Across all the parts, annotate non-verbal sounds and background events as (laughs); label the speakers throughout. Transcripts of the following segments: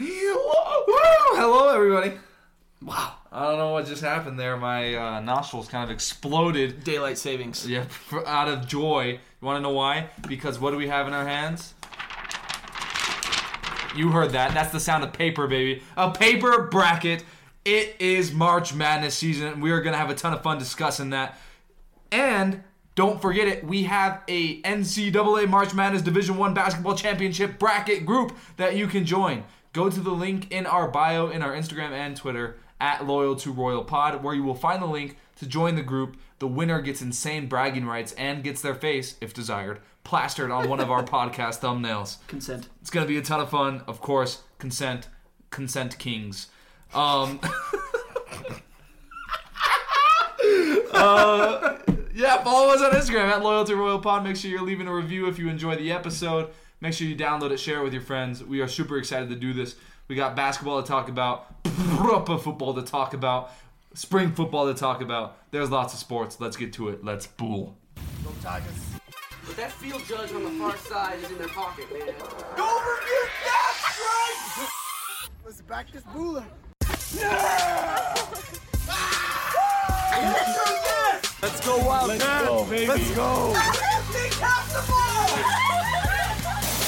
Speaker 1: Woo! Hello, everybody. Wow. I don't know what just happened there. My uh, nostrils kind of exploded.
Speaker 2: Daylight savings.
Speaker 1: Yeah, (laughs) out of joy. You want to know why? Because what do we have in our hands? You heard that. That's the sound of paper, baby. A paper bracket. It is March Madness season, and we are going to have a ton of fun discussing that. And don't forget it, we have a NCAA March Madness Division One Basketball Championship bracket group that you can join. Go to the link in our bio, in our Instagram and Twitter at Loyal to Royal Pod, where you will find the link to join the group. The winner gets insane bragging rights and gets their face, if desired, plastered on one of our podcast thumbnails.
Speaker 2: Consent.
Speaker 1: It's gonna be a ton of fun, of course. Consent, consent kings. Um, (laughs) uh, yeah, follow us on Instagram at Loyalty Royal Pod. Make sure you're leaving a review if you enjoy the episode. Make sure you download it, share it with your friends. We are super excited to do this. We got basketball to talk about, proper football to talk about, spring football to talk about. There's lots of sports. Let's get to it. Let's bull.
Speaker 3: Go Tigers.
Speaker 4: But that field judge on the far side is in their pocket, man.
Speaker 3: Don't forget that right! Let's back this booler. Yeah! Let's go wild. Let's go, baby. Let's go.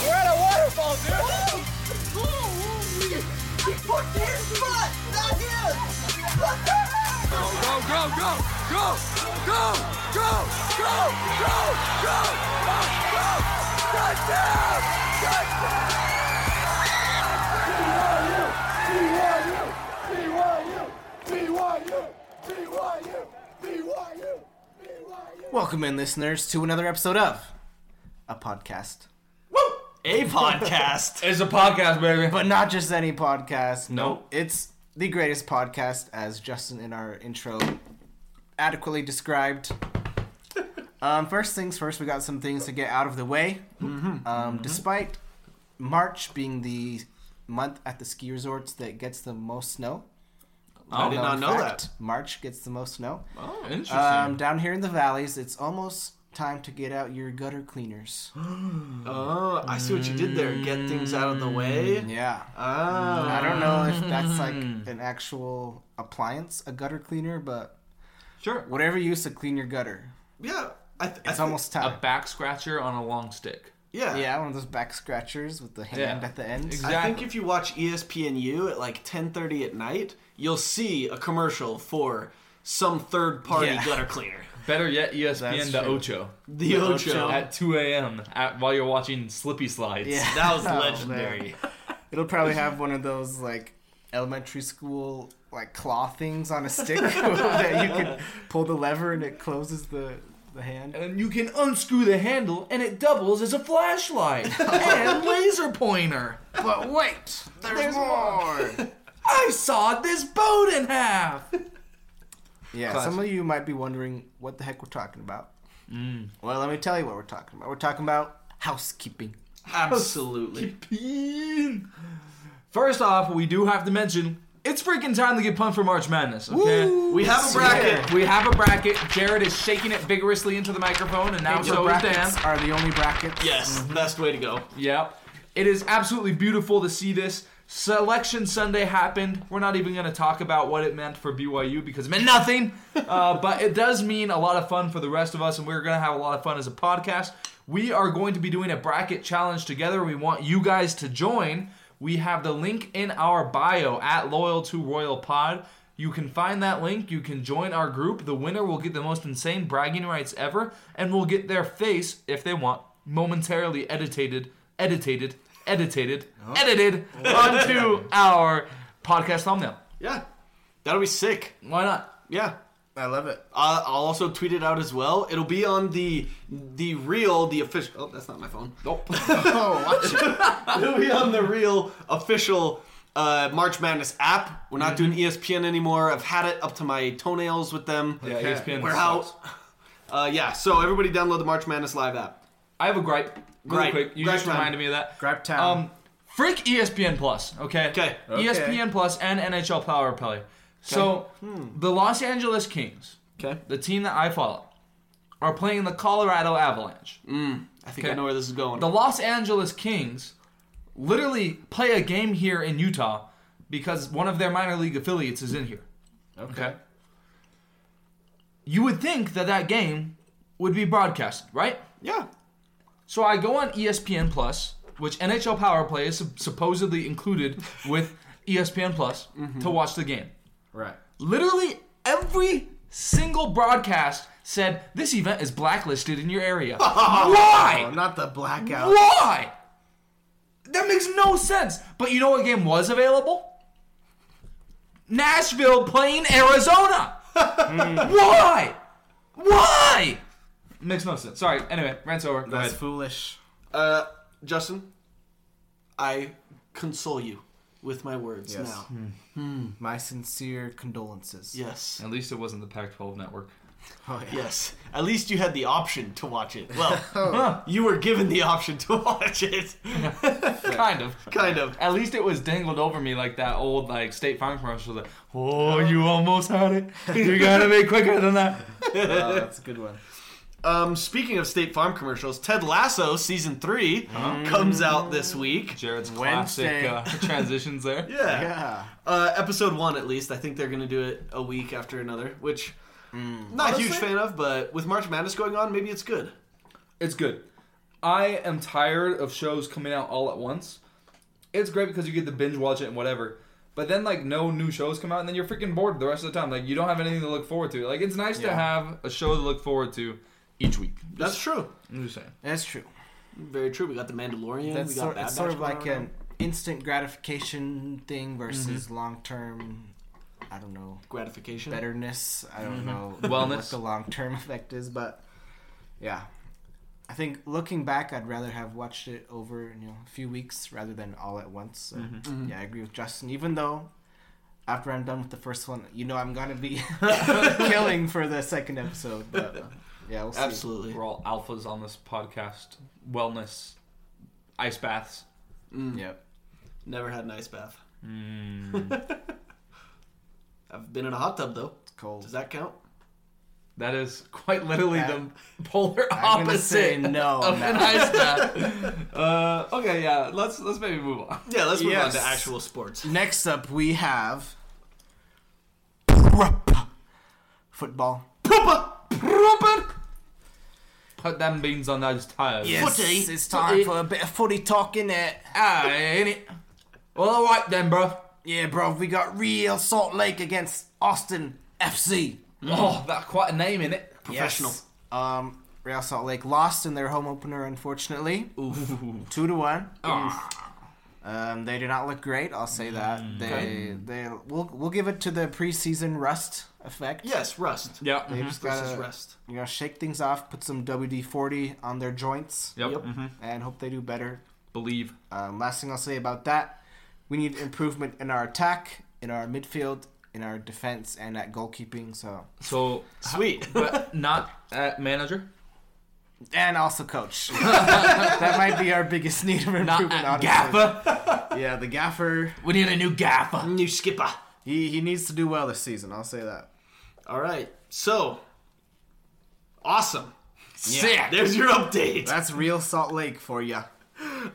Speaker 3: We're at a waterfall, dude. He put his spot, not his. Go, go, go, go, go, go, go, go, go, go, go, go. Touchdown! Touchdown!
Speaker 2: Welcome in, listeners, to another episode of a podcast. A podcast.
Speaker 1: It's a podcast, baby.
Speaker 2: but not just any podcast.
Speaker 1: Nope.
Speaker 2: It's the greatest podcast, as Justin in our intro adequately described.
Speaker 1: (laughs)
Speaker 2: um, first things first, we got some things to get out of the way.
Speaker 1: Mm-hmm.
Speaker 2: Um, Despite March being the month at the ski resorts that gets the most snow.
Speaker 1: I did not
Speaker 2: Known
Speaker 1: know
Speaker 2: fact, March gets the most snow.
Speaker 1: oh, interesting.
Speaker 2: Um, down here in the valleys, it's almost time to get out your gutter cleaners.
Speaker 5: Oh, I see what you did there. Get things out of the way.
Speaker 2: Yeah.
Speaker 5: Oh,
Speaker 2: I don't know if that's like an actual appliance, a gutter cleaner, but
Speaker 1: sure.
Speaker 2: whatever you use to clean your gutter,
Speaker 5: yeah. I th- I
Speaker 2: it's
Speaker 5: thi-
Speaker 2: almost
Speaker 1: A
Speaker 2: time.
Speaker 1: back scratcher on a long stick.
Speaker 5: yeah.
Speaker 2: yeah, one of those back scratchers with the hand
Speaker 1: Yeah.
Speaker 2: at the end.
Speaker 1: Exactly.
Speaker 5: I think if you watch E ESPNU at like 10:30 at night, you'll see a commercial for some third-party
Speaker 2: Yeah.
Speaker 5: gutter cleaner.
Speaker 1: Better yet, E ESPN
Speaker 2: That's
Speaker 1: the
Speaker 2: true.
Speaker 1: Ocho
Speaker 5: The Ocho.
Speaker 1: at 2 a.m. At, while you're watching Slippy Slides.
Speaker 2: Yeah.
Speaker 5: That was
Speaker 2: (laughs) Oh,
Speaker 5: legendary.
Speaker 2: man. It'll probably have one of those like elementary school like claw things on a stick (laughs) that you can pull the lever and it closes the the hand.
Speaker 1: And you can unscrew the handle, and it doubles as a flashlight and laser pointer.
Speaker 2: But wait, there's, more.
Speaker 1: I sawed this boat in half.
Speaker 2: Yeah,
Speaker 1: Classic.
Speaker 2: some of you might be wondering what the heck we're talking about.
Speaker 1: Mm.
Speaker 2: Well, let me tell you what we're talking about. We're talking about housekeeping.
Speaker 5: Absolutely.
Speaker 1: First off, we do have to mention it's freaking time to get pumped for March Madness. Okay,
Speaker 5: We have a bracket.
Speaker 1: we have a bracket. Jared is shaking it vigorously into the microphone, and now
Speaker 2: Paper
Speaker 1: so is Dan.
Speaker 2: brackets are the only brackets.
Speaker 5: Yes, best way to go.
Speaker 1: Yep. It is absolutely beautiful to see this. Selection Sunday happened. We're not even going to talk about what it meant for BYU because it meant nothing. uh, but it does mean a lot of fun for the rest of us, and we're going to have a lot of fun as a podcast. We are going to be doing a bracket challenge together. We want you guys to join. We have the link in our bio at Loyal to Royal Pod. You can find that link. You can join our group. The winner will get the most insane bragging rights ever, and will get their face, if they want, momentarily edited, edited, edited,
Speaker 5: Oh.
Speaker 1: edited onto our podcast thumbnail.
Speaker 5: Yeah. That'll be sick.
Speaker 1: Why not?
Speaker 5: Yeah.
Speaker 2: I love it.
Speaker 5: Uh, I'll also tweet it out as well. It'll be on the the real, the official. Oh, that's not my phone.
Speaker 1: Nope.
Speaker 2: Oh, watch it.
Speaker 5: It'll be on the real official uh, March Madness app. We're not
Speaker 1: Mm-hmm.
Speaker 5: doing E ESPN anymore. I've had it up to my toenails with them.
Speaker 1: Yeah, E ESPN
Speaker 5: We're out. (laughs)
Speaker 1: sucks.
Speaker 5: Uh, yeah, so everybody download the March Madness live app.
Speaker 1: (laughs) I have a gripe. Real
Speaker 5: Gripe.
Speaker 1: quick. You
Speaker 5: Gripe
Speaker 1: just
Speaker 5: time.
Speaker 1: reminded me of that.
Speaker 2: Gripe time.
Speaker 1: Um, freak ESPN Plus. Okay. E
Speaker 5: Okay.
Speaker 2: Okay.
Speaker 1: ESPN Plus and NHL Power Play. So the Los Angeles Kings,
Speaker 5: Hmm. Okay.
Speaker 1: the team that I follow, are playing the Colorado Avalanche.
Speaker 5: I think
Speaker 1: Okay.
Speaker 5: I know where this is going.
Speaker 1: The Los Angeles Kings literally play a game here in Utah because one of their minor league affiliates is in here. Okay. You would think that that game would be broadcast, right?
Speaker 5: Yeah.
Speaker 1: So I go on E ESPN Plus, which NHL Power Play is sup- supposedly included with E ESPN Plus to watch the game.
Speaker 5: Mm-hmm. Right.
Speaker 1: Literally every single broadcast said this event is blacklisted in your
Speaker 5: (laughs)
Speaker 1: area.
Speaker 5: Oh,
Speaker 1: Why?
Speaker 5: not the blackout.
Speaker 1: Why? That makes no sense. But you know what game was available? Nashville playing Arizona. Hmm. Why? Why? Makes no sense. Sorry. Anyway, rant's over. Go
Speaker 2: That's
Speaker 1: ahead.
Speaker 2: foolish.
Speaker 5: Uh, Justin, I console you with my words
Speaker 2: Yes.
Speaker 5: now.
Speaker 2: My sincere condolences.
Speaker 5: Yes.
Speaker 1: At least it wasn't the Pac-12 network.
Speaker 2: Oh, yeah.
Speaker 5: Yes. At least you had the option to watch it.
Speaker 1: Oh.
Speaker 5: Well, you were given the option to (laughs) watch it.
Speaker 1: kind of.
Speaker 5: kind of.
Speaker 1: At least it was dangled over me like that old like State Farm commercial. Like, oh, you almost had it. You gotta be quicker than that.
Speaker 2: Oh, that's a
Speaker 5: (laughs)
Speaker 2: good one.
Speaker 5: Um, speaking of State Farm commercials, Ted Lasso season 3 comes out this week.
Speaker 1: Jared's
Speaker 2: Wednesday.
Speaker 1: classic uh, transitions (laughs) there.
Speaker 5: Yeah.
Speaker 2: Yeah.
Speaker 5: Uh, episode one, at least. I think they're going to do it a week after another, which not a huge
Speaker 2: Honestly-
Speaker 5: fan of, but with March Madness going on, maybe it's good.
Speaker 1: It's good. I am tired of shows coming out all at once. It's great because you get to binge watch it and whatever. But then like no new shows come out and then you're freaking bored the rest of the time. Like you don't have anything to look forward to. Like it's nice to
Speaker 5: Yeah.
Speaker 1: have a show to look forward to each week.
Speaker 5: That's true.
Speaker 1: I'm just saying.
Speaker 2: That's true.
Speaker 5: Very true. We got the Mandalorian.
Speaker 2: That's
Speaker 5: we got
Speaker 2: sort,
Speaker 5: Bad
Speaker 2: it's sort
Speaker 5: Batch
Speaker 2: of like
Speaker 5: going on.
Speaker 2: an instant gratification thing versus
Speaker 1: Mm-hmm.
Speaker 2: long term. I don't know
Speaker 5: gratification.
Speaker 2: betterness. I don't know what
Speaker 1: Wellness.
Speaker 2: the long term (laughs) effect is, but yeah, I think looking back, I'd rather have watched it over you know a few weeks rather than all at once. So,
Speaker 5: Mm-hmm.
Speaker 2: Yeah, I agree with Justin. Even though after I'm done with the first one, you know I'm gonna be (laughs) killing for the second episode. But uh, yeah, we'll see.
Speaker 5: Absolutely.
Speaker 1: We're all alphas on this podcast. Wellness, ice baths.
Speaker 2: Yep.
Speaker 5: Never had an ice bath. (laughs) I've been in a hot tub though.
Speaker 2: It's cold.
Speaker 5: Does that count?
Speaker 1: That is quite literally
Speaker 2: I'm-
Speaker 1: the polar
Speaker 2: I'm gonna say
Speaker 1: opposite
Speaker 2: no on
Speaker 1: of
Speaker 2: that
Speaker 1: an ice
Speaker 2: (laughs)
Speaker 1: bath. uh, okay, yeah. Let's let's maybe move on.
Speaker 5: Yeah, let's move
Speaker 2: Yes.
Speaker 5: on to actual sports.
Speaker 2: Next up, we have football.
Speaker 1: Put them beans on those toes.
Speaker 5: Footy.
Speaker 2: it's time
Speaker 1: Footy.
Speaker 2: for a bit of footy talking. It.
Speaker 1: Ah, ain't it? Well, all right then, bro.
Speaker 2: Yeah, bro, we got real Salt Lake against Austin FC.
Speaker 1: Oh, that's quite a name in it.
Speaker 5: Professional.
Speaker 2: Yes. Um, Real Salt Lake lost in their home opener, unfortunately, (laughs) two to one.
Speaker 1: Ah.
Speaker 2: Um, they did not look great. I'll say that.
Speaker 5: Mm.
Speaker 2: They, they, we'll, we'll give it to the preseason rust effect.
Speaker 5: Yes, rust.
Speaker 1: Yeah.
Speaker 2: They
Speaker 1: mhm.
Speaker 2: just
Speaker 5: Versus
Speaker 2: gotta,
Speaker 5: rest.
Speaker 2: you know, shake things off, put some WD forty on their joints,
Speaker 1: Yep.
Speaker 5: Yep.
Speaker 1: mhm.
Speaker 2: and hope they do better
Speaker 1: Believe.
Speaker 2: Um, last thing I'll say about that, we need improvement in our attack, in our midfield, in our defense, and at goalkeeping. So,
Speaker 1: So,
Speaker 5: Sweet.
Speaker 1: but not at manager.
Speaker 2: and also (laughs) coach. that might be our biggest need of
Speaker 1: Not at
Speaker 2: improvement. honestly.
Speaker 1: gaffer.
Speaker 2: Yeah, the gaffer.
Speaker 1: We need a new gaffer.
Speaker 5: (laughs) New skipper.
Speaker 2: He he needs to do well this season. I'll say that.
Speaker 5: All right. So awesome.
Speaker 1: Sick.
Speaker 5: There's your update.
Speaker 2: That's real Salt Lake for ya.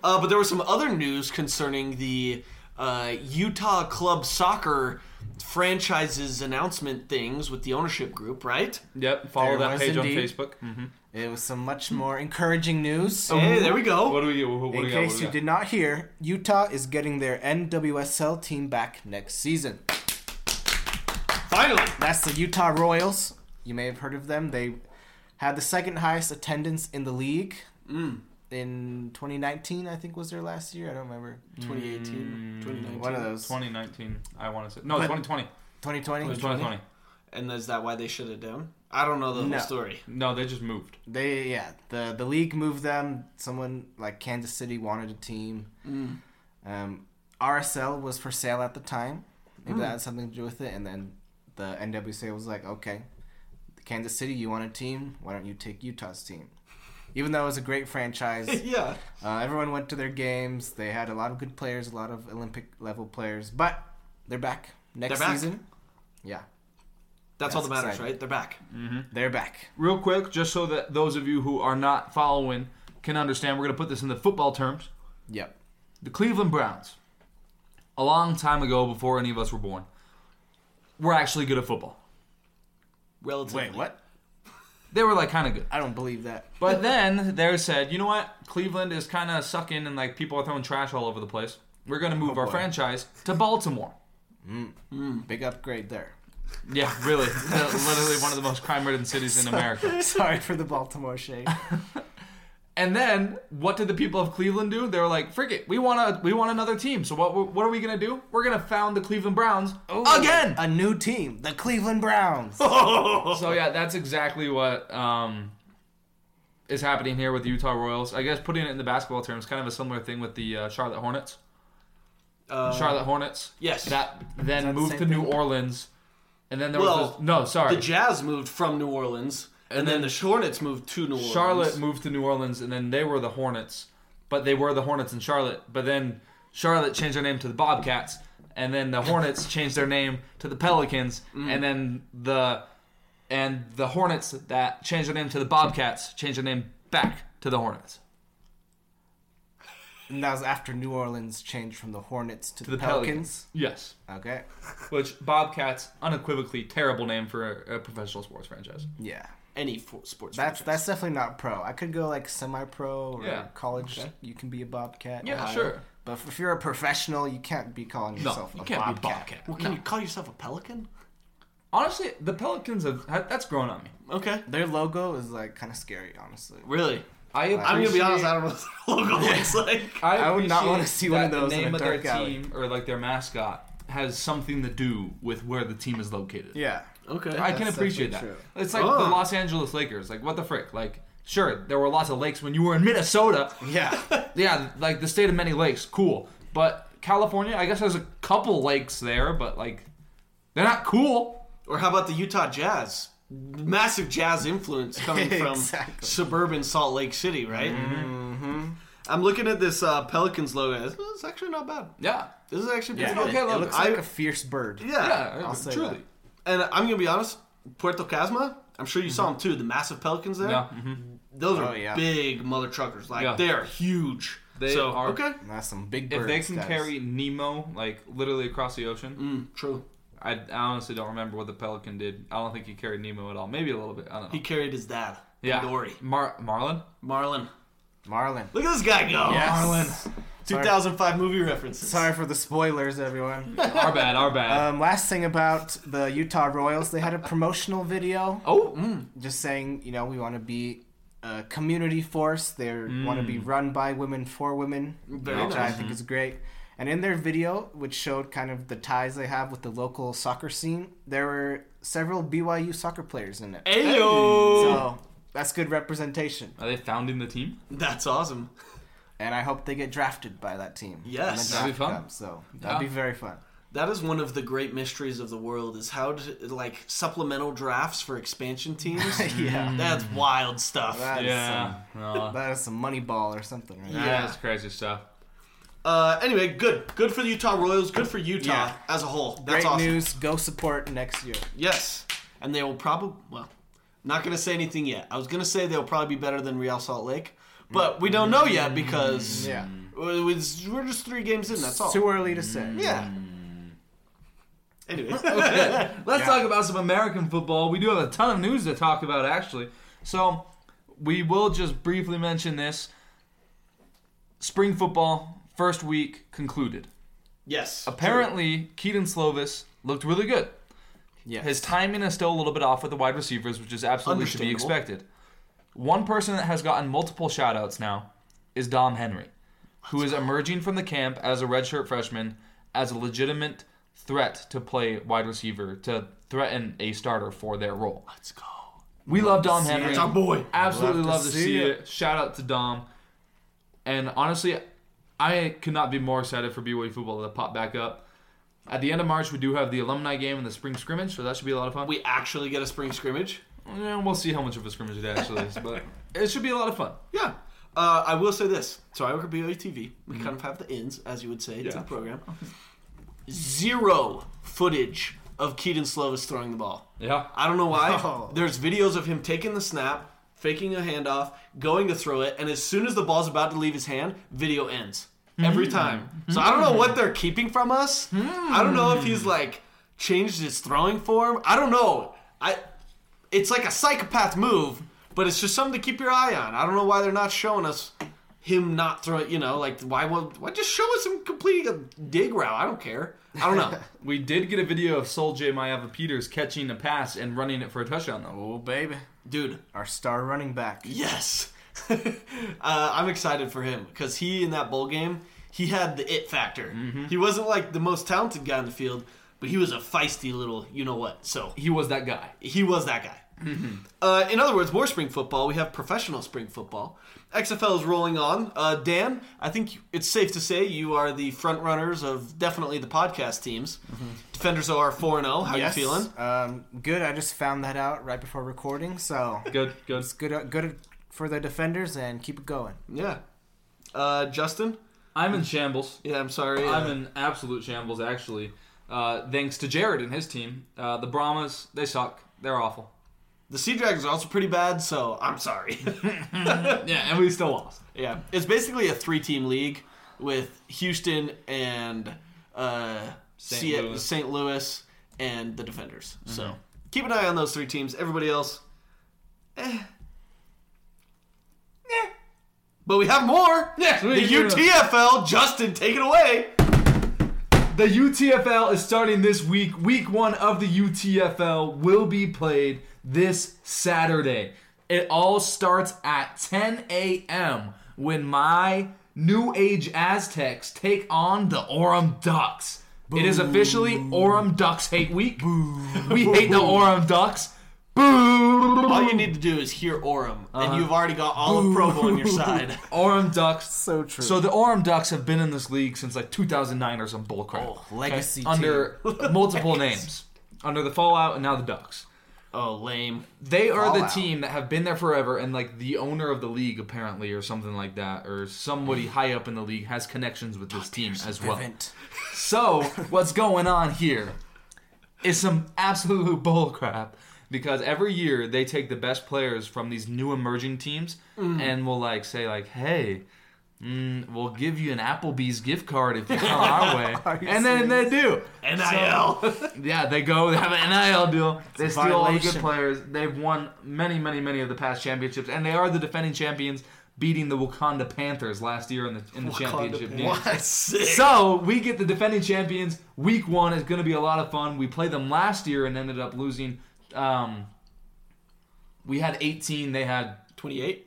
Speaker 5: Uh, but there was some other news concerning the uh, Utah club soccer franchises announcement things with the ownership group, right?
Speaker 1: Yep. Follow
Speaker 2: There
Speaker 1: that
Speaker 2: was
Speaker 1: page on
Speaker 2: indeed.
Speaker 1: Facebook. Mm-hmm.
Speaker 2: It was some much more encouraging news.
Speaker 5: Hey, Mm-hmm. there we go.
Speaker 1: What do we? What, what do
Speaker 2: in
Speaker 1: we got? What
Speaker 2: case
Speaker 1: do we
Speaker 2: you
Speaker 1: got?
Speaker 2: did not hear, Utah is getting their NWSL team back next season.
Speaker 5: Finally.
Speaker 2: That's the Utah Royals. You may have heard of them. They had the second highest attendance in the league
Speaker 5: Mm,
Speaker 2: in 2019. I think was their last year. I don't remember.
Speaker 5: 2018, 2019.
Speaker 2: Mm, One of those.
Speaker 1: 2019. I want to say no. 2020. It
Speaker 2: 2020.
Speaker 1: was 2020.
Speaker 5: And is that why they shut it down? I don't know the
Speaker 2: No.
Speaker 5: whole story.
Speaker 1: No, they just moved.
Speaker 2: They yeah. The the league moved them. Someone like Kansas City wanted a team.
Speaker 5: Mm.
Speaker 2: Um, RSL was for sale at the time.
Speaker 5: Mm.
Speaker 2: Maybe that had something to do with it. And then the NWSL was like, okay, Kansas City, you want a team? Why don't you take Utah's team? Even though it was a great franchise.
Speaker 5: (laughs) yeah.
Speaker 2: Uh, everyone went to their games. They had a lot of good players, a lot of Olympic level players, but they're back next
Speaker 5: They're back.
Speaker 2: season. Yeah,
Speaker 5: That's, all
Speaker 2: That's
Speaker 5: that matters,
Speaker 2: exciting.
Speaker 5: right? They're back.
Speaker 2: they're back.
Speaker 1: Real quick, just so that those of you who are not following can understand, we're going to put this in the football terms.
Speaker 2: Yep.
Speaker 1: the Cleveland Browns, a long time ago before any of us were born, were actually good at football.
Speaker 5: Relatively.
Speaker 2: Wait, what?
Speaker 1: They were like kind of good.
Speaker 2: I don't believe that.
Speaker 1: But then they said, you know what? Cleveland is kind of sucking and like people are throwing trash all over the place. We're going to move our
Speaker 2: boy.
Speaker 1: franchise to Baltimore.
Speaker 2: Big upgrade there.
Speaker 1: Yeah, really. Literally one of the most crime ridden cities in America.
Speaker 2: Sorry for the Baltimore (laughs) shade.
Speaker 1: And then what did the people of Cleveland do? They were like, "Frick it, we want a, we want another team. So what what are we gonna do? We're gonna found the Cleveland Browns again."
Speaker 2: A new team, the Cleveland Browns.
Speaker 1: so yeah, that's exactly what um, is happening here with the Utah Royals. I guess putting it in the basketball terms, kind of a similar thing with the uh, Charlotte Hornets.
Speaker 5: Uh,
Speaker 1: Charlotte Hornets.
Speaker 5: yes.
Speaker 1: That
Speaker 2: Is that the
Speaker 1: then moved to
Speaker 2: same
Speaker 1: New
Speaker 2: thing?
Speaker 1: Orleans, and then there
Speaker 5: Well,
Speaker 1: was this, no sorry.
Speaker 5: The Jazz moved from New Orleans, and,
Speaker 1: And
Speaker 5: then,
Speaker 1: then
Speaker 5: the Hornets moved to New Orleans.
Speaker 1: Charlotte moved to New Orleans, and then they were the Hornets, but they were the Hornets in Charlotte. But then Charlotte changed their name to the Bobcats, and then the Hornets
Speaker 5: (laughs)
Speaker 1: changed their name to the Pelicans,
Speaker 5: Mm.
Speaker 1: and then the and the Hornets that changed their name to the Bobcats changed their name back to the Hornets
Speaker 2: And that was after New Orleans changed from the Hornets to,
Speaker 1: to
Speaker 2: the,
Speaker 1: the
Speaker 2: Pelicans.
Speaker 1: Yes,
Speaker 2: Okay.
Speaker 1: which Bobcats unequivocally terrible name for a, a professional sports franchise.
Speaker 2: Yeah.
Speaker 5: any fo- sports.
Speaker 2: That's
Speaker 5: franchise.
Speaker 2: that's definitely not pro. I could go like semi-pro or
Speaker 1: Yeah.
Speaker 2: college. You can be a bobcat.
Speaker 1: Yeah,
Speaker 2: Ohio.
Speaker 1: sure.
Speaker 2: But if if you're a professional, you can't be calling
Speaker 1: No,
Speaker 2: yourself
Speaker 1: you
Speaker 2: a
Speaker 1: can't
Speaker 2: bobcat.
Speaker 1: be Bobcat.
Speaker 5: Well, can you call yourself a pelican?
Speaker 1: Honestly, the Pelicans have that's grown on me.
Speaker 5: Okay.
Speaker 2: Their logo is like kind of scary, honestly.
Speaker 5: Really?
Speaker 1: I
Speaker 5: I'm gonna be
Speaker 1: appreciate-
Speaker 5: honest. I don't know what (laughs) the logo looks like.
Speaker 1: I,
Speaker 2: I would not
Speaker 1: appreciate
Speaker 2: wanna see one of
Speaker 1: that
Speaker 2: those
Speaker 1: The
Speaker 2: in
Speaker 1: name
Speaker 2: a
Speaker 1: of
Speaker 2: dark
Speaker 1: their
Speaker 2: alley.
Speaker 1: team or like their mascot has something to do with where the team is located.
Speaker 2: Yeah.
Speaker 5: Okay.
Speaker 1: I can
Speaker 2: That's
Speaker 1: appreciate that.
Speaker 2: definitely
Speaker 1: It's like
Speaker 5: Oh.
Speaker 1: the Los Angeles Lakers. Like what the frick? Like sure, there were lots of lakes when you were in Minnesota.
Speaker 2: Yeah.
Speaker 1: (laughs) yeah, like the state of many lakes, cool. But California, I guess there's a couple lakes there, but like they're not cool.
Speaker 5: Or how about the Utah Jazz? Massive jazz influence (laughs) coming from
Speaker 2: Exactly.
Speaker 5: suburban Salt Lake City, right? Mm-hmm. I'm looking at this uh, Pelicans logo. It's, it's actually not bad.
Speaker 1: Yeah.
Speaker 5: This is actually pretty
Speaker 2: Yeah.
Speaker 5: good.
Speaker 1: okay
Speaker 2: it
Speaker 1: logo.
Speaker 2: looks
Speaker 5: I-
Speaker 2: like a fierce bird.
Speaker 5: yeah.
Speaker 1: Yeah,
Speaker 2: Ah, I'll say
Speaker 1: truly.
Speaker 2: that.
Speaker 5: And I'm gonna be honest, Puerto Casma. I'm sure you saw them too. The massive pelicans there.
Speaker 1: Yeah. mhm.
Speaker 5: Those are
Speaker 2: Oh, yeah.
Speaker 5: big mother truckers. Like
Speaker 1: Yeah.
Speaker 5: they are huge.
Speaker 1: They
Speaker 5: so,
Speaker 1: are-
Speaker 5: okay.
Speaker 2: And that's some big birds.
Speaker 1: If they can
Speaker 2: guys.
Speaker 1: carry Nemo like literally across the ocean,
Speaker 2: Hmm.
Speaker 5: Mm, true.
Speaker 1: I, I honestly don't remember what the pelican did. I don't think he carried Nemo at all. Maybe a little bit. I don't know.
Speaker 5: He carried his dad.
Speaker 1: Yeah.
Speaker 5: Dory.
Speaker 1: Mar- Marlin?
Speaker 5: Marlin.
Speaker 2: Marlin.
Speaker 5: Look at this guy go. (laughs)
Speaker 2: Yes.
Speaker 5: 2005 movie references.
Speaker 2: Sorry for the spoilers, everyone.
Speaker 1: our bad, our bad.
Speaker 2: Um, last thing about the Utah Royals, they had a promotional video
Speaker 1: oh, mm,
Speaker 2: just saying, you know, we want to be a community force. They want to be run by women for women,
Speaker 5: Mm. Very
Speaker 2: which I
Speaker 5: nice. Mm-hmm.
Speaker 2: think is great. And in their video, which showed kind of the ties they have with the local soccer scene, there were several BYU soccer players in it.
Speaker 5: Ayo.
Speaker 2: So that's good representation.
Speaker 1: are they founding the team?
Speaker 5: That's awesome.
Speaker 2: And I hope they get drafted by that team.
Speaker 5: Yes.
Speaker 2: And then
Speaker 1: That'd be
Speaker 2: draft
Speaker 1: fun.
Speaker 2: them. So that'd
Speaker 1: Yeah.
Speaker 2: be very fun.
Speaker 5: That is one of the great mysteries of the world is how to, like supplemental drafts for expansion teams.
Speaker 2: (laughs)
Speaker 5: Mm.
Speaker 2: Yeah.
Speaker 5: That's wild stuff.
Speaker 2: That is
Speaker 1: Yeah.
Speaker 2: some- (laughs)
Speaker 1: No.
Speaker 2: that is some money ball or something, right?
Speaker 5: Uh. Yeah.
Speaker 1: That's crazy stuff.
Speaker 5: Uh, anyway, good. Good for the Utah Royals. Good for Utah
Speaker 2: Yeah.
Speaker 5: as a whole. That's
Speaker 2: Great
Speaker 5: awesome.
Speaker 2: news. Go support next year.
Speaker 5: Yes. And they will probably, well, not going to say anything yet. I was going to say they'll probably be better than Real Salt Lake, but we don't know yet because
Speaker 2: Yeah.
Speaker 5: we- we- we're just three games
Speaker 1: Mm.
Speaker 5: in. That's all.
Speaker 2: Too early to say.
Speaker 5: Yeah.
Speaker 1: (laughs)
Speaker 5: Anyway.
Speaker 1: Let's talk about some American football. We do have a ton of news to talk about, actually. So, we will just briefly mention this. Spring football, first week concluded.
Speaker 5: yes.
Speaker 1: Apparently, Keaton Slovis looked really good.
Speaker 2: Yes.
Speaker 1: His timing is still a little bit off with the wide receivers, which is absolutely to be
Speaker 5: Understandable.
Speaker 1: expected. One person that has gotten multiple shoutouts now is Dom Henry, who is emerging from the camp as a redshirt freshman as a legitimate threat to play wide receiver to threaten a starter for their role.
Speaker 5: Let's go.
Speaker 1: We love Dom Henry.
Speaker 5: That's our boy.
Speaker 1: Absolutely
Speaker 2: Love
Speaker 1: love
Speaker 2: to
Speaker 1: to
Speaker 2: see
Speaker 1: see
Speaker 2: it.
Speaker 1: it. Shout out to Dom. And honestly, I could not be more excited for BYU football to pop back up. At the end of March, we do have the alumni game and the spring scrimmage, so that should be a lot of fun.
Speaker 5: We actually get a spring scrimmage.
Speaker 1: Yeah, we'll see how much of a scrimmage it actually is, but it should be a lot of fun.
Speaker 5: Yeah. Uh, I will say this. So I work at BOE TV. We kind of have the ins, as you would say, to
Speaker 1: Mm-hmm. Yeah.
Speaker 5: the program. Zero footage of Keaton Slovis throwing the ball.
Speaker 1: Yeah.
Speaker 5: I don't know why.
Speaker 2: Oh.
Speaker 5: There's videos of him taking the snap, faking a handoff, going to throw it, and as soon as the ball's about to leave his hand, video ends. every time. So I don't know what they're keeping from us. I don't know if he's like changed his throwing form. I don't know. I it's like a psychopath move, but it's just something to keep your eye on. I don't know why they're not showing us him not throwing, you know, like why won't why just show us him completing a dig route? I don't care. I don't know.
Speaker 1: We did get a video of Sol J. Maiava Peters catching a pass and running it for a touchdown, though.
Speaker 2: Oh, baby.
Speaker 5: Dude,
Speaker 2: Our star running back.
Speaker 5: Yes. (laughs) uh, I'm excited for him because he, in that bowl game, he had the it factor. He wasn't like the most talented guy on the field, but he was a feisty little, you know what. So
Speaker 1: He was that guy.
Speaker 5: he was that guy. Uh, in other words, more spring football. We have professional spring football. XFL is rolling on. Uh, Dan, I think it's safe to say you are the front runners of definitely the podcast teams. Defenders are 4 0. How
Speaker 2: Yes.
Speaker 5: you feeling?
Speaker 2: Um, good. I just found that out right before recording, so
Speaker 1: Good, good.
Speaker 2: it's good. uh, Good for the defenders, and keep it going.
Speaker 5: Yeah. Uh, Justin?
Speaker 1: I'm in shambles.
Speaker 5: Yeah, I'm sorry.
Speaker 1: I'm
Speaker 5: Uh,
Speaker 1: in absolute shambles, actually. Uh, thanks to Jared and his team. Uh, the Brahmas, they suck. They're awful.
Speaker 5: The Sea Dragons are also pretty bad, so
Speaker 1: (laughs)
Speaker 5: I'm sorry.
Speaker 1: Yeah, and we still lost.
Speaker 5: Yeah, it's basically a three-team league with Houston and uh,
Speaker 1: St.
Speaker 5: Sea-
Speaker 1: Louis. Mm-hmm.
Speaker 5: St. Louis and the Defenders. So keep an eye on those three teams. Everybody else, eh. Eh. But we have more.
Speaker 1: Yes, we
Speaker 5: the
Speaker 1: do.
Speaker 5: UTFL. Justin, take it away.
Speaker 1: The UTFL is starting this week. Week one of the UTFL will be played this Saturday. It all starts at 10 a.m. when my New Age Aztecs take on the Orem Ducks. It is officially Orem Ducks Hate Week. We hate the Orem Ducks. Boo!
Speaker 5: All you need to do is hear Orem,
Speaker 1: Uh-huh.
Speaker 5: and you've already got all of
Speaker 1: (laughs)
Speaker 5: Provo on your side.
Speaker 1: Orem Ducks.
Speaker 2: So true.
Speaker 1: So the Orem Ducks have been in this league since like 2009 or some bullcrap.
Speaker 5: Oh,
Speaker 2: legacy team.
Speaker 1: under multiple names, under the Fallout and now the Ducks.
Speaker 5: Oh, lame.
Speaker 1: They are the
Speaker 2: Fallout.
Speaker 1: team that have been there forever, and like the owner of the league apparently, or something like that, or somebody high up in the league has connections with this team as well.
Speaker 2: Vivint.
Speaker 1: So what's going on here is some absolute (laughs) bullcrap because every year they take the best players from these new emerging teams and will like say like, hey. Mm, we'll give you an Applebee's gift card if you come our way,
Speaker 2: you
Speaker 1: and then they do.
Speaker 5: NIL.
Speaker 1: Yeah, they go. (laughs) They have an NIL deal. They steal all the good
Speaker 2: violation.
Speaker 1: players. They've won many, many, many of the past championships, and they are the defending champions, beating the Wakanda Panthers last year in the in the championship game.
Speaker 5: What? Sick.
Speaker 1: So we get the defending champions. Week one is going to be a lot of fun. We played them last year and ended up losing. Um, we had 18. They had
Speaker 5: 28.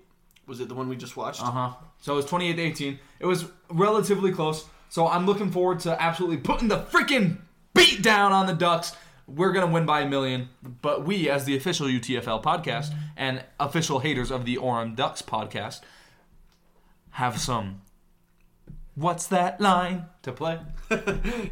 Speaker 5: Was it the one we just watched?
Speaker 1: uh huh. So it was 28 to 18. It was relatively close. So I'm looking forward to absolutely putting the freaking beat down on the Ducks. We're going to win by a million. But we, as the official UTFL podcast and official haters of the Orem Ducks podcast, have some. What's that line to play?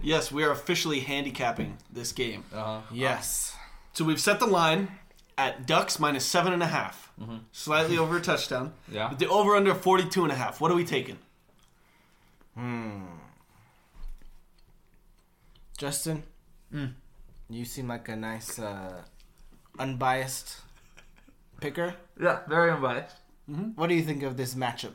Speaker 5: Yes, we are officially handicapping this game.
Speaker 2: Yes.
Speaker 5: So we've set the line at Ducks minus seven and a half. slightly over a touchdown.
Speaker 1: Yeah.
Speaker 5: But the over under 42 and a half. What are we taking?
Speaker 2: Justin, Mm. you seem like a nice, uh, unbiased picker.
Speaker 1: Yeah, very unbiased.
Speaker 2: What do you think of this matchup?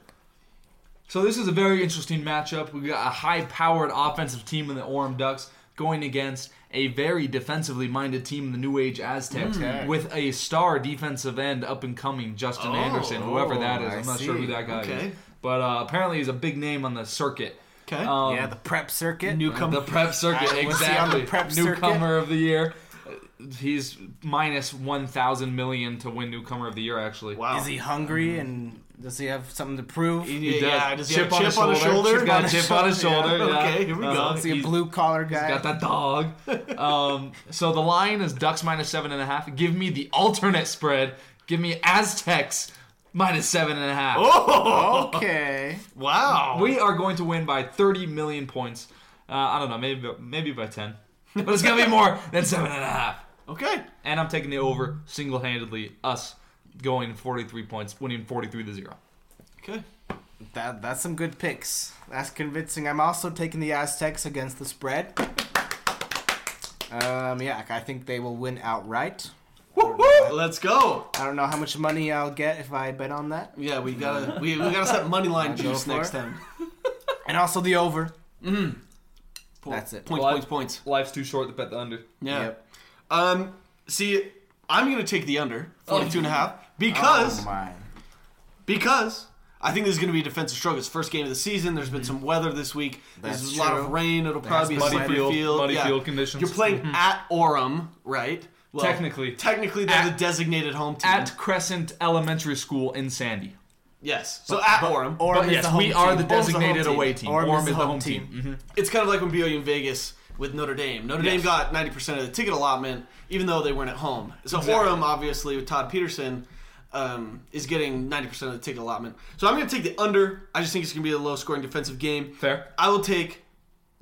Speaker 1: So this is a very interesting matchup. We got a high-powered offensive team in the Orem Ducks going against a very defensively minded team in the New Age Aztecs
Speaker 2: Okay.
Speaker 1: with a star defensive end up and coming Justin
Speaker 5: Oh,
Speaker 1: Anderson, whoever that is.
Speaker 2: I
Speaker 1: I'm not sure who
Speaker 2: see.
Speaker 1: that guy
Speaker 5: Okay.
Speaker 1: is, but uh, apparently he's a big name on the circuit.
Speaker 5: Okay.
Speaker 1: Um,
Speaker 2: yeah, the prep circuit.
Speaker 1: the
Speaker 5: Newcomer.
Speaker 1: prep circuit
Speaker 2: Uh, (laughs) was he on
Speaker 1: exactly
Speaker 2: the prep
Speaker 1: newcomer
Speaker 2: circuit?
Speaker 1: of the year. Uh, He's minus one thousand million to win newcomer of the year. Actually,
Speaker 5: Wow.
Speaker 2: Is he hungry and does he have something to prove?
Speaker 5: Yeah,
Speaker 1: He does.
Speaker 5: yeah, does he have chip on his shoulder?
Speaker 1: Chip got a chip
Speaker 5: (laughs)
Speaker 1: on his shoulder.
Speaker 5: Yeah.
Speaker 1: yeah.
Speaker 5: Okay, here we go.
Speaker 1: Uh-huh.
Speaker 2: Uh, Is he a
Speaker 1: He's-
Speaker 2: blue collar guy?
Speaker 1: Got that dog. Um, so the line is Ducks minus seven and a half. Give me the alternate spread. Give me Aztecs minus seven and a half.
Speaker 5: Oh,
Speaker 2: Okay.
Speaker 5: wow.
Speaker 1: We are going to win by 30 million points. Uh, I don't know, maybe maybe by 10. But it's going to be more than seven and a half.
Speaker 5: (laughs) okay.
Speaker 1: And I'm taking the over single handedly, us going 43 points, winning 43 to 0.
Speaker 5: Okay.
Speaker 2: That that's some good picks. That's convincing. I'm also taking the Aztecs against the spread. Um, yeah, I think they will win outright.
Speaker 5: Let's go.
Speaker 2: I don't know how much money I'll get if I bet on that.
Speaker 5: Yeah, we gotta we, we gotta set money line
Speaker 2: go
Speaker 5: juice
Speaker 2: for
Speaker 5: next
Speaker 2: it.
Speaker 5: time.
Speaker 2: and also the over.
Speaker 1: Mm-hmm.
Speaker 5: Po-
Speaker 2: That's it.
Speaker 5: Points,
Speaker 1: Well,
Speaker 5: points, points.
Speaker 1: Life's too short to bet the under.
Speaker 5: Yeah.
Speaker 2: Yep.
Speaker 5: Um, see, I'm going to take the under 42 and a half because
Speaker 2: Oh my.
Speaker 5: because I think this is going to be a defensive struggle. It's first game of the season. There's been some weather this week.
Speaker 2: That's
Speaker 5: There's a lot of
Speaker 2: true.
Speaker 5: rain. It'll
Speaker 2: has
Speaker 5: probably be
Speaker 2: been
Speaker 5: muddy
Speaker 2: weather.
Speaker 5: field.
Speaker 1: Muddy
Speaker 5: yeah.
Speaker 1: field conditions.
Speaker 5: You're playing at Orem, right? Well,
Speaker 1: Technically.
Speaker 5: technically they're
Speaker 1: At-
Speaker 5: the designated home team.
Speaker 1: At Crescent Elementary School in Sandy.
Speaker 5: yes, so at Orem,
Speaker 2: Orem
Speaker 1: But
Speaker 2: is
Speaker 1: yes,
Speaker 2: the home
Speaker 1: we are
Speaker 2: team.
Speaker 1: the
Speaker 5: Orem's the home
Speaker 1: designated
Speaker 5: team.
Speaker 1: away team.
Speaker 2: Orem is
Speaker 1: Orem
Speaker 2: the home team.
Speaker 1: Mhm.
Speaker 5: it's kind of like when BYU in Vegas with Notre Dame. Notre Dame
Speaker 1: Yes.
Speaker 5: got 90% of the ticket allotment, even though they weren't at home. So Orem, obviously, with Todd Peterson, um, is getting 90% of the ticket allotment. So I'm going to take the under. I just think it's going to be a low scoring defensive game.
Speaker 1: Fair.
Speaker 5: I will take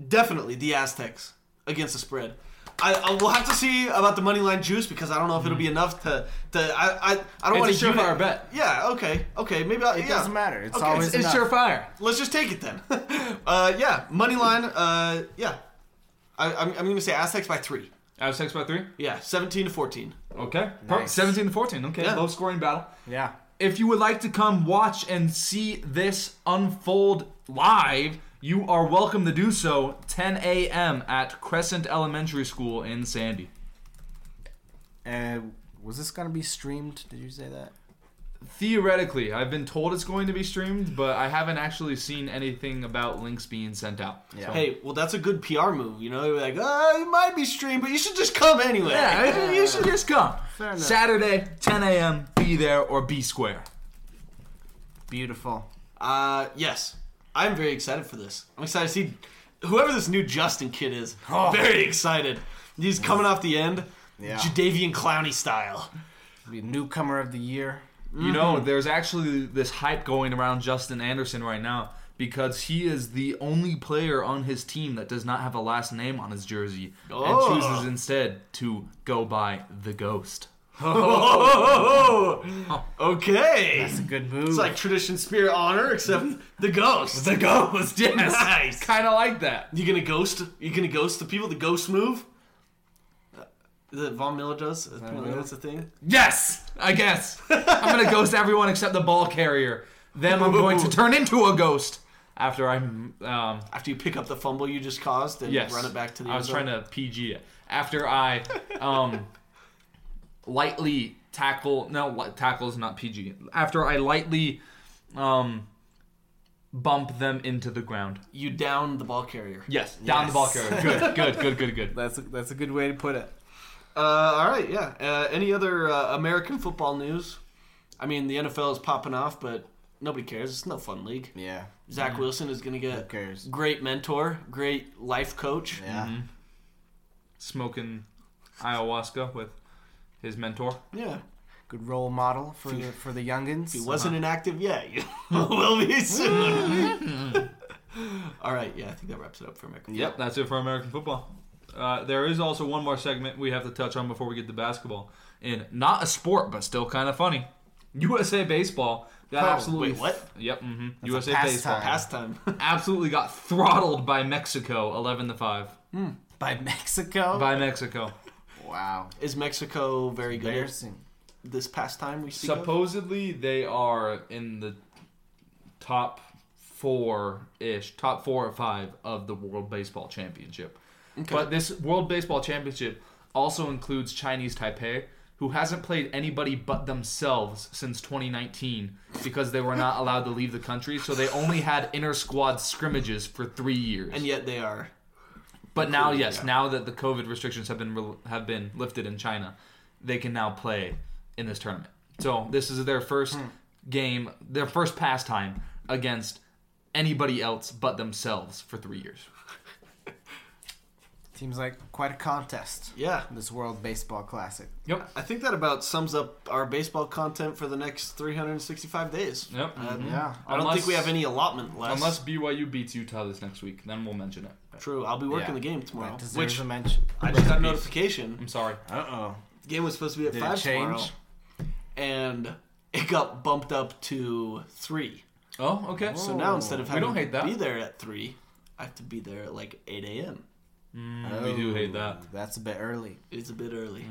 Speaker 5: definitely the Aztecs against the spread. I, I will have to see about the money line juice because I don't know if it'll be enough to. to I, I, I don't
Speaker 1: Mm-hmm. It's
Speaker 5: want
Speaker 1: a
Speaker 5: to
Speaker 1: surefire bet.
Speaker 5: Yeah. Okay. Okay. Maybe I'll,
Speaker 2: It
Speaker 5: yeah.
Speaker 2: doesn't matter. It's
Speaker 5: Okay,
Speaker 2: always
Speaker 1: It's
Speaker 2: enough.
Speaker 1: surefire.
Speaker 5: Let's just take it then. (laughs) uh, yeah, money line. Uh, yeah, I, I'm, I'm gonna say Aztecs by three.
Speaker 1: Out six by three.
Speaker 5: Yeah, seventeen to fourteen.
Speaker 1: Okay. Per-
Speaker 2: Nice.
Speaker 1: 17 to 14. Okay.
Speaker 5: Yeah.
Speaker 1: Low scoring battle.
Speaker 2: Yeah.
Speaker 1: If you would like to come watch and see this unfold live, you are welcome to do so 10 a.m. at Crescent Elementary School in Sandy.
Speaker 2: Uh, was this gonna be streamed? Did you say that?
Speaker 1: Theoretically, I've been told it's going to be streamed, but I haven't actually seen anything about links being sent out.
Speaker 2: Yeah.
Speaker 1: So-
Speaker 5: Hey, well that's a good PR move. You know, they're like, oh, it might be streamed, but you should just come anyway.
Speaker 1: Yeah, you should- you should just come.
Speaker 2: enough.
Speaker 1: Saturday, 10 a.m. Be there or be square.
Speaker 2: Beautiful.
Speaker 5: Uh, yes, I'm very excited for this. I'm excited to see whoever this new Justin kid is. Very excited. He's coming off the end,
Speaker 2: Yeah.
Speaker 5: Jadavian Clowney style.
Speaker 2: Be newcomer of the year.
Speaker 1: You know,
Speaker 5: Mm-hmm.
Speaker 1: there's actually this hype going around Justin Anderson right now because he is the only player on his team that does not have a last name on his jersey
Speaker 5: Oh.
Speaker 1: and chooses instead to go by the ghost.
Speaker 5: Oh, okay.
Speaker 2: It's a good move.
Speaker 5: It's like tradition, spirit, honor, except the ghost. the ghost, yes.
Speaker 1: (laughs)
Speaker 5: Nice.
Speaker 1: Kind of like that.
Speaker 5: You gonna ghost? You gonna ghost the people? The ghost move? Uh, That Von Miller does. That's
Speaker 2: Miller?
Speaker 5: the thing.
Speaker 1: Yes, I guess. I'm going to ghost everyone except the ball carrier. Then I'm
Speaker 5: (laughs)
Speaker 1: going to turn into a ghost after I'm. Um,
Speaker 5: After you pick up the fumble you just caused and
Speaker 1: yes.
Speaker 5: run it back to the.
Speaker 1: I
Speaker 5: end
Speaker 1: was
Speaker 5: zone.
Speaker 1: trying to PG it. After
Speaker 5: (laughs)
Speaker 1: I um, lightly tackle. No, li- tackle is not PG. After I lightly um, bump them into the ground.
Speaker 5: You down the ball carrier.
Speaker 1: Yes, down the ball carrier.
Speaker 5: (laughs)
Speaker 1: Good, good, good, good, good.
Speaker 2: that's a, that's a good way to put it.
Speaker 5: Uh, all right. Yeah. Uh, any other uh, American football news? I mean, the NFL is popping off, but nobody cares. It's no fun league.
Speaker 2: Yeah.
Speaker 5: Zach Wilson is gonna get
Speaker 2: cares?
Speaker 5: great mentor, great life coach.
Speaker 2: Yeah.
Speaker 1: Mm-hmm. Smoking ayahuasca with his mentor.
Speaker 5: yeah.
Speaker 2: Good role model for the for the youngins.
Speaker 5: He wasn't inactive yet. (laughs) You will be soon. (laughs) All right, yeah, I think that wraps it up for America.
Speaker 1: Yep, that's it for American football. Uh, there is also one more segment we have to touch on before we get to basketball. And not a sport, but still kind of funny. USA baseball got
Speaker 2: Oh,
Speaker 1: absolutely
Speaker 5: wait, what?
Speaker 1: Yep. hmm USA
Speaker 2: pastime.
Speaker 1: baseball
Speaker 5: Pastime. (laughs)
Speaker 1: absolutely got throttled by Mexico, eleven to five.
Speaker 2: by (laughs) Mexico.
Speaker 1: By Mexico,
Speaker 2: wow.
Speaker 5: Is Mexico very good at
Speaker 2: Embarrassing.
Speaker 5: this pastime we speak of?
Speaker 1: supposedly they are in the top four ish, top four or five of the World Baseball Championship. But this World Baseball Championship also includes Chinese Taipei, who hasn't played anybody but themselves since 2019 because they were not allowed to leave the country, so they only had inter squad scrimmages for three years.
Speaker 5: And yet they are.
Speaker 1: But now, yes,
Speaker 5: yeah.
Speaker 1: now that the COVID restrictions have been rel- have been lifted in China, they can now play in this tournament. So this is their first game, their first pastime against anybody else but themselves for three years.
Speaker 2: Seems like quite a contest.
Speaker 5: Yeah.
Speaker 2: This World Baseball Classic.
Speaker 1: Yep.
Speaker 5: I think that about sums up our baseball content for the next 365 days.
Speaker 1: Yep.
Speaker 5: Uh,
Speaker 2: Yeah.
Speaker 5: I don't think
Speaker 1: Unless-
Speaker 5: we have any allotment left.
Speaker 1: Unless BYU beats Utah this next week, then we'll mention it.
Speaker 5: True, I'll be working
Speaker 2: Yeah.
Speaker 5: the game tomorrow.
Speaker 2: That deserves
Speaker 5: Which
Speaker 2: a mention.
Speaker 5: I just got a
Speaker 1: peace.
Speaker 5: notification.
Speaker 1: I'm sorry.
Speaker 2: Uh oh.
Speaker 5: Game was supposed to be at
Speaker 2: Did it
Speaker 5: 5 tomorrow.
Speaker 2: change?
Speaker 5: And it got bumped up to 3.
Speaker 1: Oh, okay.
Speaker 5: So now instead of
Speaker 1: We
Speaker 5: having
Speaker 1: don't hate that.
Speaker 5: to be there at 3, I have to be there at like 8 a.m.
Speaker 1: Mm, we do hate that.
Speaker 2: Oh, That's a bit early.
Speaker 5: It's a bit early.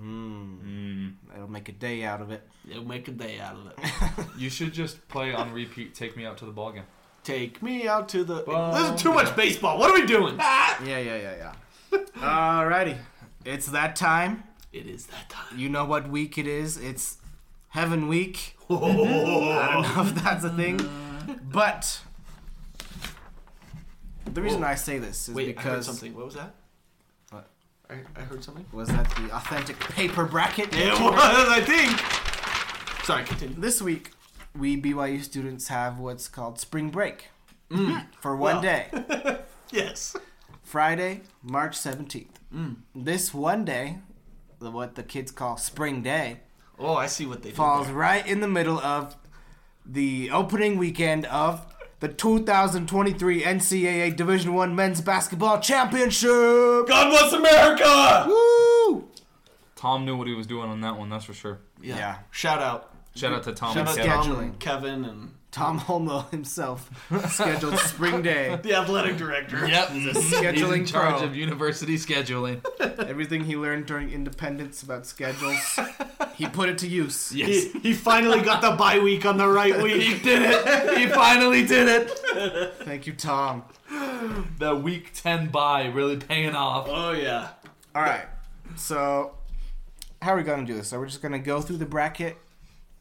Speaker 1: Mm.
Speaker 2: It'll make a day out of it.
Speaker 5: They'll make a day out of it. (laughs)
Speaker 1: You should just play on repeat. Take me out to the ball game.
Speaker 5: Take me out to the. This is too much baseball. What are we doing?
Speaker 2: Yeah, yeah, yeah, yeah. (laughs) Alrighty. It's that time.
Speaker 5: It is that time.
Speaker 2: You know what week it is. It's Heaven Week. I don't know if that's a thing. But the reason
Speaker 5: Whoa.
Speaker 2: I say this
Speaker 5: (laughs)
Speaker 2: is
Speaker 5: Wait, I heard
Speaker 2: because
Speaker 5: something. What was that?
Speaker 2: What?
Speaker 5: I, I heard something. (laughs)
Speaker 2: was that the authentic paper bracket?
Speaker 5: It was, I think. Sorry, continue.
Speaker 2: This week, we BYU students have what's called spring break (laughs) for one
Speaker 5: Mm. Well. (laughs)
Speaker 2: day.
Speaker 5: Yes.
Speaker 2: Friday, March 17th.
Speaker 5: Mm.
Speaker 2: This one day, the- what the kids call spring day,
Speaker 5: Oh, I see what they
Speaker 2: falls
Speaker 5: did.
Speaker 2: right in the middle of the opening weekend of the 2023 NCAA Division One Men's Basketball Championship.
Speaker 5: God bless America!
Speaker 2: Woo!
Speaker 1: Tom knew what he was doing on that one, that's for sure.
Speaker 5: Yeah.
Speaker 2: Yeah.
Speaker 5: Shout out.
Speaker 1: Shout out to Tom. and
Speaker 5: Shout out
Speaker 1: Kevin.
Speaker 5: Tom
Speaker 2: Scheduling.
Speaker 5: and Kevin and
Speaker 2: Tom Holmoe himself scheduled spring day.
Speaker 5: the athletic director.
Speaker 1: Yep, scheduling (laughs) He's in
Speaker 2: scheduling
Speaker 1: charge
Speaker 2: pro.
Speaker 1: of university (laughs) scheduling.
Speaker 2: Everything he learned during independence about schedules, he put it to use. (laughs)
Speaker 5: He, he finally got the bye week on the
Speaker 1: (laughs)
Speaker 5: right week.
Speaker 1: did it. (laughs) He finally did it.
Speaker 2: Thank you, Tom.
Speaker 1: The week ten buy really paying off.
Speaker 5: Oh, yeah.
Speaker 2: All right. So, how are we going to do this? So, we're just going to go through the bracket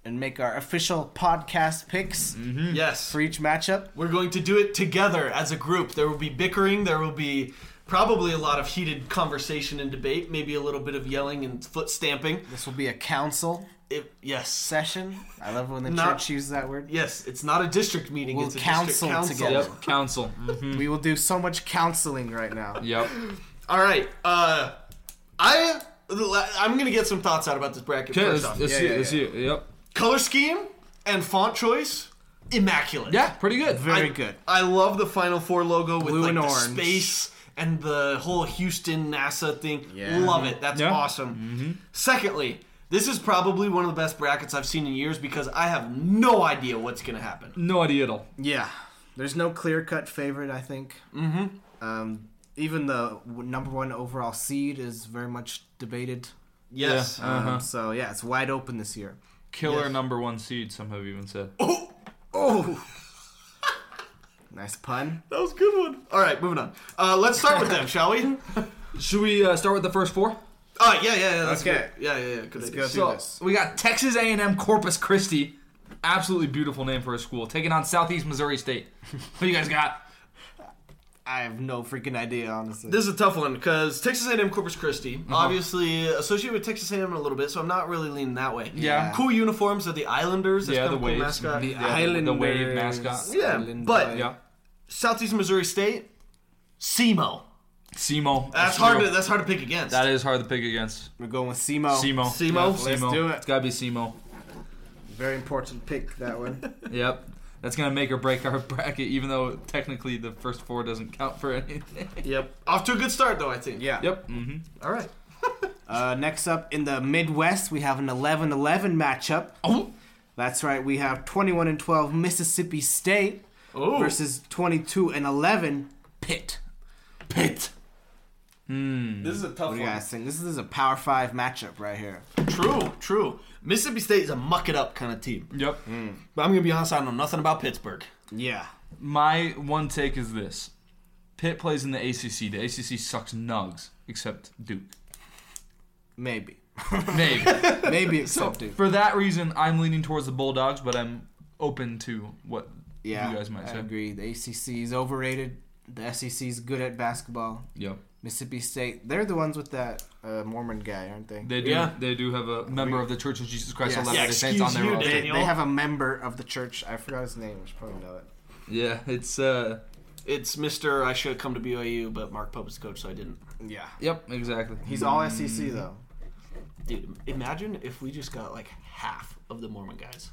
Speaker 2: and make our official podcast picks
Speaker 5: Yes.
Speaker 2: for each matchup.
Speaker 5: We're going to do it together as a group. There will be bickering. There will be probably a lot of heated conversation and debate. Maybe a little bit of yelling and foot stamping.
Speaker 2: This will be a council
Speaker 5: It, yes.
Speaker 2: session. I love when the
Speaker 5: Not-
Speaker 2: church uses that word.
Speaker 5: Yes, it's not a district meeting.
Speaker 2: We'll
Speaker 5: it's a
Speaker 2: counsel
Speaker 5: district council.
Speaker 2: together.
Speaker 1: Yep, council. Mhm.
Speaker 2: We will do so much counseling right now.
Speaker 1: Yep.
Speaker 5: All right. Uh, I I'm gonna get some thoughts out about this bracket
Speaker 1: Okay,
Speaker 5: first
Speaker 1: let's,
Speaker 5: off.
Speaker 1: let's
Speaker 2: Yeah,
Speaker 1: see.
Speaker 2: yeah,
Speaker 1: let's
Speaker 2: yeah.
Speaker 1: see. Yep.
Speaker 5: Color scheme and font choice, immaculate.
Speaker 1: Yeah, pretty good.
Speaker 2: Very
Speaker 5: I-
Speaker 2: good.
Speaker 5: I love the Final Four logo with
Speaker 2: Blue
Speaker 5: like
Speaker 2: and
Speaker 5: the
Speaker 2: orange.
Speaker 5: space and the whole Houston NASA thing.
Speaker 2: Yeah.
Speaker 5: Love it. That's
Speaker 1: Yeah. Mm-hmm.
Speaker 5: awesome. Secondly, this is probably one of the best brackets I've seen in years because I have no idea what's gonna happen.
Speaker 1: No idea at all.
Speaker 2: Yeah. There's no clear cut favorite, I think. Mm hmm. Um, even the w- number one overall seed is very much debated.
Speaker 5: Yes.
Speaker 1: Yeah. Uh-huh.
Speaker 2: Um, so, yeah, it's wide open this year.
Speaker 1: Killer
Speaker 5: Yes.
Speaker 1: number one seed. Some have even said.
Speaker 2: Oh! nice pun.
Speaker 5: That was a good one. All right, moving on. Uh, let's start with them,
Speaker 1: (laughs)
Speaker 5: shall we?
Speaker 1: Should we uh, start with the first four?
Speaker 5: Oh yeah, yeah, yeah. That's
Speaker 2: Okay.
Speaker 5: Good. Yeah, yeah, yeah. Good idea. So-
Speaker 2: go. Do
Speaker 1: So
Speaker 2: this.
Speaker 1: we got Texas A&M Corpus Christi, absolutely beautiful name for a school, taking on Southeast Missouri (laughs) State. Who you guys got?
Speaker 2: I have no freaking idea, honestly.
Speaker 5: This is a tough one because Texas A&M Corpus Christi,
Speaker 1: Mm-hmm.
Speaker 5: obviously associated with Texas A&M a little bit, so I'm not really leaning that way.
Speaker 1: Yeah.
Speaker 5: Cool uniforms of the Islanders. That's
Speaker 1: Yeah,
Speaker 5: kind
Speaker 1: the
Speaker 5: of a cool
Speaker 1: waves.
Speaker 5: mascot.
Speaker 1: The- yeah, the wave mascot.
Speaker 5: Yeah,
Speaker 2: Islanders.
Speaker 5: but-
Speaker 1: Yeah,
Speaker 5: Southeast Missouri State, SEMO.
Speaker 1: Semo.
Speaker 5: That's hard. To, that's hard to pick against.
Speaker 1: That is hard to pick against.
Speaker 2: we're going with Simo.
Speaker 1: Semo.
Speaker 5: Semo?
Speaker 1: Yeah,
Speaker 2: Let's
Speaker 1: Semo.
Speaker 2: do it.
Speaker 1: It's gotta be Semo.
Speaker 2: Very important pick, that (laughs) one.
Speaker 1: Yep. That's gonna make or break our (laughs) bracket, even though technically the first four doesn't count for (laughs) anything.
Speaker 5: Yep. Off to a good start though, I think.
Speaker 2: Yeah.
Speaker 1: Yep. Mm-hmm.
Speaker 5: All right.
Speaker 2: Uh, next up in the Midwest, we have an 11 11 matchup.
Speaker 1: Oh.
Speaker 2: That's right, we have 21 and 12 Mississippi State
Speaker 5: Oh.
Speaker 2: versus 22 and 11 Pitt.
Speaker 1: Pit.
Speaker 5: This is a tough
Speaker 2: Hmm. What do you guys think? This is a Power 5 matchup right here.
Speaker 5: True. True. Mississippi State is a muck it up kind of team.
Speaker 1: Yep.
Speaker 2: Mm.
Speaker 5: But I'm gonna be honest. I know nothing about Pittsburgh.
Speaker 2: Yeah.
Speaker 1: My one take is this: Pitt plays in the ACC. The ACC sucks nugs, except Duke.
Speaker 2: (laughs) Maybe. (laughs)
Speaker 1: Maybe.
Speaker 2: Maybe
Speaker 1: (laughs)
Speaker 2: except Duke.
Speaker 1: For that reason, I'm leaning towards the Bulldogs, but I'm open to what
Speaker 2: Yeah.
Speaker 1: you guys might
Speaker 2: I
Speaker 1: say.
Speaker 2: agree. The ACC is overrated. The SEC is good at basketball.
Speaker 1: Yep.
Speaker 2: Mississippi State, they're the ones with that uh, Mormon guy, aren't they?
Speaker 1: They do.
Speaker 5: Yeah.
Speaker 1: They do have a member of the Church of Jesus Christ
Speaker 2: Yes.
Speaker 1: of Latter-day
Speaker 5: Yeah,
Speaker 1: Saints on their
Speaker 5: excuse you,
Speaker 1: roster.
Speaker 5: Daniel.
Speaker 2: They have a member of the church. I forgot his name. I should probably know it.
Speaker 1: Yeah, it's uh.
Speaker 5: It's Mister. I should have come to BYU, but Mark Pope is coach, so I didn't.
Speaker 2: Yeah.
Speaker 1: Yep, exactly.
Speaker 2: He's all SEC
Speaker 1: Mm.
Speaker 2: though.
Speaker 5: Dude, imagine if we just got like half of the Mormon guys.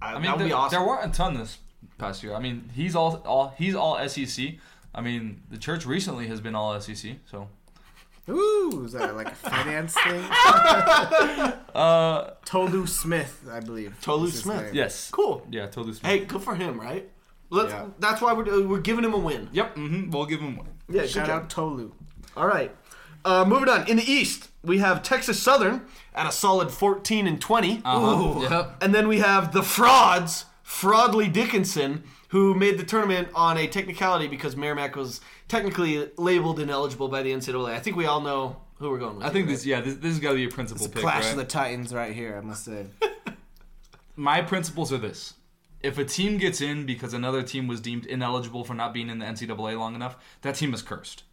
Speaker 5: I,
Speaker 1: I mean,
Speaker 5: that would
Speaker 1: there,
Speaker 5: be awesome.
Speaker 1: there weren't a ton this past year. I mean, he's all all he's all SEC. I mean, the church recently has been all SEC. So
Speaker 2: Ooh, is that like a
Speaker 1: (laughs)
Speaker 2: finance thing?
Speaker 1: uh,
Speaker 2: Tolu Smith, I believe.
Speaker 5: Tolu
Speaker 2: is his
Speaker 5: Smith.
Speaker 2: name.
Speaker 1: yes.
Speaker 5: cool.
Speaker 1: Yeah, totally. Smart.
Speaker 5: Hey, good for him, right? Let,
Speaker 2: Yeah.
Speaker 5: That's why we're, we're giving him a win.
Speaker 1: Yep. Mm-hmm. We'll give him one.
Speaker 5: Yeah,
Speaker 2: Shout out Tolu.
Speaker 5: All right. Uh, moving on. In the East, we have Texas Southern at a solid 14 and 20.
Speaker 1: Uh-huh. Yep.
Speaker 5: And then we have the frauds, Fraudley Dickinson, who made the tournament on a technicality because Merrimack was technically labeled ineligible by the NCAA. I think we all know who we're going with.
Speaker 1: I think this, yeah, this, this has got to be your principal pick.
Speaker 2: Clash
Speaker 1: right?
Speaker 2: of the Titans right here, I must say.
Speaker 1: my principles are this if a team gets in because another team was deemed ineligible for not being in the NCAA long enough, that team is cursed.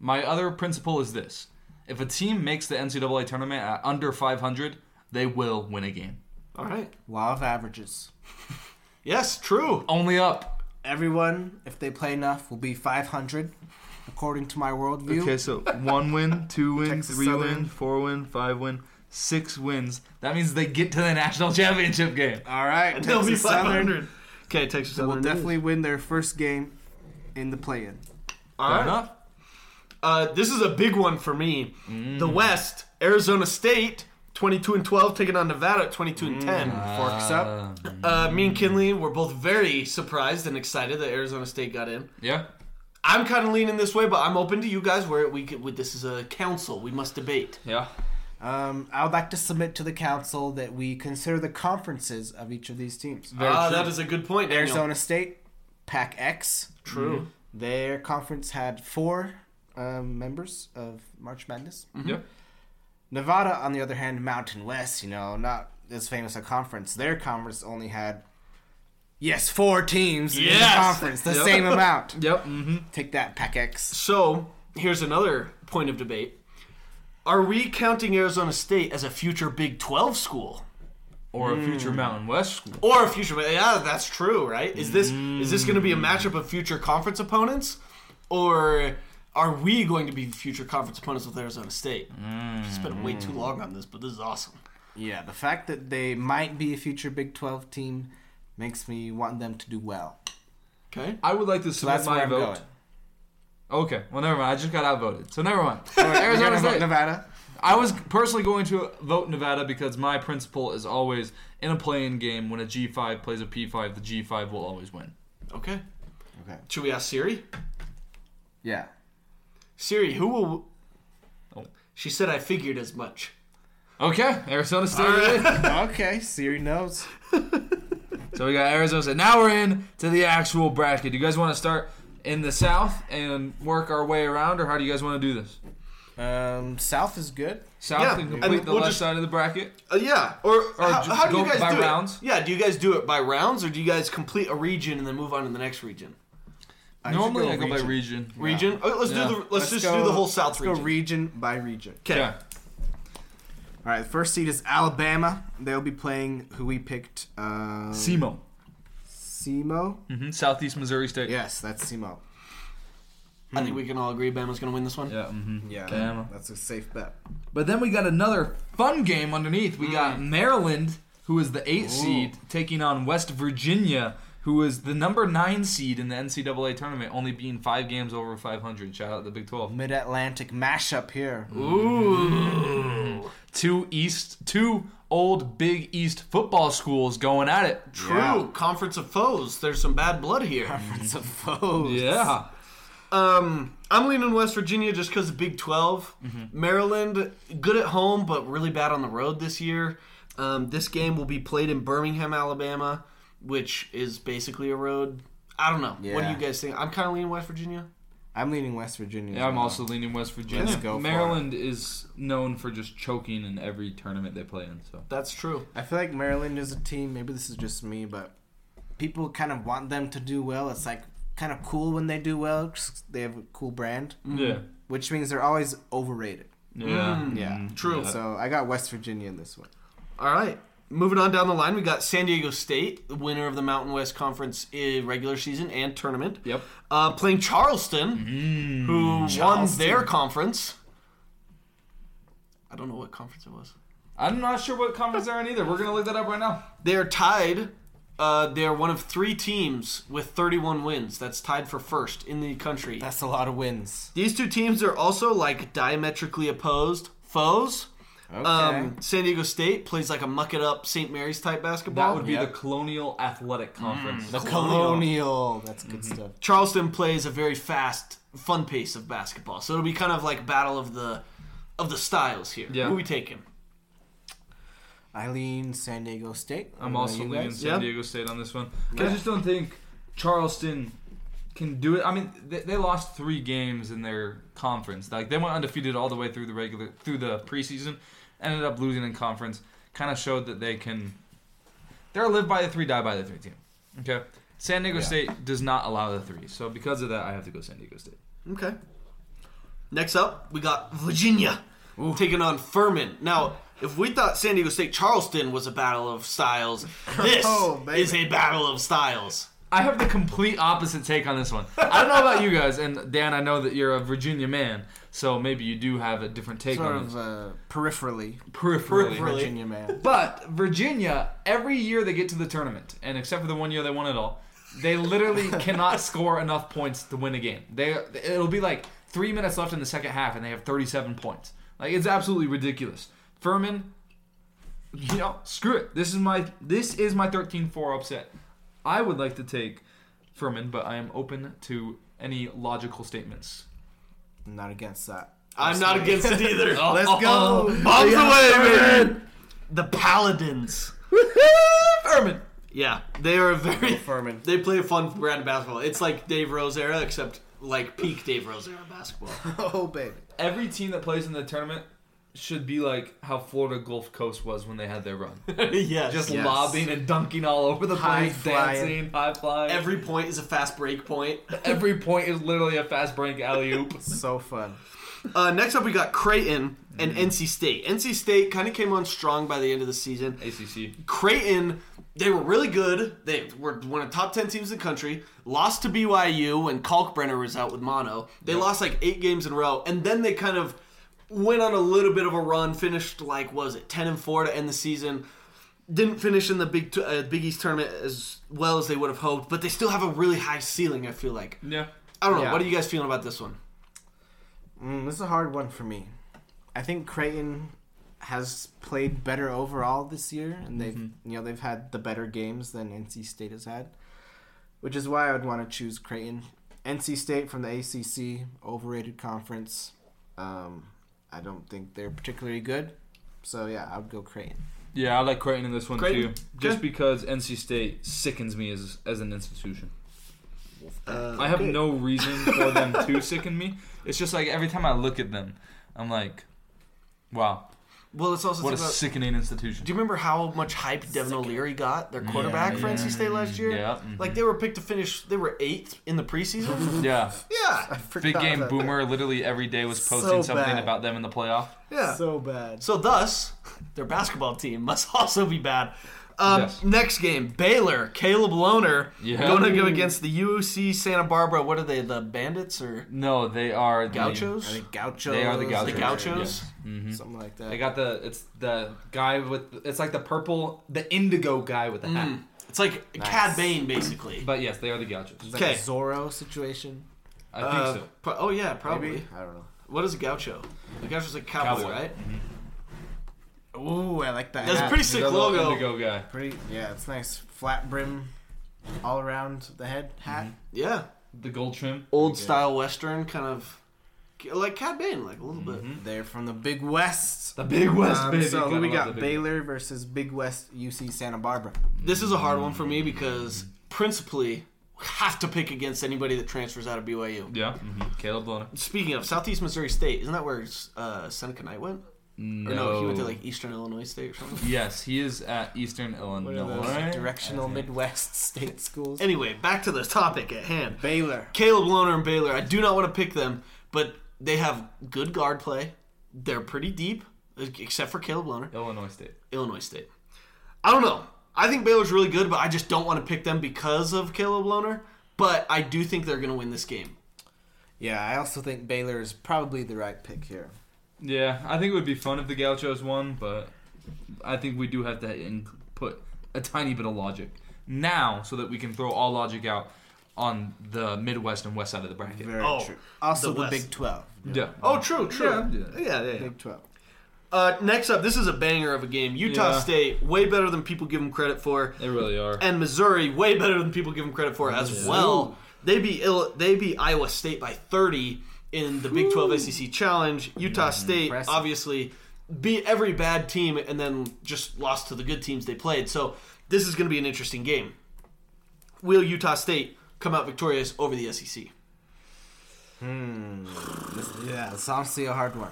Speaker 1: My other principle is this if a team makes the NCAA tournament at under 500, they will win a game.
Speaker 5: All right.
Speaker 2: Law of averages.
Speaker 5: Yes, true.
Speaker 1: Only up.
Speaker 2: Everyone, if they play enough, will be 500, according to my worldview.
Speaker 1: Okay, so one win, two win,
Speaker 2: Texas
Speaker 1: three
Speaker 2: Southern.
Speaker 1: win, four win, five win, six wins. That means they get to the national (laughs) championship game.
Speaker 2: All
Speaker 5: (laughs)
Speaker 2: right.
Speaker 5: They'll be
Speaker 2: Texas Southern
Speaker 5: 500. Okay, Texas Southern.
Speaker 2: will
Speaker 5: it is.
Speaker 2: definitely win their first game in the play-in.
Speaker 5: All
Speaker 1: Fair
Speaker 5: right.
Speaker 1: enough.
Speaker 5: Uh, this is a big one for me. The West, Arizona State, 22 and 12, taking on Nevada at 22 and 10.
Speaker 2: Forks up.
Speaker 1: Um,
Speaker 5: Uh, me and Kinley were both very surprised and excited that Arizona State got in.
Speaker 1: Yeah.
Speaker 5: I'm kind of leaning this way, but I'm open to you guys. Where we, could- we this is a council, we must debate.
Speaker 1: Yeah.
Speaker 2: Um, I would like to submit to the council that we consider the conferences of each of these teams.
Speaker 5: Ah,
Speaker 1: true.
Speaker 5: that is a good point. Daniel.
Speaker 2: Arizona State, Pac X.
Speaker 5: true.
Speaker 2: Their conference had four um, members of March Madness.
Speaker 1: Yeah.
Speaker 2: Nevada, on the other hand, Mountain West, you know, not as famous a conference. Their conference only had, yes, four teams in the
Speaker 5: Yes!
Speaker 2: conference, the
Speaker 5: Yep. (laughs)
Speaker 2: same amount.
Speaker 1: Yep. Mm-hmm.
Speaker 2: Take that, Pac X.
Speaker 5: So here's another point of debate: Are we counting Arizona State as a future Big 12 school?
Speaker 1: Or a future
Speaker 2: Mm.
Speaker 1: Mountain West school.
Speaker 5: or a future. Yeah, that's true, right? Is this is this going to be
Speaker 1: Mm.
Speaker 5: a matchup of future conference opponents, or are we going to be future conference opponents with Arizona State?
Speaker 1: Mm.
Speaker 5: It's been way too long on this, but this is awesome.
Speaker 2: Yeah, the fact that they might be a future Big 12 team makes me want them to do well.
Speaker 5: Okay,
Speaker 1: I would like to submit
Speaker 2: That's
Speaker 1: my
Speaker 2: where I'm
Speaker 1: vote.
Speaker 2: going.
Speaker 1: Okay, well, never mind. I just got outvoted, so never mind.
Speaker 2: You're gonna
Speaker 1: Arizona
Speaker 2: vote
Speaker 1: State.
Speaker 2: Nevada.
Speaker 1: I was personally going to vote Nevada because my principle is always in a playing game when a G5 plays a P5, the G5 will always win.
Speaker 5: okay.
Speaker 2: Okay.
Speaker 5: Should we ask Siri?
Speaker 2: Yeah.
Speaker 5: Siri, who will?
Speaker 1: Oh.
Speaker 5: She said, "I figured as much."
Speaker 1: Okay, Arizona State. (laughs) it is.
Speaker 2: okay, Siri knows.
Speaker 1: So we got Arizona State. Now we're in to the actual bracket. Do you guys want to start in the South and work our way around, or how do you guys want to do this?
Speaker 2: Um, South is good.
Speaker 1: South
Speaker 5: Yeah,
Speaker 1: and
Speaker 5: and
Speaker 1: complete the
Speaker 5: we'll
Speaker 1: left
Speaker 5: just-
Speaker 1: side of the bracket.
Speaker 5: Uh, yeah, or, how,
Speaker 1: ju-
Speaker 5: how do you
Speaker 1: go
Speaker 5: guys
Speaker 1: by
Speaker 5: do
Speaker 1: rounds?
Speaker 5: it? Yeah, do you guys do it by rounds, or do you guys complete a region and then move on to the next region?
Speaker 2: I should
Speaker 1: Normally I go by region.
Speaker 5: Region? Oh, let's
Speaker 1: Yeah.
Speaker 5: do the let's, just do the whole South
Speaker 2: let's
Speaker 5: region.
Speaker 2: Go region by region.
Speaker 5: okay.
Speaker 1: Yeah.
Speaker 2: All right, first seed is Alabama. They'll be playing who we picked. Um,
Speaker 1: SEMO.
Speaker 2: Semo.
Speaker 1: hmm Southeast Missouri State.
Speaker 2: Yes, that's Semo.
Speaker 5: I think we can all agree Bama's going to win this one.
Speaker 1: Yeah. Mm-hmm.
Speaker 2: Yeah,
Speaker 1: Bama.
Speaker 2: that's a safe bet.
Speaker 1: But then we got another fun game underneath. We got Maryland, who is the eight seed, taking on West Virginia, who is the number nine seed in the NCAA tournament, only being five games over 500. Shout out the Big 12.
Speaker 2: Mid Atlantic mashup here.
Speaker 5: Ooh.
Speaker 1: Two East, two old Big East football schools going at it.
Speaker 5: True.
Speaker 2: Yeah.
Speaker 5: Conference of foes. There's some bad blood here.
Speaker 2: It's a foe.
Speaker 1: Yeah.
Speaker 5: Um, I'm leaning West Virginia just because of Big 12. Maryland, good at home, but really bad on the road this year. Um, this game will be played in Birmingham, Alabama, which is basically a road. I don't know. What do
Speaker 2: Yeah.
Speaker 5: you guys think? I'm kind of leaning West Virginia.
Speaker 2: I'm leaning West Virginia.
Speaker 1: Yeah,
Speaker 2: as
Speaker 1: I'm
Speaker 2: well.
Speaker 1: also leaning West Virginia.
Speaker 2: Let's go for it.
Speaker 1: Maryland is known for just choking in every tournament they play in. So
Speaker 5: That's true.
Speaker 2: I feel like Maryland is a team. Maybe this is just me, but people kind of want them to do well. It's like kind of cool when they do well. 'cause They have a cool brand,
Speaker 1: yeah, Mm.
Speaker 2: which means they're always overrated.
Speaker 1: yeah.
Speaker 2: Yeah.
Speaker 5: True.
Speaker 2: So I got West Virginia in this one.
Speaker 5: All right. Moving on down the line, we got San Diego State, the winner of the Mountain West Conference eh, regular season and tournament.
Speaker 1: Yep.
Speaker 5: Uh, playing Charleston, who
Speaker 2: Charleston.
Speaker 5: won their conference. I don't know what conference it was.
Speaker 1: I'm not sure what conference they're in either. We're gonna look that up right now.
Speaker 5: They're tied. Uh, they're one of three teams with 31 wins. That's tied for first in the country.
Speaker 2: That's a lot of wins.
Speaker 5: These two teams are also like diametrically opposed foes.
Speaker 2: Okay.
Speaker 5: Um, San Diego State plays like a muck it up St. Mary's type basketball.
Speaker 1: That would be
Speaker 2: yeah. Mm.
Speaker 1: the Colonial Athletic Conference.
Speaker 2: the colonial. Oh, That's good stuff.
Speaker 5: Charleston plays a very fast, fun pace of basketball. So it'll be kind of like battle of the of the styles here.
Speaker 1: Yeah.
Speaker 5: Who we taking?
Speaker 2: I lean San Diego State.
Speaker 1: I'm
Speaker 2: What
Speaker 1: also
Speaker 2: about you
Speaker 1: leaning
Speaker 2: guys?
Speaker 1: San
Speaker 5: Yeah.
Speaker 1: Diego State on this one. I just don't think Charleston can do it. I mean, they, they lost three games in their conference. Like they went undefeated all the way through the regular through the preseason, ended up losing in conference. Kind of showed that they can. They're a live by the three, die by the three team. Okay. San Diego State does not allow the three, so because of that, I have to go San Diego State.
Speaker 5: Okay. Next up, we got Virginia taking on Furman. Now, if we thought San Diego State Charleston was a battle of styles, this
Speaker 2: Oh, baby.
Speaker 5: is a battle of styles.
Speaker 1: I have the complete opposite take on this one. I don't know about you guys, and Dan, I know that you're a Virginia man, so maybe you do have a different take
Speaker 2: Sort
Speaker 1: on
Speaker 2: of
Speaker 1: this.
Speaker 2: uh, peripherally,
Speaker 1: Peripherally.
Speaker 2: Virginia man.
Speaker 1: But Virginia, every year they get to the tournament, and except for the one year they won it all, they literally cannot score enough points to win a game. They it'll be like three minutes left in the second half, and they have 37 points. Like it's absolutely ridiculous. Furman, you know, screw it. This is my this is my 13-4 upset. I would like to take Furman, but I am open to any logical statements.
Speaker 2: I'm not against that.
Speaker 5: I'm not against it either.
Speaker 2: Let's
Speaker 1: (laughs)
Speaker 2: go.
Speaker 5: Bombs
Speaker 2: Yeah,
Speaker 5: away,
Speaker 2: Furman.
Speaker 5: man. The Paladins.
Speaker 1: Furman.
Speaker 5: Yeah, they are a very
Speaker 2: Furman.
Speaker 5: They play a fun brand of basketball. It's like Dave Rose era, except like peak Dave Rose era basketball.
Speaker 2: (laughs)
Speaker 5: (laughs)
Speaker 2: Oh baby.
Speaker 1: every team that plays in the tournament should be like how Florida Gulf Coast was when they had their run.
Speaker 5: yes.
Speaker 1: Just
Speaker 2: Yes.
Speaker 1: lobbing and dunking all over the
Speaker 2: High
Speaker 1: place,
Speaker 2: flying.
Speaker 1: dancing, high flying. Every,
Speaker 5: every point is a fast break point.
Speaker 1: (laughs) every point is literally a fast break alley oop.
Speaker 2: So fun.
Speaker 5: Uh, next up, we got Creighton and NC State. NC State kind of came on strong by the end of the season.
Speaker 1: ACC.
Speaker 5: Creighton, they were really good. They were one of the top 10 teams in the country. Lost to BYU when Kalkbrenner was out with Mono. They lost like eight games in a row. And then they kind of went on a little bit of a run, finished like, what was it, 10 and 4 to end the season. Didn't finish in the Big, t- uh, Big East tournament as well as they would have hoped, but they still have a really high ceiling, I feel like.
Speaker 1: Yeah.
Speaker 5: I don't know.
Speaker 2: Yeah.
Speaker 5: What are you guys feeling about this one?
Speaker 2: Mm, this is a hard one for me. I think Creighton has played better overall this year, and they've you know they've had the better games than NC State has had, which is why I would want to choose Creighton. NC State from the ACC, overrated conference. Um, I don't think they're particularly good, so yeah, I would go Creighton. (laughs)
Speaker 1: Yeah, I like Creighton in this one
Speaker 5: Creighton.
Speaker 1: too. Just
Speaker 5: Okay.
Speaker 1: because NC State sickens me as, as an institution.
Speaker 5: Uh,
Speaker 1: I have no reason for
Speaker 5: (laughs)
Speaker 1: them to sicken me. It's just like every time I look at them, I'm like, wow,
Speaker 5: Well, it's also
Speaker 1: what a
Speaker 5: think about-
Speaker 1: sickening institution.
Speaker 5: Do you remember how much hype Devin O'Leary got, their quarterback for
Speaker 1: yeah,
Speaker 5: NC State last year?
Speaker 1: yeah, mhm.
Speaker 5: Like they were picked to finish, they were eighth in
Speaker 1: (laughs)
Speaker 5: the preseason.
Speaker 1: Yeah.
Speaker 5: yeah,
Speaker 1: Big
Speaker 2: Forgot
Speaker 1: Game
Speaker 2: about
Speaker 1: Boomer literally every day was
Speaker 2: So
Speaker 1: posting something
Speaker 2: bad.
Speaker 1: about them in the playoff.
Speaker 5: yeah.
Speaker 2: that. So bad.
Speaker 5: So thus, (laughs) their basketball team must (laughs) also be bad. Um,
Speaker 1: Yes.
Speaker 5: Next game, Baylor, Caleb Lohner
Speaker 1: Yeah.
Speaker 5: going to go against the UC Santa Barbara. What are they, the Bandits or
Speaker 1: No, they are the
Speaker 5: Gauchos?
Speaker 2: I think Gauchos.
Speaker 1: They are the
Speaker 5: the
Speaker 1: Gauchos.
Speaker 5: Gauchos?
Speaker 1: Mm-hmm.
Speaker 2: Something like that.
Speaker 1: They got the it's the guy with it's like the purple the indigo guy with the hat.
Speaker 5: Hmm. It's like Cad Bane, basically.
Speaker 1: But yes, they are the Gauchos.
Speaker 2: It's like a
Speaker 5: Okay.
Speaker 2: Zorro situation.
Speaker 1: I
Speaker 5: Uh,
Speaker 1: think so.
Speaker 5: pro- oh yeah, probably.
Speaker 2: Maybe I don't know.
Speaker 5: What is a gaucho? A gaucho's a cowboy,
Speaker 1: Cowboy.
Speaker 5: right?
Speaker 2: Ooh, I like that.
Speaker 5: That's
Speaker 2: hat.
Speaker 5: pretty sick
Speaker 1: The little
Speaker 5: logo.
Speaker 1: indigo guy.
Speaker 2: Pretty, yeah, it's nice. Flat brim, all around the head hat.
Speaker 1: Mm-hmm.
Speaker 5: Yeah.
Speaker 1: The gold trim.
Speaker 5: old style western kind of like Cad Bane, like a little bit.
Speaker 2: They're from the Big West.
Speaker 1: The Big West
Speaker 2: Um,
Speaker 1: baby.
Speaker 2: so
Speaker 1: Gotta
Speaker 2: who we
Speaker 1: love the
Speaker 2: got?
Speaker 1: Big
Speaker 2: Baylor versus Big West UC Santa Barbara.
Speaker 5: This is a hard one for me because principally have to pick against anybody that transfers out of BYU.
Speaker 1: West. Yeah. mhm. Caleb Loner.
Speaker 5: Speaking of Southeast Missouri State, isn't that where uh, Seneca Knight went?
Speaker 1: No.
Speaker 5: Or no, he went to like Eastern Illinois State or something.
Speaker 1: Yes, he is at Eastern
Speaker 2: What are those
Speaker 1: Illinois.
Speaker 2: directional Midwest (laughs) state schools?
Speaker 5: anyway, back to the topic at hand.
Speaker 2: Baylor.
Speaker 5: Caleb Lohner and Baylor. I do not want to pick them, but they have good guard play. They're pretty deep, except for Caleb Lohner.
Speaker 1: Illinois State.
Speaker 5: Illinois State. I don't know. I think Baylor's really good, but I just don't want to pick them because of Caleb Lohner. But I do think they're going to win this game.
Speaker 2: Yeah, I also think Baylor is probably the right pick here.
Speaker 1: Yeah, I think it would be fun if the Gauchos won, but I think we do have to in- put a tiny bit of logic now so that we can throw all logic out on the Midwest and West side of the bracket.
Speaker 2: Very
Speaker 5: Oh,
Speaker 2: true. Also
Speaker 5: the
Speaker 2: the,
Speaker 5: West.
Speaker 2: Big Twelve.
Speaker 1: Yeah.
Speaker 5: Oh, true, true.
Speaker 1: Yeah.
Speaker 5: yeah, yeah. yeah.
Speaker 2: Big Twelve.
Speaker 5: Uh, next up, this is a banger of a game. Utah
Speaker 1: Yeah.
Speaker 5: State, way better than people give them credit for,
Speaker 1: They really are.
Speaker 5: and Missouri, way better than people give them credit for as well. They beat Ill- they beat Iowa State by 30 in the Big 12 SEC Challenge. Utah State,
Speaker 2: impressive.
Speaker 5: obviously, beat every bad team and then just lost to the good teams they played. So this is going to be an interesting game. Will Utah State come out victorious over the E SEC?
Speaker 2: Yeah, it's honestly a hard one.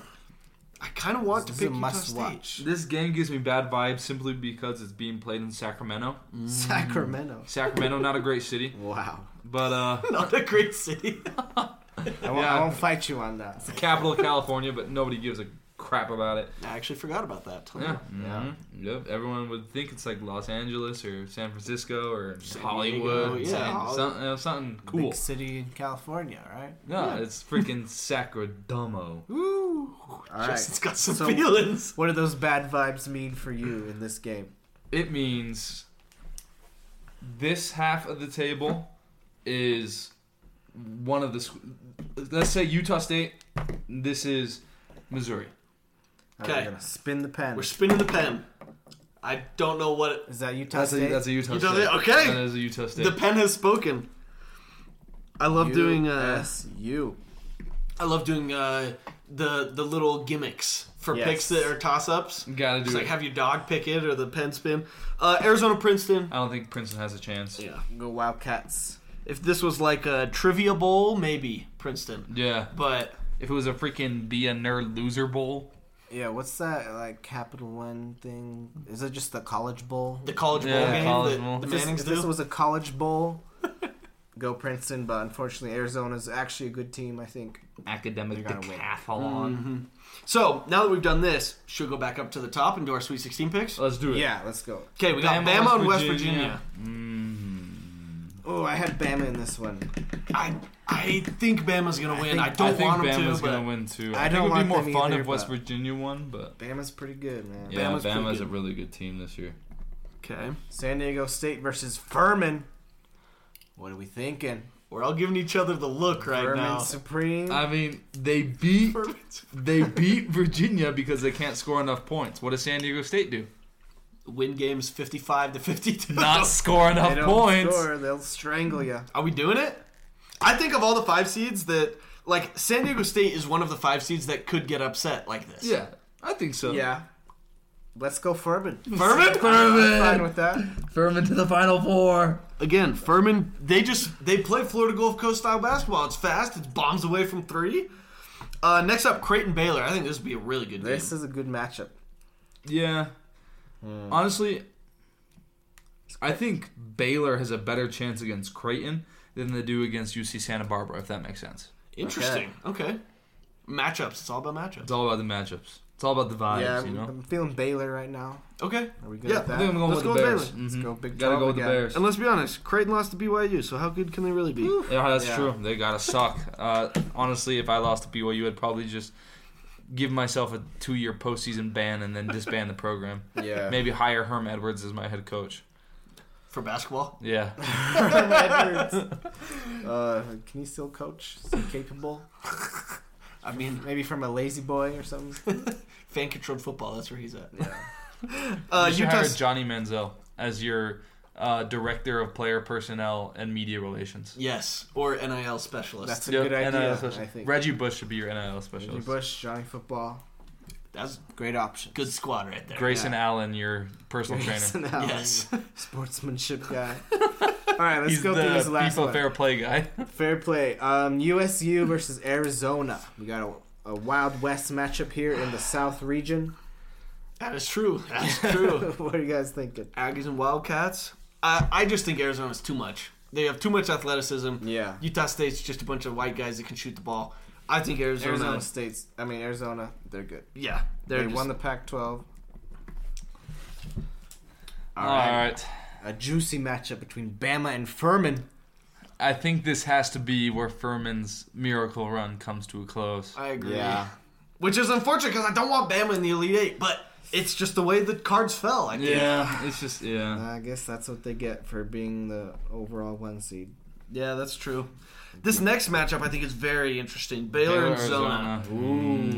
Speaker 5: I kind of want to
Speaker 2: This
Speaker 5: pick
Speaker 2: is a
Speaker 5: Utah
Speaker 2: must
Speaker 5: State.
Speaker 2: watch.
Speaker 1: This game gives me bad vibes simply because it's being played in Sacramento.
Speaker 2: Sacramento.
Speaker 1: Sacramento, not a great city,
Speaker 2: Wow.
Speaker 1: but uh,
Speaker 5: (laughs)
Speaker 1: (laughs)
Speaker 5: Not a great city.
Speaker 2: I won't,
Speaker 1: Yeah.
Speaker 2: I won't fight you on that.
Speaker 1: capital of California. But nobody gives a crap about it.
Speaker 5: I actually forgot about that.
Speaker 1: Yeah,
Speaker 2: Yeah.
Speaker 1: Mhm. Yep. Everyone would think it's like Los Angeles or San Francisco or
Speaker 5: San
Speaker 1: Hollywood.
Speaker 5: Diego,
Speaker 1: yeah,
Speaker 5: yeah.
Speaker 1: something, uh, something cool.
Speaker 2: Big city in California, right?
Speaker 1: No, it's freaking Sacramento.
Speaker 2: Woo! All
Speaker 5: Justin's
Speaker 2: right.
Speaker 5: got some
Speaker 2: So-
Speaker 5: feelings.
Speaker 2: What do those bad vibes mean for you in this game?
Speaker 1: It means this half of the table is one of the. squ- Let's say Utah State. This is Missouri.
Speaker 2: All right,
Speaker 5: Okay.
Speaker 2: we're gonna spin the pen.
Speaker 5: We're spinning the pen. I don't know what it,
Speaker 2: Is that Utah
Speaker 1: That's a,
Speaker 2: State?
Speaker 1: that's a Utah,
Speaker 5: Utah
Speaker 1: State.
Speaker 5: State, okay.
Speaker 1: That is a Utah State.
Speaker 5: the pen has spoken. I love doing. Uh,
Speaker 2: you.
Speaker 5: I love doing uh, the the little gimmicks for
Speaker 2: Yes.
Speaker 5: picks that are toss ups.
Speaker 1: Gotta do
Speaker 5: It's like
Speaker 1: it.
Speaker 5: have your dog pick it or the pen spin. Uh, Arizona Princeton.
Speaker 1: I don't think Princeton has a chance.
Speaker 5: Yeah.
Speaker 2: Go Wildcats.
Speaker 5: If this was like a trivia bowl, maybe Princeton.
Speaker 1: yeah.
Speaker 5: But
Speaker 1: If it was a freaking be a nerd loser bowl,
Speaker 2: Yeah, what's that like Capital One thing? Is it just the College Bowl?
Speaker 5: the college bowl
Speaker 1: Yeah,
Speaker 5: game,
Speaker 1: college
Speaker 5: that
Speaker 1: bowl.
Speaker 5: the
Speaker 2: If this,
Speaker 5: Mannings
Speaker 2: if this
Speaker 5: do.
Speaker 2: was a
Speaker 5: (laughs)
Speaker 2: College Bowl, go Princeton. But unfortunately, Arizona's actually a good team. I think.
Speaker 1: academic
Speaker 2: They're gonna win.
Speaker 1: decathlon.
Speaker 5: Mm-hmm. So now that we've done this, should go back up to the top and do our Sweet 16 picks.
Speaker 1: Let's do it.
Speaker 2: Yeah, let's go.
Speaker 5: Okay, we got Bama, and West Virginia.
Speaker 1: Mm-hmm.
Speaker 2: Oh, I had Bama in this one.
Speaker 5: I I think Bama's gonna win. I,
Speaker 2: think-
Speaker 5: don't
Speaker 1: I think
Speaker 5: want them
Speaker 1: Bama's
Speaker 5: to.
Speaker 1: gonna
Speaker 5: But
Speaker 1: win too.
Speaker 2: I
Speaker 1: I, think
Speaker 2: don't
Speaker 1: it would be
Speaker 2: want
Speaker 1: more
Speaker 2: them
Speaker 1: fun
Speaker 2: either,
Speaker 1: if West
Speaker 2: but-
Speaker 1: Virginia won, but
Speaker 2: Bama's pretty good, man.
Speaker 1: yeah,
Speaker 5: Bama's
Speaker 1: Bama's,
Speaker 5: pretty
Speaker 1: a
Speaker 5: good.
Speaker 1: really good team this year.
Speaker 5: okay,
Speaker 2: San Diego State versus Furman. What are we thinking?
Speaker 5: we're all giving each other the look right
Speaker 2: Furman
Speaker 5: now.
Speaker 2: Supreme.
Speaker 1: I mean, they beat
Speaker 5: Furman's-
Speaker 1: they beat (laughs) Virginia because they can't score enough points. What does San Diego State
Speaker 2: (laughs)
Speaker 1: do?
Speaker 5: Win games 55 to 52. (laughs)
Speaker 1: Not score
Speaker 2: they
Speaker 1: enough
Speaker 2: don't
Speaker 1: points.
Speaker 2: score, they'll strangle you.
Speaker 5: Are we doing it? I think of all the five seeds that like San Diego State is one of the five seeds that could get upset like this.
Speaker 1: Yeah, I think so.
Speaker 2: Yeah. Let's go Furman.
Speaker 5: Furman.
Speaker 2: I'm
Speaker 1: (laughs)
Speaker 2: fine
Speaker 1: Furman,
Speaker 2: with that.
Speaker 1: Furman to the Final Four.
Speaker 5: Again, Furman. They just they play Florida Gulf Coast style basketball. It's fast. It's bombs away from three. Uh, next up, Creighton Baylor. I think this would be a really good game.
Speaker 2: This is a good matchup.
Speaker 1: Yeah.
Speaker 2: Hmm.
Speaker 1: Honestly, I think Baylor has a better chance against Creighton than they do against UC Santa Barbara, if that makes sense.
Speaker 5: Interesting. Okay. Matchups. It's all about matchups.
Speaker 1: It's all about the matchups. It's all about the vibes,
Speaker 2: yeah,
Speaker 1: you
Speaker 2: I'm,
Speaker 1: know?
Speaker 2: I'm feeling Baylor right now.
Speaker 5: Okay.
Speaker 2: Are we good
Speaker 5: Yeah.
Speaker 2: with
Speaker 1: I
Speaker 2: that?
Speaker 1: think I'm going with
Speaker 5: Let's go
Speaker 1: the
Speaker 5: with
Speaker 1: Bears.
Speaker 5: Baylor.
Speaker 1: Mhm.
Speaker 2: go Big
Speaker 1: Gotta
Speaker 2: 12
Speaker 1: go with the
Speaker 2: again.
Speaker 1: Bears.
Speaker 5: And let's be honest, Creighton lost to BYU, so how good can they really be?
Speaker 1: Yeah, that's
Speaker 2: Yeah.
Speaker 1: true. They gotta suck. Uh, honestly, if I lost to BYU, I'd probably just give myself a two-year postseason ban and then disband the
Speaker 5: (laughs)
Speaker 1: program.
Speaker 2: (laughs) Yeah.
Speaker 1: Maybe hire Herm Edwards as my head coach.
Speaker 5: For basketball?
Speaker 1: Yeah, (laughs)
Speaker 2: Edwards. Uh, can he still coach? Is he capable?
Speaker 5: I mean,
Speaker 2: Maybe from a lazy boy or something.
Speaker 5: fan controlled football, that's where he's at.
Speaker 2: Yeah.
Speaker 5: Uh,
Speaker 1: you should
Speaker 5: Utah
Speaker 1: hire Johnny Manziel as your uh, director of player personnel and media relations.
Speaker 5: Yes, or NIL specialist.
Speaker 2: That's
Speaker 5: That's,
Speaker 2: a
Speaker 1: Yep,
Speaker 2: good idea.
Speaker 1: NIL specialist.
Speaker 2: I think.
Speaker 1: Reggie Bush should be your NIL
Speaker 2: Reggie
Speaker 1: specialist.
Speaker 2: Bush, Johnny Football, great option.
Speaker 5: good squad right there.
Speaker 1: Grayson Allen, your personal trainer.
Speaker 2: Grayson Allen,
Speaker 5: Yes.
Speaker 2: sportsmanship
Speaker 1: (laughs)
Speaker 2: guy. All right, (laughs) let's
Speaker 1: He's
Speaker 2: go
Speaker 1: the
Speaker 2: through this last
Speaker 1: FIFA
Speaker 2: one.
Speaker 1: fair play guy. (laughs)
Speaker 2: Fair play. Um, USU versus Arizona. We got a, a Wild West matchup here in the South region.
Speaker 5: that is true.
Speaker 2: (laughs)
Speaker 5: That's true.
Speaker 2: what are you guys thinking?
Speaker 5: Aggies and Wildcats. I, I just think Arizona's too much. They have too much athleticism.
Speaker 2: Yeah.
Speaker 5: Utah State's just a bunch of white guys that can shoot the ball. I think Arizona.
Speaker 2: Arizona State's. I mean Arizona. They're good.
Speaker 5: Yeah,
Speaker 2: They
Speaker 5: they're just-
Speaker 2: won the Pac-12.
Speaker 1: All right.
Speaker 2: A juicy matchup between Bama and Furman.
Speaker 1: I think this has to be where Furman's miracle run comes to a close.
Speaker 5: I agree.
Speaker 2: (laughs) Yeah.
Speaker 5: Which is unfortunate because I don't want Bama in the Elite Eight, but it's just the way the cards fell. I think.
Speaker 1: Yeah, it's just yeah.
Speaker 2: I guess that's what they get for being the overall one seed.
Speaker 5: Yeah, that's true. This next matchup I think is very interesting. Baylor, and Zona.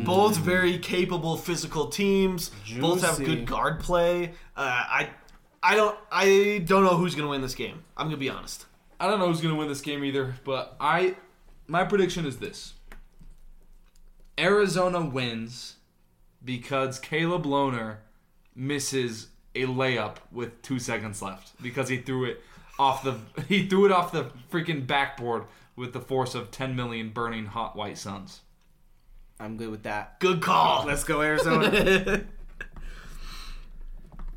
Speaker 5: Both very capable physical teams. Both have
Speaker 2: Juicy.
Speaker 5: good guard play. Uh, I I don't I don't know who's gonna win this game. I'm gonna be honest.
Speaker 1: I don't know who's gonna win this game either, but I my prediction is this. Arizona wins because Caleb Lohner misses a layup with two seconds left because he threw it off the (laughs) he threw it off the freaking backboard with the force of 10 million burning hot white suns.
Speaker 2: I'm good with that.
Speaker 5: Good call.
Speaker 2: Let's go (laughs) Arizona.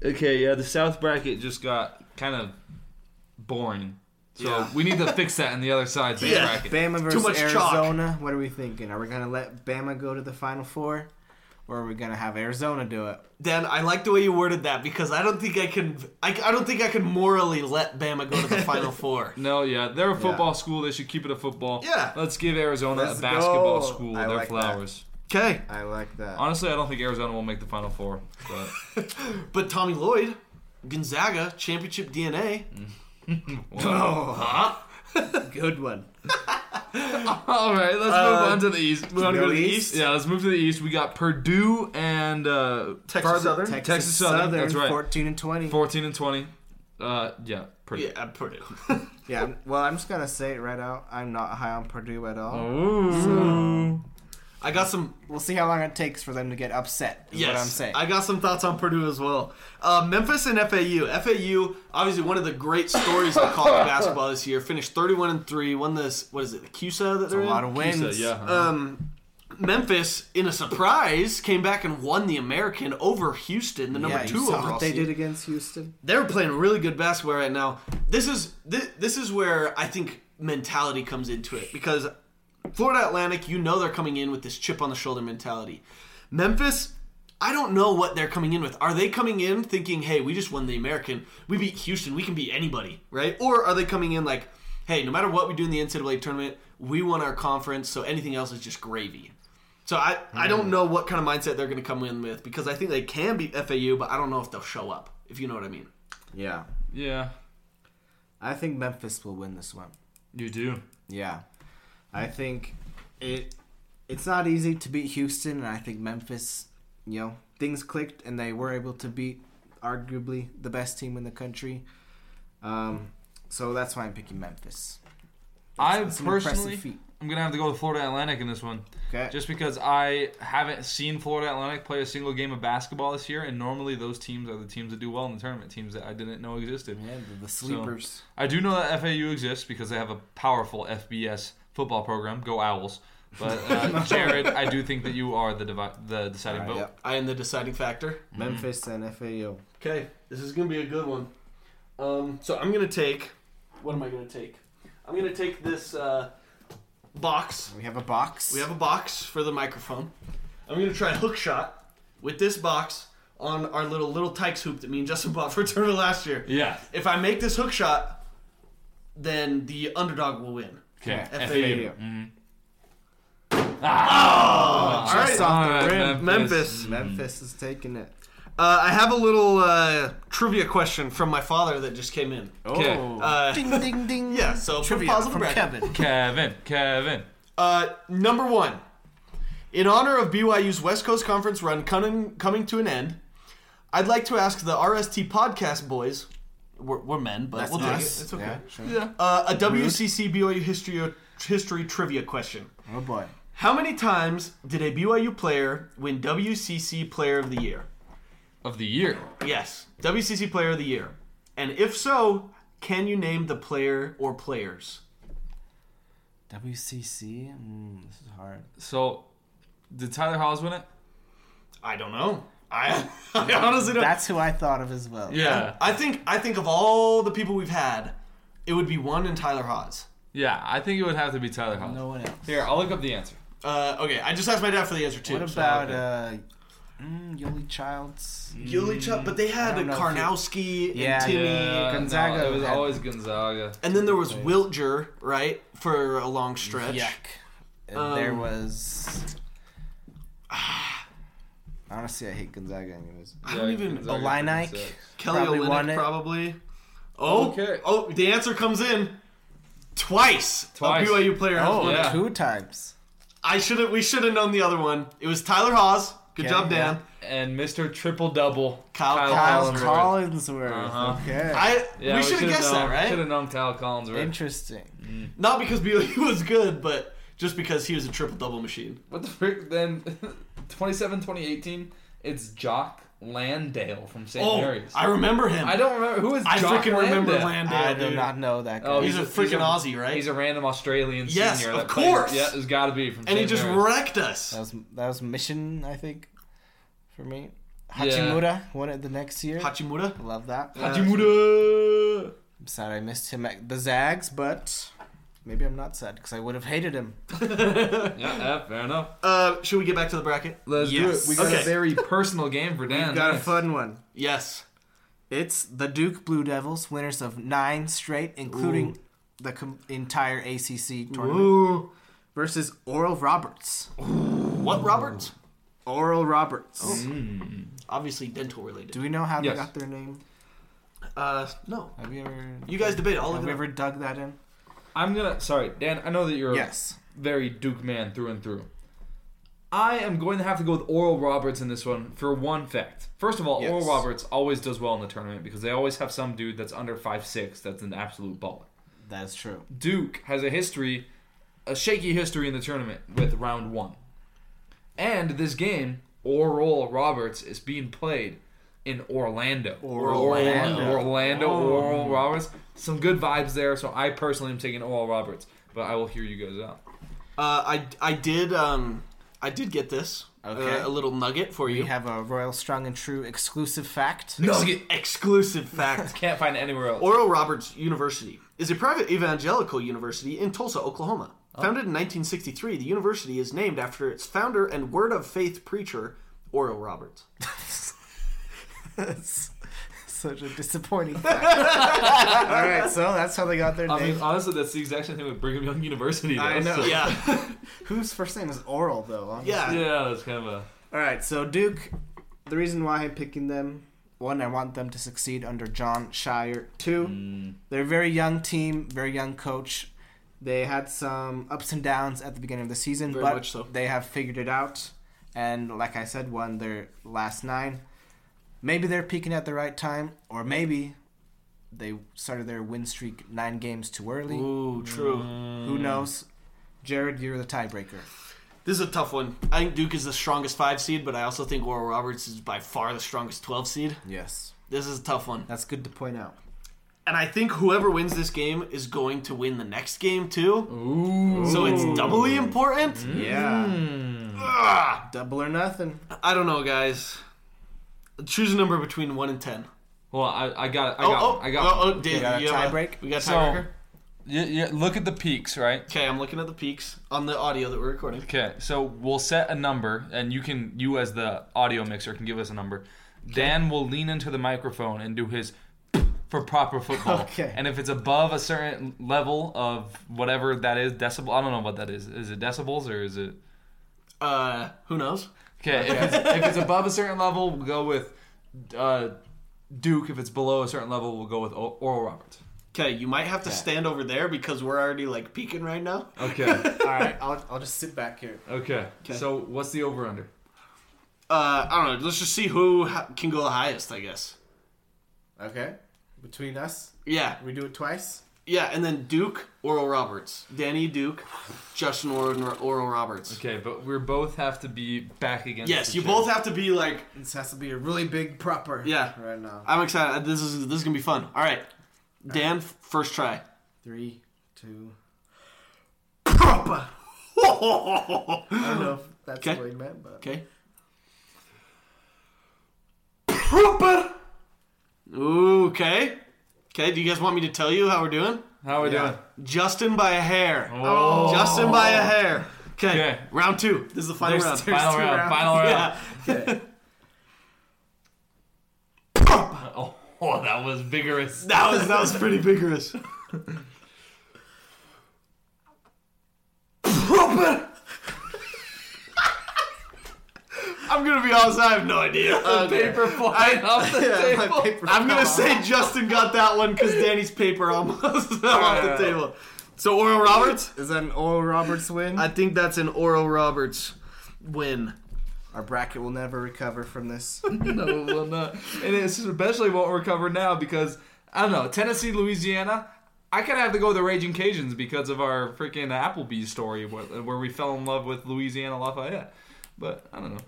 Speaker 1: Okay, yeah, the south bracket just got kind of boring. So
Speaker 5: Yeah.
Speaker 1: we need to fix that in the other (laughs) side of
Speaker 5: Yeah.
Speaker 1: the bracket.
Speaker 2: Bama versus
Speaker 5: much chalk.
Speaker 2: Arizona. What are we thinking? Are we gonna let Bama go to the Final Four, or are we gonna have Arizona do it?
Speaker 5: Dan, I like the way you worded that because I don't think I can. I, I don't think I can morally let Bama go to the Final Four.
Speaker 1: No, yeah, they're a football school. They should keep it a football.
Speaker 5: Yeah.
Speaker 1: Let's give Arizona
Speaker 2: Let's
Speaker 1: a basketball
Speaker 2: go.
Speaker 1: school
Speaker 2: I
Speaker 1: their
Speaker 2: like that.
Speaker 1: flowers.
Speaker 5: Okay,
Speaker 2: I like that.
Speaker 1: Honestly, I don't think Arizona will make the final four.
Speaker 2: (laughs)
Speaker 1: But
Speaker 5: but Tommy Lloyd, Gonzaga, championship DNA.
Speaker 2: Mm. Oh,
Speaker 5: (laughs)
Speaker 2: Good one.
Speaker 1: All right, let's move on to the East. We
Speaker 2: wanna Uh, go to the East?
Speaker 1: Yeah, let's move to the East. We got Purdue and uh,
Speaker 5: Texas
Speaker 1: farther-
Speaker 5: Southern?
Speaker 1: Texas, Southern. That's right.
Speaker 2: 14 and 20.
Speaker 1: 14 and 20. Uh, yeah, pretty.
Speaker 5: Yeah, I'm Purdue. (laughs)
Speaker 2: Yeah, I'm- well, I'm just going to say it right out. I'm not high on Purdue at all.
Speaker 5: Oh.
Speaker 1: Ooh.
Speaker 5: I got some.
Speaker 2: We'll see how long it takes for them to get upset. Is
Speaker 5: Yes,
Speaker 2: what I'm saying.
Speaker 5: I got some thoughts on Purdue as well. Uh, Memphis and FAU. FAU, obviously one of the great stories of college
Speaker 2: (laughs)
Speaker 5: basketball this year. Finished 31 and three. Won this. What is it? The CUSA that they're
Speaker 2: a
Speaker 5: in?
Speaker 2: lot of wins.
Speaker 1: So, yeah.
Speaker 5: Um, Memphis, in a surprise, came back and won the American over Houston, the number
Speaker 2: yeah,
Speaker 5: two
Speaker 2: you saw
Speaker 5: overall
Speaker 2: what they
Speaker 5: seed.
Speaker 2: did against Houston.
Speaker 5: They're playing really good basketball right now. This is this, this is where I think mentality comes into it because Florida Atlantic, you know, they're coming in with this chip on the shoulder mentality. Memphis. I don't know what they're coming in with. Are they coming in thinking, "Hey, we just won the American. We beat Houston. We can beat anybody," right? Or are they coming in like, "Hey, no matter what we do in the NCAA tournament, we won our conference, so anything else is just gravy." So I, I don't know what kind of mindset they're going to come in with because I think they can beat FAU, but I don't know if they'll show up. If you know what I mean.
Speaker 2: Yeah.
Speaker 1: Yeah,
Speaker 2: I think Memphis will win this one.
Speaker 1: you do.
Speaker 2: Yeah. I think it it's not easy to beat Houston and I think Memphis, you know, things clicked and they were able to beat arguably the best team in the country. Um so that's why I'm picking Memphis.
Speaker 1: I
Speaker 2: That's an impressive
Speaker 1: personally,
Speaker 2: feat.
Speaker 1: I'm gonna have to go with Florida Atlantic in this one,
Speaker 2: Okay.
Speaker 1: just because I haven't seen Florida Atlantic play a single game of basketball this year, and normally those teams are the teams that do well in the tournament, teams that I didn't know existed.
Speaker 2: yeah, the, the sleepers.
Speaker 1: I do know that FAU exists because they have a powerful FBS football program. Go Owls! But
Speaker 2: (laughs)
Speaker 1: uh, Jared, I do think that you are the devi- the deciding
Speaker 2: All
Speaker 1: vote.
Speaker 2: right,
Speaker 5: I am the deciding factor.
Speaker 1: mm-hmm.
Speaker 2: Memphis and FAU.
Speaker 5: Okay, this is gonna be a good one. Um, so I'm gonna take. What am I gonna take? I'm gonna take this uh, box.
Speaker 2: We have a box.
Speaker 5: We have a box for the microphone. I'm gonna try a hook shot with this box on our little little Tykes hoop that me and Justin (laughs) bought for tournament last year.
Speaker 1: Yeah.
Speaker 5: If I make this hook shot, then the underdog will win.
Speaker 1: Okay.
Speaker 2: Okay.
Speaker 1: FAU.
Speaker 2: FAU. Ah!
Speaker 5: All right,
Speaker 1: Mm-hmm. All right,
Speaker 5: Memphis.
Speaker 2: Memphis is taking it.
Speaker 5: Uh, I have a little uh, trivia question from my father that just came in.
Speaker 1: Okay.
Speaker 5: Uh,
Speaker 2: Oh. ding ding ding.
Speaker 5: yeah, so from
Speaker 2: Trivia
Speaker 5: pause on the
Speaker 2: from
Speaker 5: bracket.
Speaker 2: Kevin.
Speaker 1: Kevin. Kevin.
Speaker 5: Uh, number one, in honor of BYU's West Coast Conference run coming, coming to an end, I'd like to ask the RST podcast boys, we're, we're men, but we'll take it.
Speaker 2: Us.
Speaker 5: It's okay.
Speaker 2: Yeah, sure.
Speaker 5: Uh, a WCC BYU history, history trivia question.
Speaker 2: Oh boy.
Speaker 5: How many times did a BYU player win WCC Player of the Year?
Speaker 1: Of the year.
Speaker 5: Yes, WCC Player of the Year. And if so, can you name the player or players?
Speaker 2: WCC. Mm, this is hard.
Speaker 1: So, did Tyler Hawes win it?
Speaker 5: I don't know. I, (laughs) I honestly don't.
Speaker 2: That's who I thought of as well.
Speaker 1: Yeah.
Speaker 5: I think I think of all the people we've had, it would be one in Tyler Hawes.
Speaker 1: Yeah, I think it would have to be Tyler Hawes.
Speaker 2: No one else.
Speaker 1: Here, I'll look up the answer.
Speaker 5: Uh, okay, I just asked my dad for the answer too.
Speaker 2: What
Speaker 5: so-
Speaker 2: about uh, mm, Yuli Childs?
Speaker 5: Yuli Chubb? But they
Speaker 2: I
Speaker 5: had a
Speaker 2: don't know if you-
Speaker 5: Karnowski and
Speaker 2: Yeah,
Speaker 5: Timmy,
Speaker 1: Yeah,
Speaker 2: Gonzaga
Speaker 1: no, it was
Speaker 2: had-
Speaker 1: always Gonzaga.
Speaker 5: and then there was Wiltjer, right, for a long stretch.
Speaker 2: Yuck. And there
Speaker 5: Um,
Speaker 2: was. (sighs) Honestly, I hate Gonzaga. Anyways,
Speaker 5: I don't
Speaker 1: Yeah,
Speaker 5: even-
Speaker 1: Gonzaga
Speaker 2: Oleinik.
Speaker 1: 36.
Speaker 5: Kelly
Speaker 2: Probably
Speaker 5: Olynyk
Speaker 2: won it.
Speaker 5: probably. Oh,
Speaker 1: Okay.
Speaker 5: oh, the answer comes in twice.
Speaker 1: Twice.
Speaker 5: A BYU player has
Speaker 2: Oh.
Speaker 5: won it.
Speaker 1: yeah.
Speaker 2: two times.
Speaker 5: I should have. We should have known the other one. It was Tyler Hawes. Good
Speaker 2: Okay,
Speaker 5: job, Dan.
Speaker 2: yeah.
Speaker 1: And Mr. Triple Double.
Speaker 5: Kyle
Speaker 2: Kyle
Speaker 5: Collinsworth.
Speaker 2: Collinsworth.
Speaker 1: Uh-huh.
Speaker 2: Okay.
Speaker 5: I we should have guessed that, right?
Speaker 1: Should have known Kyle Collinsworth.
Speaker 2: Interesting.
Speaker 5: Not because BYU (laughs) was good, but just because he
Speaker 1: (laughs)
Speaker 5: was a triple double machine.
Speaker 1: What the frick? Then 27 2018, it's Jock Landale from St.
Speaker 5: Oh,
Speaker 1: Mary's.
Speaker 5: I remember him.
Speaker 1: I don't remember who is.
Speaker 5: I
Speaker 1: Jock
Speaker 5: freaking remember
Speaker 1: Landale?
Speaker 5: Landale,
Speaker 2: I
Speaker 5: dude.
Speaker 2: do not know that guy.
Speaker 1: Oh,
Speaker 5: He's a freaking Aussie, right?
Speaker 1: He's a random Australian
Speaker 5: Yes,
Speaker 1: senior.
Speaker 5: of
Speaker 1: that plays-
Speaker 5: course.
Speaker 1: Yeah, it's got to be from.
Speaker 5: and he
Speaker 1: St.
Speaker 5: just
Speaker 1: Mary's.
Speaker 5: wrecked us.
Speaker 2: That was that was Mission, I think, for me.
Speaker 1: Yeah.
Speaker 2: Hachimura won it the next year.
Speaker 5: Hachimura.
Speaker 2: Love that.
Speaker 5: Hachimura.
Speaker 2: I'm sad I missed him at the Zags, but maybe I'm not sad because I would have hated him.
Speaker 1: Yeah, yeah, fair enough.
Speaker 5: Uh, should we get back to the bracket?
Speaker 1: Let's
Speaker 2: Yes.
Speaker 1: do it. We got
Speaker 5: Okay.
Speaker 1: a very personal game for Dan.
Speaker 2: Got a
Speaker 1: Nice.
Speaker 2: fun one.
Speaker 5: Yes.
Speaker 2: It's the Duke Blue Devils, winners of nine straight, including the com- entire ACC tournament,
Speaker 5: Ooh.
Speaker 2: versus Oral Roberts.
Speaker 5: What Roberts?
Speaker 2: Oral Roberts.
Speaker 5: Obviously dental related.
Speaker 2: Do we know how
Speaker 1: Mm-hmm. Yes.
Speaker 2: they got their name?
Speaker 5: Uh, no.
Speaker 2: Have you ever?
Speaker 5: You guys debate. I'll look
Speaker 2: have we
Speaker 5: it up.
Speaker 2: ever dug that in?
Speaker 1: I'm gonna. Sorry, Dan. I know that you're
Speaker 2: Yes.
Speaker 1: a very Duke man through and through. I am going to have to go with Oral Roberts in this one for one fact. First of all,
Speaker 2: Yes.
Speaker 1: Oral Roberts always does well in the tournament because they always have some dude that's under five six that's an absolute baller.
Speaker 2: That's true.
Speaker 1: Duke has a history, a shaky history in the tournament with round one. And this game, Oral Roberts, is being played in Orlando. Oh.
Speaker 2: Orlando.
Speaker 1: Orlando, Oral Roberts. Some good vibes there, so I personally am taking Oral Roberts, but I will hear you guys out.
Speaker 5: Uh, I I did um I did get this.
Speaker 2: Okay.
Speaker 5: Uh, a little nugget for you.
Speaker 2: We have a Royal Strong and True exclusive fact.
Speaker 1: Nugget.
Speaker 5: Exclusive fact.
Speaker 1: Can't find it anywhere else.
Speaker 5: Oral Roberts University is a private evangelical university in Tulsa, Oklahoma. Founded in 1963, the university is named after its founder and word of faith preacher, Oral Roberts.
Speaker 2: That's (laughs) such a disappointing (laughs) fact. All right, so that's how they got their
Speaker 1: I
Speaker 2: name.
Speaker 1: mean, honestly, that's the exact same thing with Brigham Young University. Though,
Speaker 2: I know.
Speaker 1: so-
Speaker 5: Yeah.
Speaker 2: Whose first name is Oral, though? honestly?
Speaker 5: yeah.
Speaker 1: Yeah, that's kind of a.
Speaker 2: All right, so Duke, the reason why I'm picking them, one, I want them to succeed under John Shire. Two,
Speaker 5: Mm.
Speaker 1: mm.
Speaker 2: they're a very young team, very young coach. They had some ups and downs at the beginning of the season,
Speaker 5: Very
Speaker 2: but
Speaker 5: much so.
Speaker 2: they have figured it out. And like I said, won their last nine. Maybe they're peaking at the right time, or maybe they started their win streak nine games too early.
Speaker 5: Ooh, true.
Speaker 2: Who knows? Jared, you're the tiebreaker.
Speaker 5: This is a tough one. I think Duke is the strongest five seed, but I also think Oral Roberts is by far the strongest 12 seed.
Speaker 2: Yes.
Speaker 5: This is a tough one.
Speaker 2: That's good to point out.
Speaker 5: And I think whoever wins this game is going to win the next game, too.
Speaker 1: Ooh.
Speaker 5: So it's doubly important.
Speaker 2: Mm.
Speaker 5: Mm.
Speaker 2: Yeah.
Speaker 5: Ah,
Speaker 2: Double or nothing.
Speaker 5: I don't know, guys. Choose a number between 1 and 10.
Speaker 1: Well, I, I got it. I
Speaker 5: oh,
Speaker 1: got
Speaker 5: oh,
Speaker 1: it. I got it.
Speaker 5: oh, oh, Dave,
Speaker 2: We got a
Speaker 5: you have
Speaker 2: tiebreak?
Speaker 5: We got a
Speaker 1: So-
Speaker 5: tiebreaker.
Speaker 1: Yeah, yeah, look at the peaks, right?
Speaker 5: okay, I'm looking at the peaks on the audio that we're recording.
Speaker 1: Okay, so we'll set a number, and you can, you as the audio mixer, can give us a number. Dan will lean into the microphone and do his (laughs) for proper football.
Speaker 2: Okay.
Speaker 1: And if it's above a certain level of whatever that is, decibel, I don't know what that is. Is it decibels or is it?
Speaker 5: Uh, who knows?
Speaker 1: Okay, if it's, if it's above a certain level, we'll go with uh, Duke. If it's below a certain level, we'll go with o- Oral Roberts.
Speaker 5: Okay, you might have to stand over there because we're already like peeking right now.
Speaker 1: Okay.
Speaker 2: All right, I'll, I'll just sit back here.
Speaker 1: okay. So what's the over under?
Speaker 5: Uh, I don't know. Let's just see who ha- can go the highest, I guess.
Speaker 2: Okay. Between us,
Speaker 5: Yeah,
Speaker 2: we do it twice.
Speaker 5: yeah, and then Duke, Oral Roberts, Danny Duke, Justin Oral, Oral Roberts.
Speaker 1: Okay, but we both have to be back against.
Speaker 5: Yes,
Speaker 1: the
Speaker 5: you
Speaker 1: chair.
Speaker 5: both have to be like.
Speaker 2: This has to be a really big proper.
Speaker 5: Yeah.
Speaker 2: Right now.
Speaker 5: I'm excited. This is this is gonna be fun. All right, Dan, f- first try. (laughs)
Speaker 2: Three, two.
Speaker 5: Proper.
Speaker 2: I
Speaker 5: (gasps)
Speaker 2: don't know if that's
Speaker 5: Okay.
Speaker 2: what he meant, but.
Speaker 5: Okay. Proper. Okay. Okay. Do you guys want me to tell you how we're doing?
Speaker 1: How we
Speaker 2: Yeah.
Speaker 1: doing?
Speaker 5: Justin by a hair.
Speaker 1: Oh.
Speaker 5: Justin by a hair. Okay.
Speaker 1: Okay.
Speaker 5: Round two. This is the final
Speaker 2: There's
Speaker 5: round.
Speaker 2: two-
Speaker 1: Final
Speaker 2: two
Speaker 1: round,
Speaker 2: rounds.
Speaker 1: final round.
Speaker 5: (laughs) Yeah.
Speaker 1: Oh, that was vigorous.
Speaker 5: That was that was pretty vigorous. Proper. I'm gonna be honest. I have no idea.
Speaker 1: Paper flying off
Speaker 2: (laughs)
Speaker 1: the
Speaker 2: My
Speaker 1: table.
Speaker 2: paper
Speaker 5: I'm gonna
Speaker 2: fell
Speaker 5: say Justin got that one because Danny's paper almost (laughs) fell off the
Speaker 1: Yeah.
Speaker 5: table. So Oral Roberts,
Speaker 2: off. Is that an Oral Roberts win?
Speaker 5: I think that's an Oral Roberts win.
Speaker 2: Our bracket will never recover from
Speaker 5: (laughs)
Speaker 2: this.
Speaker 1: no, well, not. And it especially won't recover now because I don't know Tennessee, Louisiana. I kind of have to go with the Raging Cajuns because of our freaking Applebee's story where, where we fell in love with Louisiana Lafayette. But I don't know.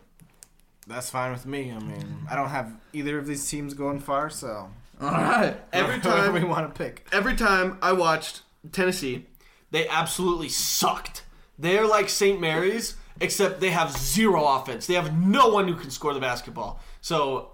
Speaker 2: That's fine with me. I mean, I don't have either of these teams going far, so
Speaker 1: All right.
Speaker 5: Every
Speaker 2: (laughs) whoever we
Speaker 5: time,
Speaker 2: want to pick.
Speaker 5: every time I watched Tennessee, they absolutely sucked. They're like St. Mary's, except they have zero offense. They have no one who can score the basketball. So,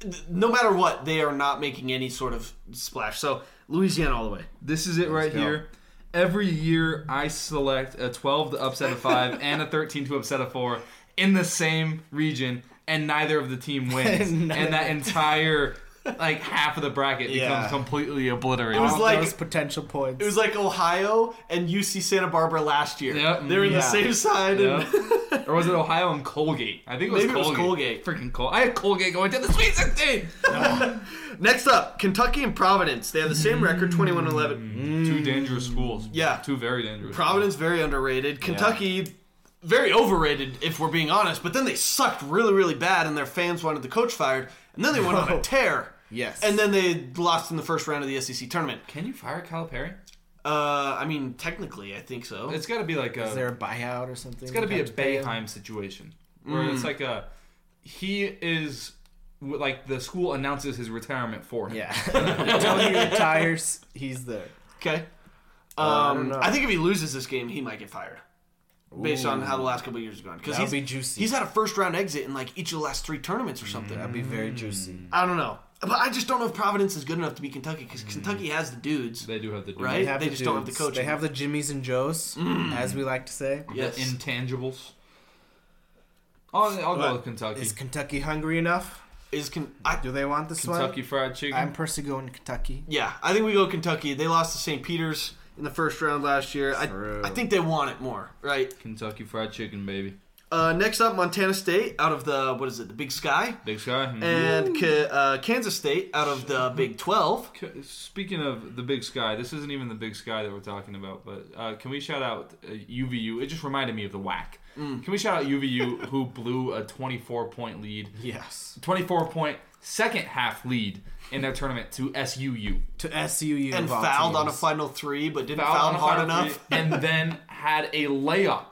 Speaker 5: th- no matter what, they are not making any sort of splash. So, Louisiana all the way.
Speaker 1: This is it right
Speaker 2: go.
Speaker 1: here. Every year, I select a 12 to upset a
Speaker 5: (laughs)
Speaker 1: 5 and a 13 to upset a 4 in the same region, and neither of the team
Speaker 5: (laughs)
Speaker 1: wins. and
Speaker 2: None of
Speaker 1: that entire, like, half of the bracket
Speaker 5: Yeah.
Speaker 1: becomes completely obliterated.
Speaker 5: It was
Speaker 2: All
Speaker 5: like-
Speaker 2: those potential points.
Speaker 5: It was like Ohio and UC Santa Barbara last year.
Speaker 1: Yep.
Speaker 5: They're in the
Speaker 2: Yeah.
Speaker 5: same side. and-
Speaker 1: Yeah. (laughs) or was it Ohio and Colgate? I think it was
Speaker 5: Maybe it was
Speaker 1: Colgate. Freaking Col. I had Colgate going to the Sweet 16.
Speaker 5: Next up, Kentucky and Providence. They have the same record, 21 11.
Speaker 2: Mm.
Speaker 1: Two dangerous schools.
Speaker 5: Yeah.
Speaker 1: Two very dangerous.
Speaker 5: Providence, very underrated. Kentucky, very overrated, if we're being honest. But then they sucked really, really bad, and their fans wanted the coach fired. And then they went on a tear.
Speaker 2: Yes.
Speaker 5: And then they lost in the first round of the SEC tournament.
Speaker 1: Can you fire Calipari?
Speaker 5: Uh, I mean, technically, I think so.
Speaker 1: It's got to be like a.
Speaker 2: Is there a buyout or something?
Speaker 1: It's got to be a Bayheim situation where it's like a he is w- like the school announces his retirement for him.
Speaker 5: (laughs)
Speaker 2: Yeah. Until he retires, he's there.
Speaker 5: okay.
Speaker 2: I don't
Speaker 5: Um,
Speaker 2: know.
Speaker 5: I, think if he loses this game, he might get fired. Based on how the last couple of years have gone, because
Speaker 2: That
Speaker 5: he's
Speaker 2: would be juicy. Mm.
Speaker 5: he's had a first round exit in like each of the last three tournaments or something.
Speaker 2: That'd be very juicy.
Speaker 5: I don't know. But I just don't know if Providence is good enough to be Kentucky because Kentucky has the dudes.
Speaker 1: They do have the
Speaker 5: Right?
Speaker 2: They, have
Speaker 5: They
Speaker 2: the
Speaker 5: just don't have the
Speaker 2: dudes.
Speaker 5: coaching.
Speaker 2: They have the Jimmies and Joes,
Speaker 5: Mm.
Speaker 2: as we like to say.
Speaker 1: the
Speaker 5: yes.
Speaker 1: intangibles. I'll, I'll go
Speaker 5: But
Speaker 1: with Kentucky.
Speaker 2: Is Kentucky hungry enough?
Speaker 5: is can I,
Speaker 2: Do they want this
Speaker 1: Kentucky
Speaker 2: one?
Speaker 1: Fried Chicken.
Speaker 2: I'm personally going Kentucky.
Speaker 5: yeah, I think we go Kentucky. They lost to St. Peter's in the first round last year. I,
Speaker 2: True.
Speaker 5: I think they want it more, right?
Speaker 1: Kentucky Fried Chicken, baby.
Speaker 5: Uh, next up, Montana State out of the what is it, the Big Sky,
Speaker 1: Big Sky. mhm.
Speaker 5: and K- uh, Kansas State out of the Big Twelve.
Speaker 1: K- Speaking of the Big Sky, this isn't even the Big Sky that we're talking about, but uh, can we shout out uh, UVU? It just reminded me of the whack.
Speaker 5: Mm.
Speaker 1: Can we shout out UVU who blew a 24 point lead
Speaker 2: Yes.
Speaker 1: 24 point second half lead in their tournament to SUU.
Speaker 2: To SUU
Speaker 5: And
Speaker 2: of all
Speaker 5: fouled on a
Speaker 2: teams.
Speaker 5: final three, but didn't
Speaker 1: Fouled
Speaker 5: foul
Speaker 1: on a
Speaker 5: hard
Speaker 1: final
Speaker 5: enough.
Speaker 1: three and then had a layup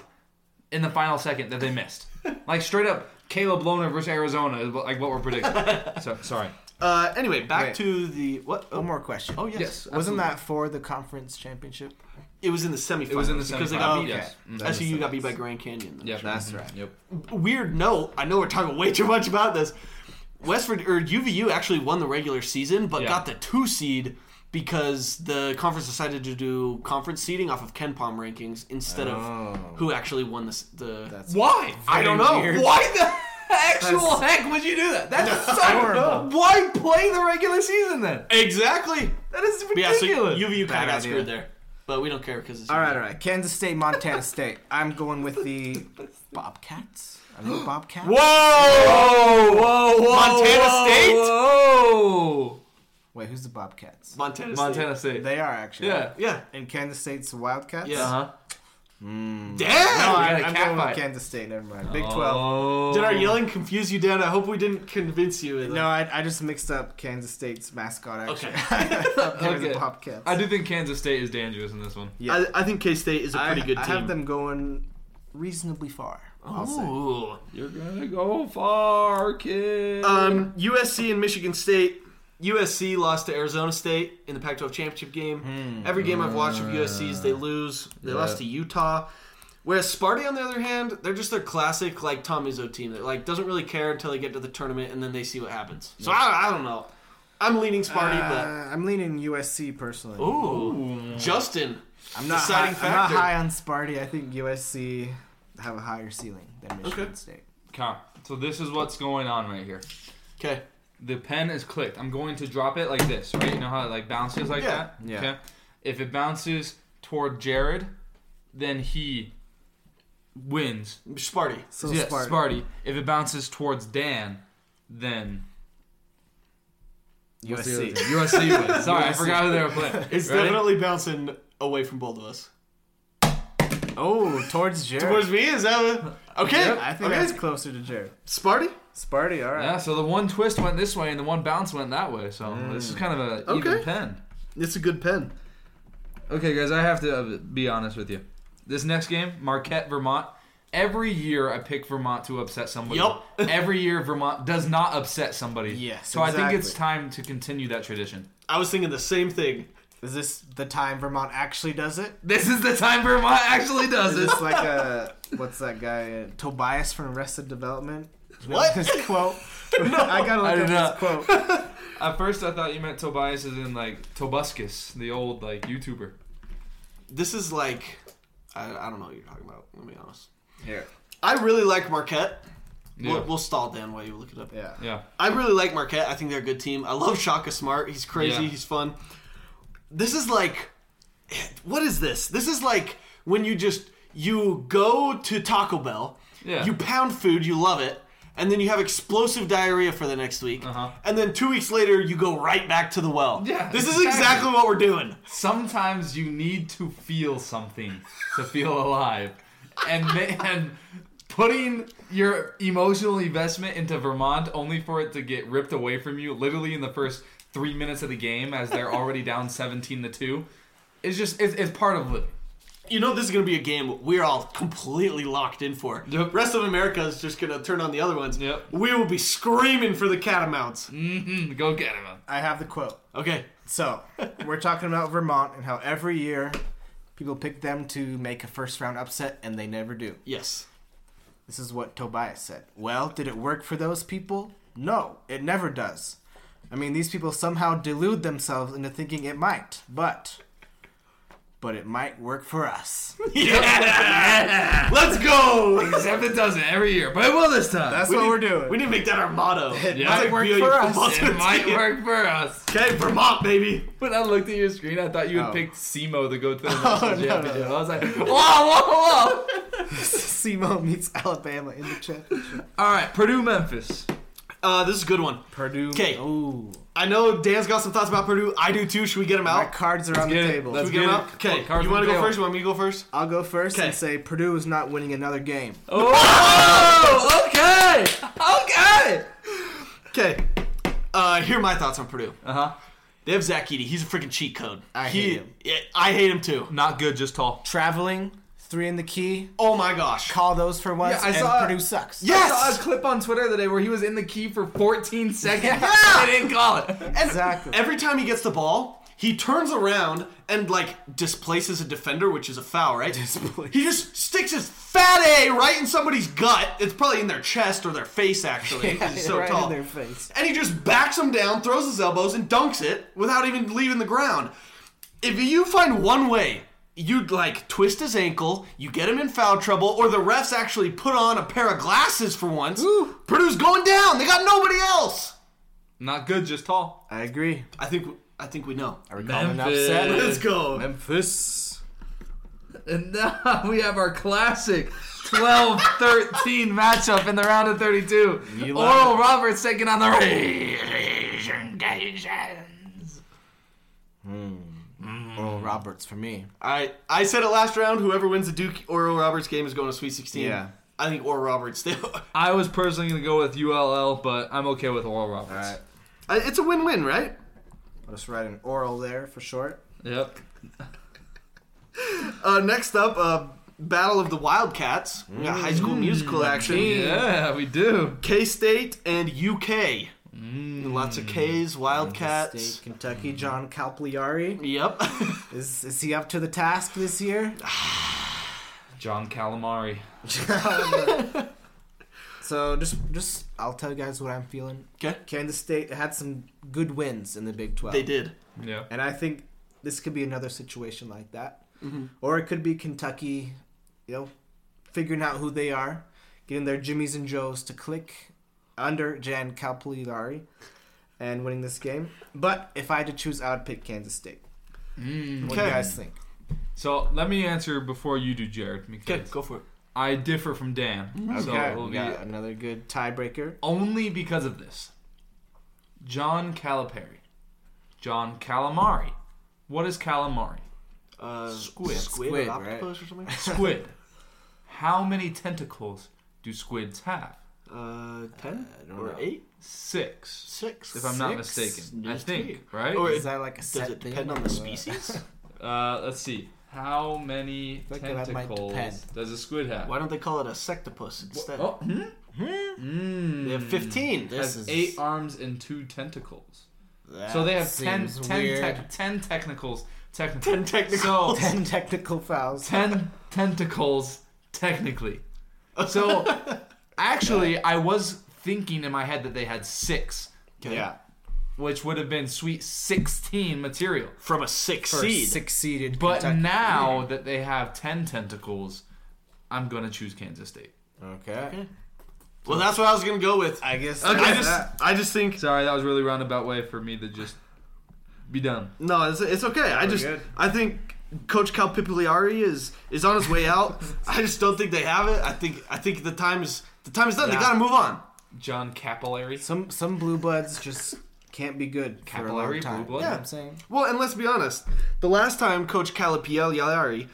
Speaker 1: in the final second that they missed. Like straight up Caleb Lohner versus Arizona is like what we're
Speaker 5: (laughs)
Speaker 1: predicting. so, sorry.
Speaker 5: Uh, anyway, back
Speaker 2: Wait.
Speaker 5: to the what? Oh,
Speaker 2: One more question.
Speaker 5: oh yes,
Speaker 1: Yes.
Speaker 2: Wasn't that for the conference championship?
Speaker 5: it was in the semifinals.
Speaker 1: It was in the
Speaker 5: because
Speaker 1: semifinals, Oh,
Speaker 5: they got beat.
Speaker 1: yes.
Speaker 2: Mm. That
Speaker 5: SU
Speaker 2: makes
Speaker 5: got beat by
Speaker 2: sense.
Speaker 5: Grand Canyon.
Speaker 1: Yep.
Speaker 2: That's right.
Speaker 1: Yep.
Speaker 5: weird note. I know we're talking way too much about this. Westford or UVU actually won the regular season, but
Speaker 1: Yeah.
Speaker 5: got the two seed because the conference decided to do conference seeding off of Ken Palm rankings instead of who actually won this, the.
Speaker 2: Oh. That's
Speaker 1: Why?
Speaker 5: I don't know.
Speaker 2: weird.
Speaker 5: Why the actual heck would you do that? That's so
Speaker 2: horrible.
Speaker 1: Why play the regular season then?
Speaker 5: exactly.
Speaker 1: That is
Speaker 5: Yeah,
Speaker 1: ridiculous.
Speaker 5: so UVU kind
Speaker 2: Bad
Speaker 5: of got
Speaker 2: idea.
Speaker 5: screwed there, but we don't care because it's
Speaker 2: All right, all right. Kansas State,
Speaker 5: (laughs)
Speaker 2: Montana State. I'm going with the Bobcats.
Speaker 5: (gasps)
Speaker 2: I mean Bobcats.
Speaker 5: Whoa! Whoa! Whoa! Montana State.
Speaker 1: Whoa!
Speaker 2: Wait, who's the Bobcats?
Speaker 5: Montana.
Speaker 1: Montana State.
Speaker 2: They are actually.
Speaker 1: Yeah.
Speaker 5: Yeah.
Speaker 2: And Kansas State's the Wildcats.
Speaker 5: Yeah.
Speaker 1: Uh-huh.
Speaker 5: Damn.
Speaker 1: No, I-
Speaker 2: I'm,
Speaker 1: had a
Speaker 2: I'm
Speaker 1: cat
Speaker 2: going
Speaker 1: fight.
Speaker 2: with Kansas State. Never mind. Big Twelve.
Speaker 1: Oh.
Speaker 5: Did our yelling confuse you, Dan? I hope we didn't convince you. in the-
Speaker 2: No, I, I just mixed up Kansas State's mascot. Actually, (laughs)
Speaker 5: Okay.
Speaker 2: they were
Speaker 1: Okay.
Speaker 2: the Bobcats.
Speaker 1: I do think Kansas State is dangerous in this one.
Speaker 2: Yeah.
Speaker 5: I, I think K State is a
Speaker 2: I-
Speaker 5: pretty good
Speaker 2: I
Speaker 5: team.
Speaker 2: have them going reasonably far. I'll say.
Speaker 5: Ooh.
Speaker 1: You're gonna go far, kid.
Speaker 5: Um, USC and Michigan State. USC lost to Arizona State in the Pac-12 championship game. Every game I've watched of USC's, they lose. They lost to Utah. Whereas Sparty, on the other hand, they're just their classic like Tom Izzo team that like doesn't really care until they get to the tournament and then they see what happens. So I, I don't know. I'm leaning Sparty,
Speaker 2: Uh, I'm leaning USC personally.
Speaker 5: but ooh, Justin,
Speaker 2: I'm not, high,
Speaker 5: deciding
Speaker 2: I'm not
Speaker 5: factor.
Speaker 2: high on Sparty. I think USC have a higher ceiling than Michigan
Speaker 5: Okay.
Speaker 2: State.
Speaker 1: Okay, so this is what's going on right here.
Speaker 5: Okay.
Speaker 1: The pen is clicked. I'm going to drop it like this, right? You know how it like bounces like
Speaker 5: Yeah.
Speaker 1: that?
Speaker 2: Yeah.
Speaker 1: Okay. If it bounces toward Jared, then he wins.
Speaker 5: Sparty.
Speaker 2: So
Speaker 1: yes,
Speaker 2: Sparty.
Speaker 1: Sparty. If it bounces towards Dan, then
Speaker 2: USC.
Speaker 1: USC wins. (laughs) Sorry, I forgot who they were playing.
Speaker 5: It's
Speaker 1: Ready?
Speaker 5: definitely bouncing away from both of us.
Speaker 2: (laughs) Oh, towards Jared.
Speaker 5: Towards me is that (laughs) what- okay?
Speaker 2: I think
Speaker 5: okay.
Speaker 2: that's closer to Jared.
Speaker 5: Sparty.
Speaker 2: Sparty, all right.
Speaker 1: Yeah, so the one twist went this way and the one bounce went that way. So this is kind of a even
Speaker 5: Okay.
Speaker 1: pen.
Speaker 5: It's a good pen.
Speaker 1: Okay, guys, I have to uh, be honest with you. This next game, Marquette, Vermont. Every year I pick Vermont to upset somebody.
Speaker 2: (laughs)
Speaker 5: Yup.
Speaker 1: Every year Vermont does not upset somebody.
Speaker 2: Yes,
Speaker 1: So I think it's
Speaker 2: exactly.
Speaker 1: time to continue that tradition.
Speaker 5: I was thinking the same thing.
Speaker 2: Is this the time Vermont actually does it?
Speaker 1: This is the time Vermont actually does
Speaker 2: Is
Speaker 1: it.
Speaker 2: this like a what's that guy uh, Tobias from Arrested Development?
Speaker 5: What?
Speaker 2: His (laughs) quote. I gotta
Speaker 1: I
Speaker 2: look
Speaker 1: did
Speaker 2: up his quote. (laughs)
Speaker 1: At first I thought you meant Tobias as in like Tobuscus, the old like YouTuber.
Speaker 5: This is like, I, I don't know what you're talking about. Let me be honest.
Speaker 2: Here.
Speaker 5: I really like Marquette.
Speaker 1: Yeah.
Speaker 5: We'll, we'll stall Dan while you look it up.
Speaker 2: Yeah.
Speaker 1: Yeah.
Speaker 5: I really like Marquette. I think they're a good team. I love Shaka Smart. He's crazy.
Speaker 1: Yeah.
Speaker 5: He's fun. This is like, what is this? This is like when you just you go to Taco Bell.
Speaker 1: Yeah.
Speaker 5: You pound food. You love it. And then you have explosive diarrhea for the next week.
Speaker 1: Uh-huh.
Speaker 5: And then two weeks later, you go right back to the well.
Speaker 1: Yeah,
Speaker 5: This is
Speaker 1: exactly.
Speaker 5: exactly what we're doing.
Speaker 1: sometimes you need to feel something to feel alive and ma- and putting your emotional investment into vermont only for it to get ripped away from you literally in the first three minutes of the game as they're already down 17 to 2 is just it's, it's part of living
Speaker 5: You know this is gonna be a game we're all completely locked in for.
Speaker 1: Yep.
Speaker 5: Rest of America is just gonna turn on the other ones.
Speaker 1: Yep.
Speaker 5: We will be screaming for the catamounts.
Speaker 1: Mm, (clears throat) go get him
Speaker 2: I have the quote.
Speaker 5: Okay.
Speaker 2: So we're talking about Vermont and how every year people pick them to make a first round upset and they never do.
Speaker 5: Yes.
Speaker 2: This is what Tobias said. Well, did it work for those people? No, it never does. I mean, these people somehow delude themselves into thinking it might, but. But it might work for us.
Speaker 5: (laughs) Yeah! Let's go!
Speaker 1: except it doesn't every year but it will this time
Speaker 2: That's
Speaker 5: We
Speaker 2: what
Speaker 5: need-
Speaker 2: we're doing.
Speaker 5: We need to make that our motto.
Speaker 1: Yeah.
Speaker 5: That's
Speaker 1: Might
Speaker 2: work
Speaker 5: BYU
Speaker 2: for us.
Speaker 1: (laughs)
Speaker 5: football
Speaker 1: it
Speaker 5: team.
Speaker 2: (laughs)
Speaker 1: might work for us
Speaker 5: Okay, Vermont, baby.
Speaker 1: When I looked at your screen, I thought you had
Speaker 2: Oh.
Speaker 1: picked Semo to go
Speaker 2: (laughs)
Speaker 1: to the national
Speaker 2: no,
Speaker 1: championship. I was like, whoa, whoa, whoa!
Speaker 2: Simo meets Alabama in the championship.
Speaker 1: All right, Purdue, Memphis.
Speaker 5: Uh, this is a good one.
Speaker 2: Purdue.
Speaker 5: 'Kay.
Speaker 2: Ooh.
Speaker 5: I know Dan's got some thoughts about Purdue. I do too. Should we get him
Speaker 2: My
Speaker 5: out?
Speaker 2: cards are on
Speaker 1: get
Speaker 2: the
Speaker 1: it.
Speaker 2: table.
Speaker 1: Let's
Speaker 5: Should we get him out? Okay.
Speaker 1: Cards
Speaker 5: You
Speaker 1: on
Speaker 5: want
Speaker 1: the
Speaker 5: to go
Speaker 1: table.
Speaker 5: first? You want me to go first?
Speaker 2: I'll go first
Speaker 5: 'Kay.
Speaker 2: and say Purdue is not winning another game.
Speaker 1: Oh, (laughs) okay, okay.
Speaker 5: Okay. Uh, here are my thoughts on Purdue.
Speaker 1: Uh huh.
Speaker 5: Uh-huh. They have Zach Eady. He's a freaking cheat code.
Speaker 2: I
Speaker 5: He-
Speaker 2: hate him.
Speaker 5: Yeah, I hate him too.
Speaker 1: Not good, just tall.
Speaker 2: Traveling, three in the key.
Speaker 5: Oh my gosh.
Speaker 2: Call those for once.
Speaker 1: Yeah, I
Speaker 2: and
Speaker 1: saw-
Speaker 2: Purdue sucks.
Speaker 5: Yes!
Speaker 1: I saw a clip on Twitter today where he was in the key for 14 seconds. (laughs) Yeah, they didn't call it.
Speaker 5: And
Speaker 2: Exactly.
Speaker 5: Every time he gets the ball, he turns around and like displaces a defender, which is a foul, right?
Speaker 2: Displace.
Speaker 5: He just sticks his fat A right in somebody's gut. It's probably in their chest or their face, (laughs) actually. 'cause he's (laughs) so
Speaker 2: right
Speaker 5: tall.
Speaker 2: in their face.
Speaker 5: And he just backs him down, throws his elbows, and dunks it without even leaving the ground. If you find one way, you'd like twist his ankle, you get him in foul trouble, or the refs actually put on a pair of glasses for once. Purdue's going down. They got nobody else.
Speaker 1: (laughs) Not good, just tall.
Speaker 2: I agree.
Speaker 5: I think I think we know.
Speaker 2: Are we calling an
Speaker 1: Memphis.
Speaker 2: upset?
Speaker 5: Let's go.
Speaker 2: Memphis.
Speaker 1: And now (laughs) we have our classic 12-13 (laughs) matchup in the round of 32.
Speaker 2: You love
Speaker 1: Oral Roberts taking on the Raging Cajuns.
Speaker 2: Oral Roberts for me.
Speaker 5: I I said it last round. Whoever wins the Duke Oral Roberts game is going to Sweet 16.
Speaker 2: Yeah.
Speaker 5: I think Oral Roberts. They,
Speaker 1: I was personally going to go with ULL, but I'm okay with Oral Roberts.
Speaker 2: All right.
Speaker 5: I- it's a win-win, right?
Speaker 2: I'll just write an oral there for short.
Speaker 1: Yep.
Speaker 5: Uh, next up, uh, Battle of the Wildcats. We got High School Musical action.
Speaker 1: Yeah, we do.
Speaker 5: K State and UK. Lots of K's. Wildcats.
Speaker 2: State Kentucky John Calipari.
Speaker 5: Yep.
Speaker 2: Is is he up to the task this year?
Speaker 1: John Calamari.
Speaker 2: so just just I'll tell you guys what I'm feeling.
Speaker 5: (laughs) okay.
Speaker 2: Kansas State had some good wins in the Big 12.
Speaker 5: They did.
Speaker 1: Yeah.
Speaker 2: And I think this could be another situation like that.
Speaker 5: Mm-hmm.
Speaker 2: Or it could be Kentucky, you know, figuring out who they are, getting their Jimmies and Joes to click under Jan Calipari and winning this game. But if I had to choose, I would pick Kansas State. What do you
Speaker 5: Okay.
Speaker 2: guys think?
Speaker 1: So let me answer before you do, Jared,
Speaker 5: Okay.
Speaker 1: because
Speaker 5: Go for it.
Speaker 1: I differ from Dan.
Speaker 2: Mm-hmm.
Speaker 1: So it'll
Speaker 2: we
Speaker 1: be
Speaker 2: got another good tiebreaker.
Speaker 1: only because of this. John Calipari. John Calamari. What is
Speaker 2: (laughs)
Speaker 1: calamari?
Speaker 5: Uh,
Speaker 1: Squid.
Speaker 5: Squid.
Speaker 2: Squid,
Speaker 5: or octopus or something.
Speaker 1: Squid. How many tentacles do squids have?
Speaker 5: Uh, ten
Speaker 2: don't
Speaker 5: or
Speaker 2: know.
Speaker 5: eight,
Speaker 1: Six.
Speaker 5: six.
Speaker 1: If I'm not
Speaker 2: Six? Oh,
Speaker 1: mistaken. I
Speaker 5: There's
Speaker 1: think,
Speaker 5: three.
Speaker 1: right?
Speaker 5: Or
Speaker 2: Is that like a
Speaker 5: Does
Speaker 2: set (laughs)
Speaker 5: it
Speaker 2: thing
Speaker 5: depend on
Speaker 2: or
Speaker 5: the
Speaker 2: what?
Speaker 5: species?
Speaker 1: Uh, let's see. How many
Speaker 2: like that might
Speaker 1: tentacles
Speaker 2: depend.
Speaker 1: does a squid have?
Speaker 5: Why don't they call it a sectopus instead?
Speaker 1: Oh, hmm?
Speaker 5: They have 15.
Speaker 2: Hmm. This
Speaker 1: has
Speaker 2: is-
Speaker 1: eight arms and two tentacles. So they have ten,
Speaker 2: seems
Speaker 1: ten,
Speaker 2: weird.
Speaker 1: tec- ten technicals. Technicals.
Speaker 5: 10 technicals.
Speaker 1: So,
Speaker 2: ten technical fouls.
Speaker 1: ten tentacles, technically. (laughs) So, actually, I was thinking in my head that they had six,
Speaker 5: Yeah.
Speaker 1: which would have been sweet 16 material.
Speaker 5: From a six
Speaker 2: for
Speaker 5: seed.
Speaker 2: succeeded.
Speaker 1: But
Speaker 2: Kentucky.
Speaker 1: now that they have 10 tentacles, I'm going to choose Kansas State.
Speaker 2: okay,
Speaker 5: Well, that's what I was going to go with.
Speaker 2: I guess.
Speaker 5: I
Speaker 2: that's that.
Speaker 5: just, I just think
Speaker 1: Sorry, that was really roundabout way for me to just be done.
Speaker 5: no, it's, it's okay. I just
Speaker 2: good.
Speaker 5: I think Coach Calpigliari is is on his way out. I just don't think they have it. I think I think the time is the time is done. They
Speaker 2: Yeah.
Speaker 5: got to move on.
Speaker 1: John Capillary.
Speaker 2: Some some blue bloods just can't be good for a
Speaker 1: Capillary blue
Speaker 2: long time.
Speaker 1: blood?
Speaker 2: You know what
Speaker 5: Yeah.
Speaker 2: I'm saying.
Speaker 5: Well, and let's be honest. The last time Coach Calippieri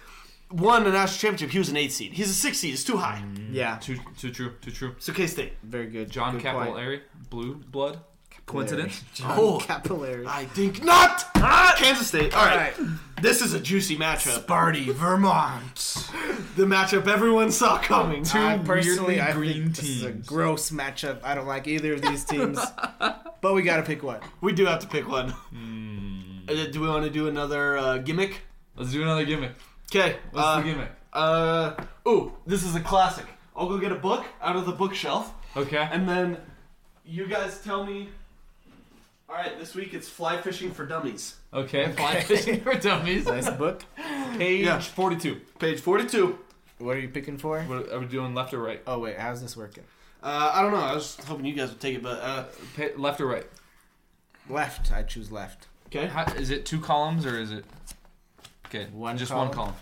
Speaker 5: won a national championship, he was an eight seed. He's a six seed. It's too high.
Speaker 2: Yeah,
Speaker 1: Too, too true, too true.
Speaker 5: So K State.
Speaker 2: very good.
Speaker 1: Mm. John
Speaker 2: good point.
Speaker 1: Capillary, blue blood. Coincidence?
Speaker 2: John
Speaker 5: Oh.
Speaker 2: (laughs) Capillary.
Speaker 5: I think not. Kansas State. All right.
Speaker 2: All
Speaker 5: This is a juicy matchup.
Speaker 2: Sparty, Vermont.
Speaker 5: The matchup everyone saw coming.
Speaker 2: I
Speaker 1: Two weirdly
Speaker 2: personally, I
Speaker 1: green
Speaker 2: think this is a
Speaker 1: teams.
Speaker 2: gross matchup. I don't like either of
Speaker 1: (laughs)
Speaker 2: these teams, but we gotta pick one.
Speaker 5: We do have to pick one. Uh, Do we want to do another uh, gimmick?
Speaker 1: Let's do another gimmick.
Speaker 5: Okay.
Speaker 1: What's
Speaker 5: uh,
Speaker 1: the gimmick?
Speaker 5: Uh, ooh, this is a classic. I'll go get a book out of the bookshelf,
Speaker 1: Okay.
Speaker 5: and then you guys tell me. All right, this week it's fly fishing for dummies.
Speaker 1: Okay, fly
Speaker 5: (laughs)
Speaker 1: fishing for dummies. (laughs)
Speaker 2: Nice book.
Speaker 1: Page
Speaker 5: Yeah.
Speaker 1: 42.
Speaker 5: Page forty-two.
Speaker 2: What are you picking for?
Speaker 1: What are we doing, left or right?
Speaker 2: Oh wait, how's this working?
Speaker 5: Uh, I don't know. I was hoping you guys would take it, but uh,
Speaker 1: Pa- left or right?
Speaker 2: Left. I choose left.
Speaker 5: okay.
Speaker 1: How, is it two columns or is it? Okay,
Speaker 2: One
Speaker 1: just one
Speaker 2: column.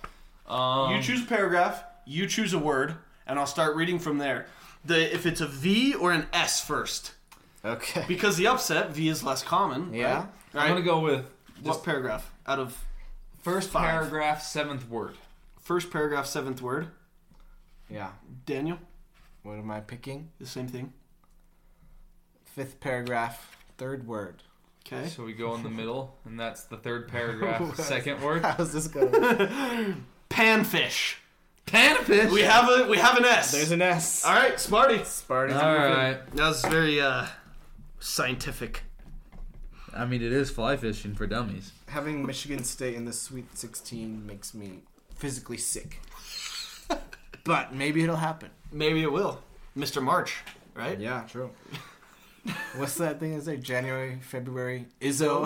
Speaker 1: column. Um,
Speaker 5: You choose a paragraph. You choose a word, and I'll start reading from there. The if it's a V or an S first,
Speaker 2: Okay.
Speaker 5: because the upset V is less common.
Speaker 2: Yeah.
Speaker 5: Right?
Speaker 1: I'm gonna go with
Speaker 5: What
Speaker 1: just
Speaker 5: paragraph out of
Speaker 1: first
Speaker 5: five.
Speaker 1: paragraph, seventh word.
Speaker 5: first paragraph, seventh word?
Speaker 2: Yeah.
Speaker 5: Daniel,
Speaker 2: What am I picking?
Speaker 5: the same thing.
Speaker 2: Fifth paragraph, third word.
Speaker 5: Okay.
Speaker 1: So we
Speaker 5: (laughs)
Speaker 1: go in the middle, and that's the third paragraph, second word.
Speaker 2: (laughs) How's this going? to
Speaker 5: Panfish.
Speaker 1: Panfish.
Speaker 5: We have a we have an S.
Speaker 2: There's an S.
Speaker 5: All right, Smarty.
Speaker 2: Sparty's
Speaker 1: All right.
Speaker 5: That was very uh scientific.
Speaker 1: I mean, it is fly fishing for dummies.
Speaker 2: Having Michigan State in the Sweet 16 makes me
Speaker 5: (laughs)
Speaker 2: physically sick. but maybe it'll happen.
Speaker 5: Maybe it will, Mr. March. Right?
Speaker 2: Yeah,
Speaker 5: (laughs)
Speaker 2: true. What's that thing they say? January, February, (laughs) Izzo.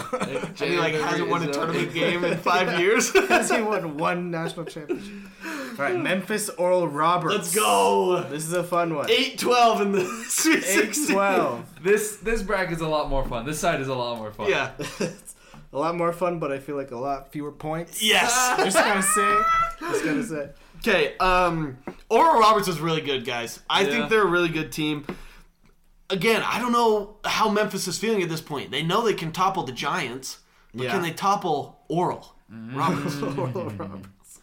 Speaker 5: And he like hasn't won a tournament game (laughs) in five years.
Speaker 2: Has he won one national championship? All
Speaker 5: (laughs)
Speaker 2: right, Memphis Oral Roberts.
Speaker 5: Let's go.
Speaker 2: This is a fun one.
Speaker 5: 8-12 in the (laughs) Sweet 16. (laughs)
Speaker 2: 8-12.
Speaker 1: This this bracket's a lot more fun. This side is a lot more fun.
Speaker 5: Yeah.
Speaker 2: It's a lot more fun, but I feel like a lot fewer points.
Speaker 5: Yes.
Speaker 2: (laughs) Just gotta say, just
Speaker 5: (laughs)
Speaker 2: gotta say.
Speaker 5: Okay. Um, Oral Roberts is really good, guys. I
Speaker 1: Yeah.
Speaker 5: think they're a really good team. Again, I don't know how Memphis is feeling at this point. They know they can topple the Giants, but
Speaker 2: Yeah. Mm-hmm.
Speaker 5: can they topple Oral
Speaker 2: (laughs)
Speaker 5: Roberts?
Speaker 2: Oral Roberts.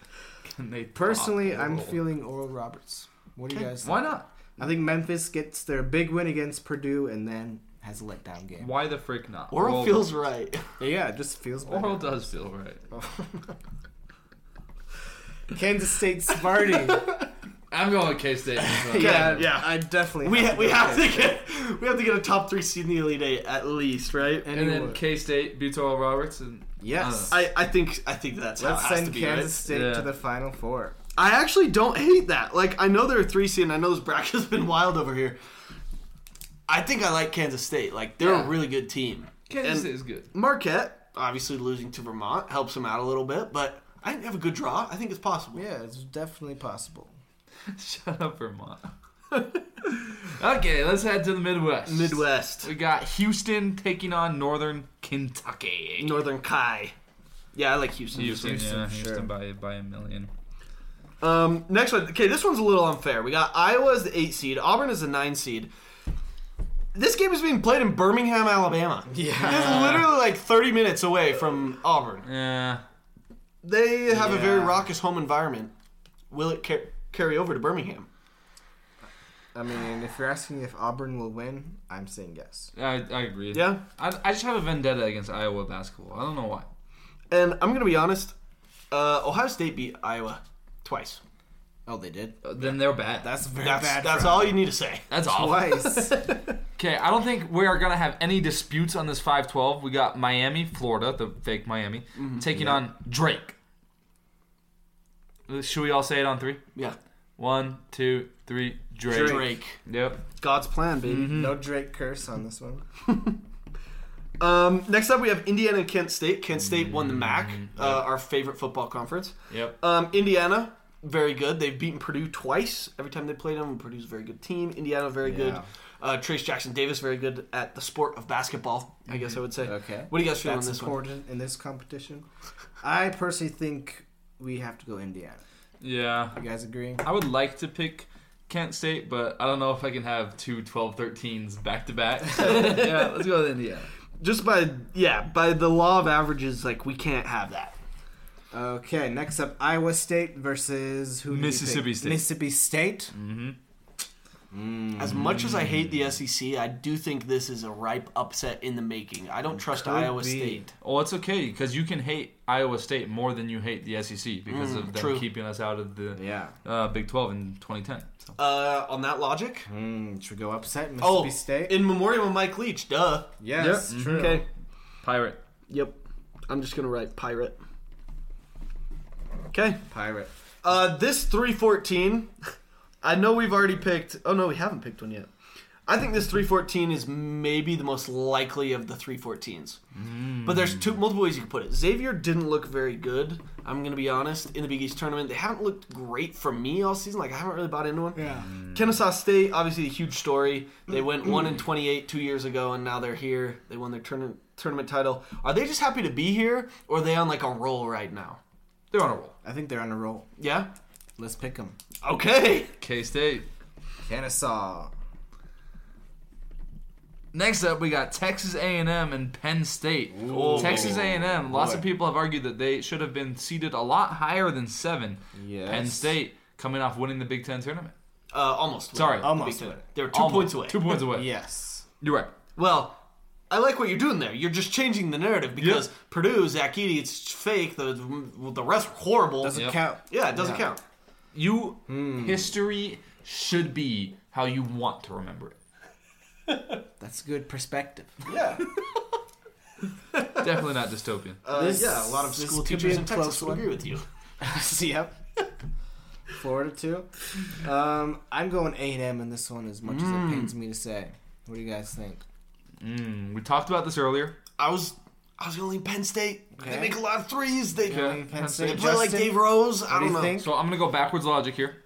Speaker 1: And (laughs) they
Speaker 2: Personally,
Speaker 1: thought-
Speaker 2: I'm feeling Oral Roberts. What do you guys?
Speaker 1: Why
Speaker 2: think?
Speaker 1: not?
Speaker 2: I think Memphis gets their big win against Purdue and then has a letdown game.
Speaker 1: Why the frick not?
Speaker 5: Oral
Speaker 1: Oral
Speaker 5: feels right.
Speaker 2: Yeah, it just feels
Speaker 5: Oh.
Speaker 2: better.
Speaker 1: Oral does feel right.
Speaker 2: Kansas State Sparty.
Speaker 1: I'm going with K State.
Speaker 5: (laughs) Yeah, yeah.
Speaker 2: I definitely.
Speaker 5: We ha- we
Speaker 2: go
Speaker 5: have to
Speaker 2: Kansas
Speaker 5: get we have to get a top three seed in the Elite Eight at least, right?
Speaker 2: State.
Speaker 1: And then
Speaker 2: Anyone.
Speaker 1: K State beats Oral Roberts, and
Speaker 2: yes.
Speaker 5: I, I think I think that's
Speaker 2: Let's
Speaker 5: how it Uh, has
Speaker 2: send
Speaker 5: to be.
Speaker 2: Kansas
Speaker 5: right?
Speaker 2: State
Speaker 1: Yeah.
Speaker 2: to the Final Four.
Speaker 5: I actually don't hate that. Like I know they're a three seed, and I know this bracket's (laughs) been wild over here. I think I like Kansas State. Like they're
Speaker 1: Yeah.
Speaker 5: a really good team.
Speaker 1: Kansas
Speaker 5: and
Speaker 1: State is good. (laughs)
Speaker 5: Marquette, obviously losing to Vermont helps them out a little bit, but I think they have a good draw. I think it's possible.
Speaker 2: Yeah, it's definitely possible.
Speaker 1: Shut up, Vermont. (laughs) okay, let's head to the Midwest.
Speaker 5: Midwest,
Speaker 1: We got Houston taking on Northern Kentucky.
Speaker 5: Northern Kai. Yeah, I like Houston.
Speaker 1: Houston, yeah,
Speaker 2: sure.
Speaker 1: Houston by by a million.
Speaker 5: Um, next one. Okay, this one's a little unfair. We got Iowa as the eight seed. Auburn is the nine seed. This game is being played in Birmingham, Alabama.
Speaker 2: Yeah.
Speaker 5: It's literally like 30 minutes away from Auburn.
Speaker 1: Yeah,
Speaker 5: They have a very
Speaker 2: Yeah.
Speaker 5: raucous home environment. Will it car- carry over to Birmingham?
Speaker 2: I mean, if you're asking if Auburn will win, I'm saying yes.
Speaker 1: I, I agree.
Speaker 5: Yeah.
Speaker 1: I, I just have a vendetta against Iowa basketball. I don't know why.
Speaker 5: And I'm going to be honest. Uh, Ohio State beat Iowa twice.
Speaker 2: Oh, they did.
Speaker 1: Then they're bad.
Speaker 2: That's very
Speaker 5: Uh, That's
Speaker 2: bad.
Speaker 5: that's
Speaker 2: for
Speaker 5: all you need to say.
Speaker 1: That's awful.
Speaker 5: (laughs)
Speaker 2: Twice.
Speaker 1: Okay, I don't think we are gonna have any disputes on this 5-12. We got Miami, Florida, the fake Miami, taking on Drake. Uh, Should we all say it on three?
Speaker 5: Yeah,
Speaker 1: One, two, three. Drake.
Speaker 5: Drake.
Speaker 1: Yep.
Speaker 5: God's plan, baby.
Speaker 2: no Drake curse on this one. Mm-hmm.
Speaker 5: Um, next up, we have Indiana and Kent State. Kent State won the MAC,
Speaker 2: Mm-hmm.
Speaker 5: uh, our favorite football conference.
Speaker 1: Yep.
Speaker 5: Um, Indiana, very good. They've beaten Purdue twice. Every time they played them, Purdue's a very good team. Indiana, very good.
Speaker 2: Yeah.
Speaker 5: Uh, Trace Jackson Davis, very good at the sport of basketball. I guess I would say.
Speaker 2: Okay.
Speaker 5: What do you guys feel
Speaker 2: That's
Speaker 5: on this one?
Speaker 2: important in this competition. I personally think we have to go Indiana.
Speaker 1: Yeah.
Speaker 2: You guys agree?
Speaker 1: I would like to pick Kent State, but I don't know if I can have two 12-13s back to back. (laughs) Yeah, let's go with Indiana.
Speaker 5: Just by yeah, by the law of averages, like we can't have that.
Speaker 2: Okay, next up Iowa State versus who? did we pick?
Speaker 1: Mississippi State.
Speaker 2: Mississippi State.
Speaker 5: Mm. As much as I hate the SEC, I do think this is a ripe upset in the making. I don't trust Iowa
Speaker 2: be.
Speaker 5: State.
Speaker 1: Well, it's okay because you can hate Iowa State more than you hate the SEC because of them
Speaker 5: true.
Speaker 1: keeping us out of the
Speaker 2: Yeah.
Speaker 1: uh, Big 12 in 2010. So.
Speaker 5: Uh, on that logic,
Speaker 2: Mm, should we go upset Mississippi
Speaker 5: oh,
Speaker 2: State?
Speaker 5: in memoriam of Mike Leach, duh.
Speaker 2: yes, true.
Speaker 5: mm-hmm. Okay.
Speaker 1: Pirate.
Speaker 5: Yep. I'm just gonna write pirate. Okay.
Speaker 2: Pirate.
Speaker 5: Uh, this 314. I know we've already picked. Oh no, we haven't picked one yet. I think this 314 is maybe the most likely of the 314s. But there's two multiple ways you can put it. Xavier didn't look very good. I'm gonna be honest. In the Big East tournament, they haven't looked great for me all season. Like I haven't really bought into one.
Speaker 2: Yeah.
Speaker 5: Kennesaw State, obviously a huge story. They went one and twenty-eight two years ago, and now they're here. They won their tourna- tournament title. Are they just happy to be here, or are they on like a roll right now?
Speaker 1: They're on a roll.
Speaker 2: I think they're on a roll.
Speaker 5: Yeah.
Speaker 2: Let's pick them.
Speaker 5: Okay.
Speaker 1: K State.
Speaker 2: Kennesaw.
Speaker 1: Next up, we got Texas A&M and Penn State. Texas A&M. Lots of
Speaker 2: boy.
Speaker 1: people have argued that they should have been seeded a lot higher than seven.
Speaker 2: Yes.
Speaker 1: Penn State coming off winning the Big Ten tournament.
Speaker 5: Uh, almost. win.
Speaker 1: Sorry,
Speaker 5: Big
Speaker 2: almost
Speaker 5: Ten.
Speaker 2: win.
Speaker 5: They were two
Speaker 1: Almost.
Speaker 5: points away.
Speaker 1: Two points
Speaker 5: (laughs)
Speaker 1: away.
Speaker 2: Yes.
Speaker 1: You're right.
Speaker 5: Well, I like what you're doing there. You're just changing the narrative because Purdue, Zach Eady, it's fake. The the rest were horrible.
Speaker 2: Doesn't
Speaker 1: Yep.
Speaker 2: count.
Speaker 5: yeah, it doesn't
Speaker 2: Yeah.
Speaker 5: count.
Speaker 1: You
Speaker 2: Hmm.
Speaker 1: history should be how you want to remember it.
Speaker 2: That's good perspective.
Speaker 5: Yeah.
Speaker 1: Definitely not
Speaker 2: (laughs)
Speaker 1: dystopian.
Speaker 5: Uh,
Speaker 2: This-
Speaker 5: yeah, a lot of
Speaker 2: this
Speaker 5: school
Speaker 2: could be
Speaker 5: teachers
Speaker 2: a
Speaker 5: in Texas
Speaker 2: close
Speaker 5: would
Speaker 2: one.
Speaker 5: agree with you.
Speaker 2: (laughs) yep. Florida too. Um, I'm going A and M in this one as much as
Speaker 5: Mm.
Speaker 2: it pains me to say. What do you guys think?
Speaker 1: Mm, we talked about this earlier.
Speaker 5: I was I was gonna lean Penn State. They
Speaker 2: Okay.
Speaker 5: make a lot of threes. They
Speaker 1: Yeah.
Speaker 2: Penn
Speaker 1: Penn
Speaker 2: State,
Speaker 5: they play like
Speaker 2: Justin?
Speaker 5: Dave Rose. I
Speaker 2: What do
Speaker 5: don't
Speaker 2: you
Speaker 5: know.
Speaker 2: think?
Speaker 1: So I'm gonna go backwards logic here.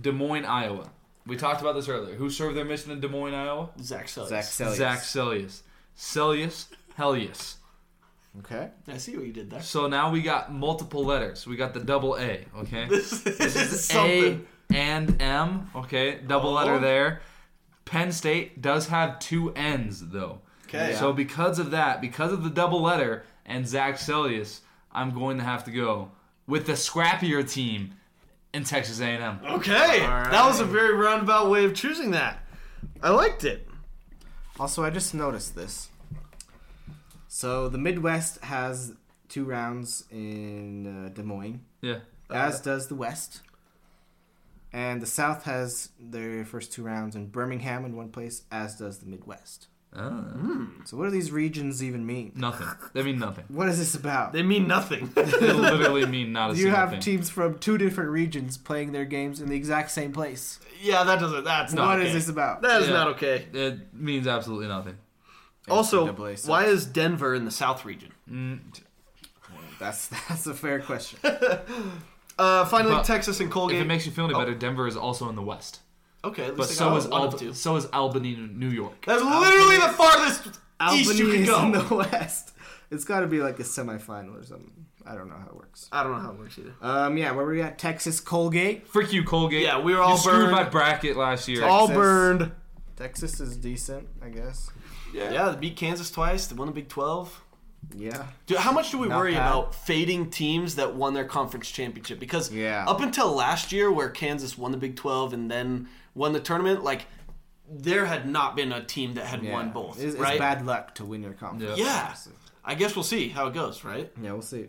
Speaker 1: Des Moines, Iowa. We talked about this earlier. Who served their mission in Des Moines, Iowa?
Speaker 5: Zach Sellius.
Speaker 2: Zach Sellius.
Speaker 1: Zach Celius. Celius, Hellius.
Speaker 2: Okay.
Speaker 5: I see what you did there.
Speaker 1: So now we got multiple letters. We got the double A, okay?
Speaker 5: (laughs) This, is
Speaker 1: A
Speaker 5: something.
Speaker 1: and M, okay? Double letter
Speaker 5: Oh.
Speaker 1: there. Penn State does have two N's though.
Speaker 5: Okay.
Speaker 1: So because of that, because of the double letter and Zach Celius, I'm going to have to go with the scrappier team in Texas A&M.
Speaker 5: Oh. Okay, that was a very roundabout way of choosing that. I liked it.
Speaker 2: Also, I just noticed this. So the Midwest has two rounds in uh, Des Moines,
Speaker 1: Yeah.
Speaker 2: as does the West. And the South has their first two rounds in Birmingham in one place, as does the Midwest. So what do these regions even mean?
Speaker 1: Nothing. They mean
Speaker 5: (laughs)
Speaker 1: nothing.
Speaker 2: What is this about?
Speaker 5: They mean nothing. (laughs)
Speaker 1: They literally mean not a
Speaker 2: You
Speaker 1: single
Speaker 2: have
Speaker 1: thing.
Speaker 2: teams from two different regions playing their games in the exact same place.
Speaker 5: yeah, that doesn't. That's not.
Speaker 2: What
Speaker 5: okay.
Speaker 2: is this about?
Speaker 5: That is
Speaker 1: Yeah.
Speaker 5: not okay.
Speaker 1: it means absolutely nothing.
Speaker 5: Also,
Speaker 2: NCAA sucks.
Speaker 5: why is Denver in the South region?
Speaker 2: That's (laughs) that's a fair question.
Speaker 5: Uh, finally,
Speaker 1: But
Speaker 5: Texas and
Speaker 1: If
Speaker 5: Colgate.
Speaker 1: it makes you feel
Speaker 5: Oh.
Speaker 1: any better, Denver is also in the West,
Speaker 5: okay, at
Speaker 1: but
Speaker 5: least they
Speaker 1: so
Speaker 5: got
Speaker 1: is
Speaker 5: one of
Speaker 1: Al-
Speaker 5: two.
Speaker 1: so is Albany, New York.
Speaker 5: That's literally the farthest east you
Speaker 2: Albany
Speaker 5: can
Speaker 2: is
Speaker 5: go.
Speaker 2: in the (laughs) West. It's got to be like a semifinal or something. I don't know how it works.
Speaker 5: I don't know how it works either.
Speaker 2: Um, yeah, where we at? Texas Colgate.
Speaker 1: Frick you, Colgate.
Speaker 5: Yeah, we were all
Speaker 1: you screwed
Speaker 5: burned.
Speaker 1: by bracket last year.
Speaker 5: All
Speaker 2: Texas.
Speaker 5: burned.
Speaker 2: Texas is decent, I guess.
Speaker 5: Yeah, they beat Kansas twice. They won the Big Twelve.
Speaker 2: Yeah.
Speaker 5: Dude, how much do we
Speaker 2: Not
Speaker 5: worry
Speaker 2: bad.
Speaker 5: about fading teams that won their conference championship? Because
Speaker 2: Yeah.
Speaker 5: up until last year, where Kansas won the Big 12 and then won the tournament, like there had not been a team that had
Speaker 2: yeah.
Speaker 5: won both,
Speaker 2: It's, it's
Speaker 5: right?
Speaker 2: bad luck to win your conference.
Speaker 1: Yeah.
Speaker 5: Yeah. I guess we'll see how it goes, right?
Speaker 2: Yeah, we'll see.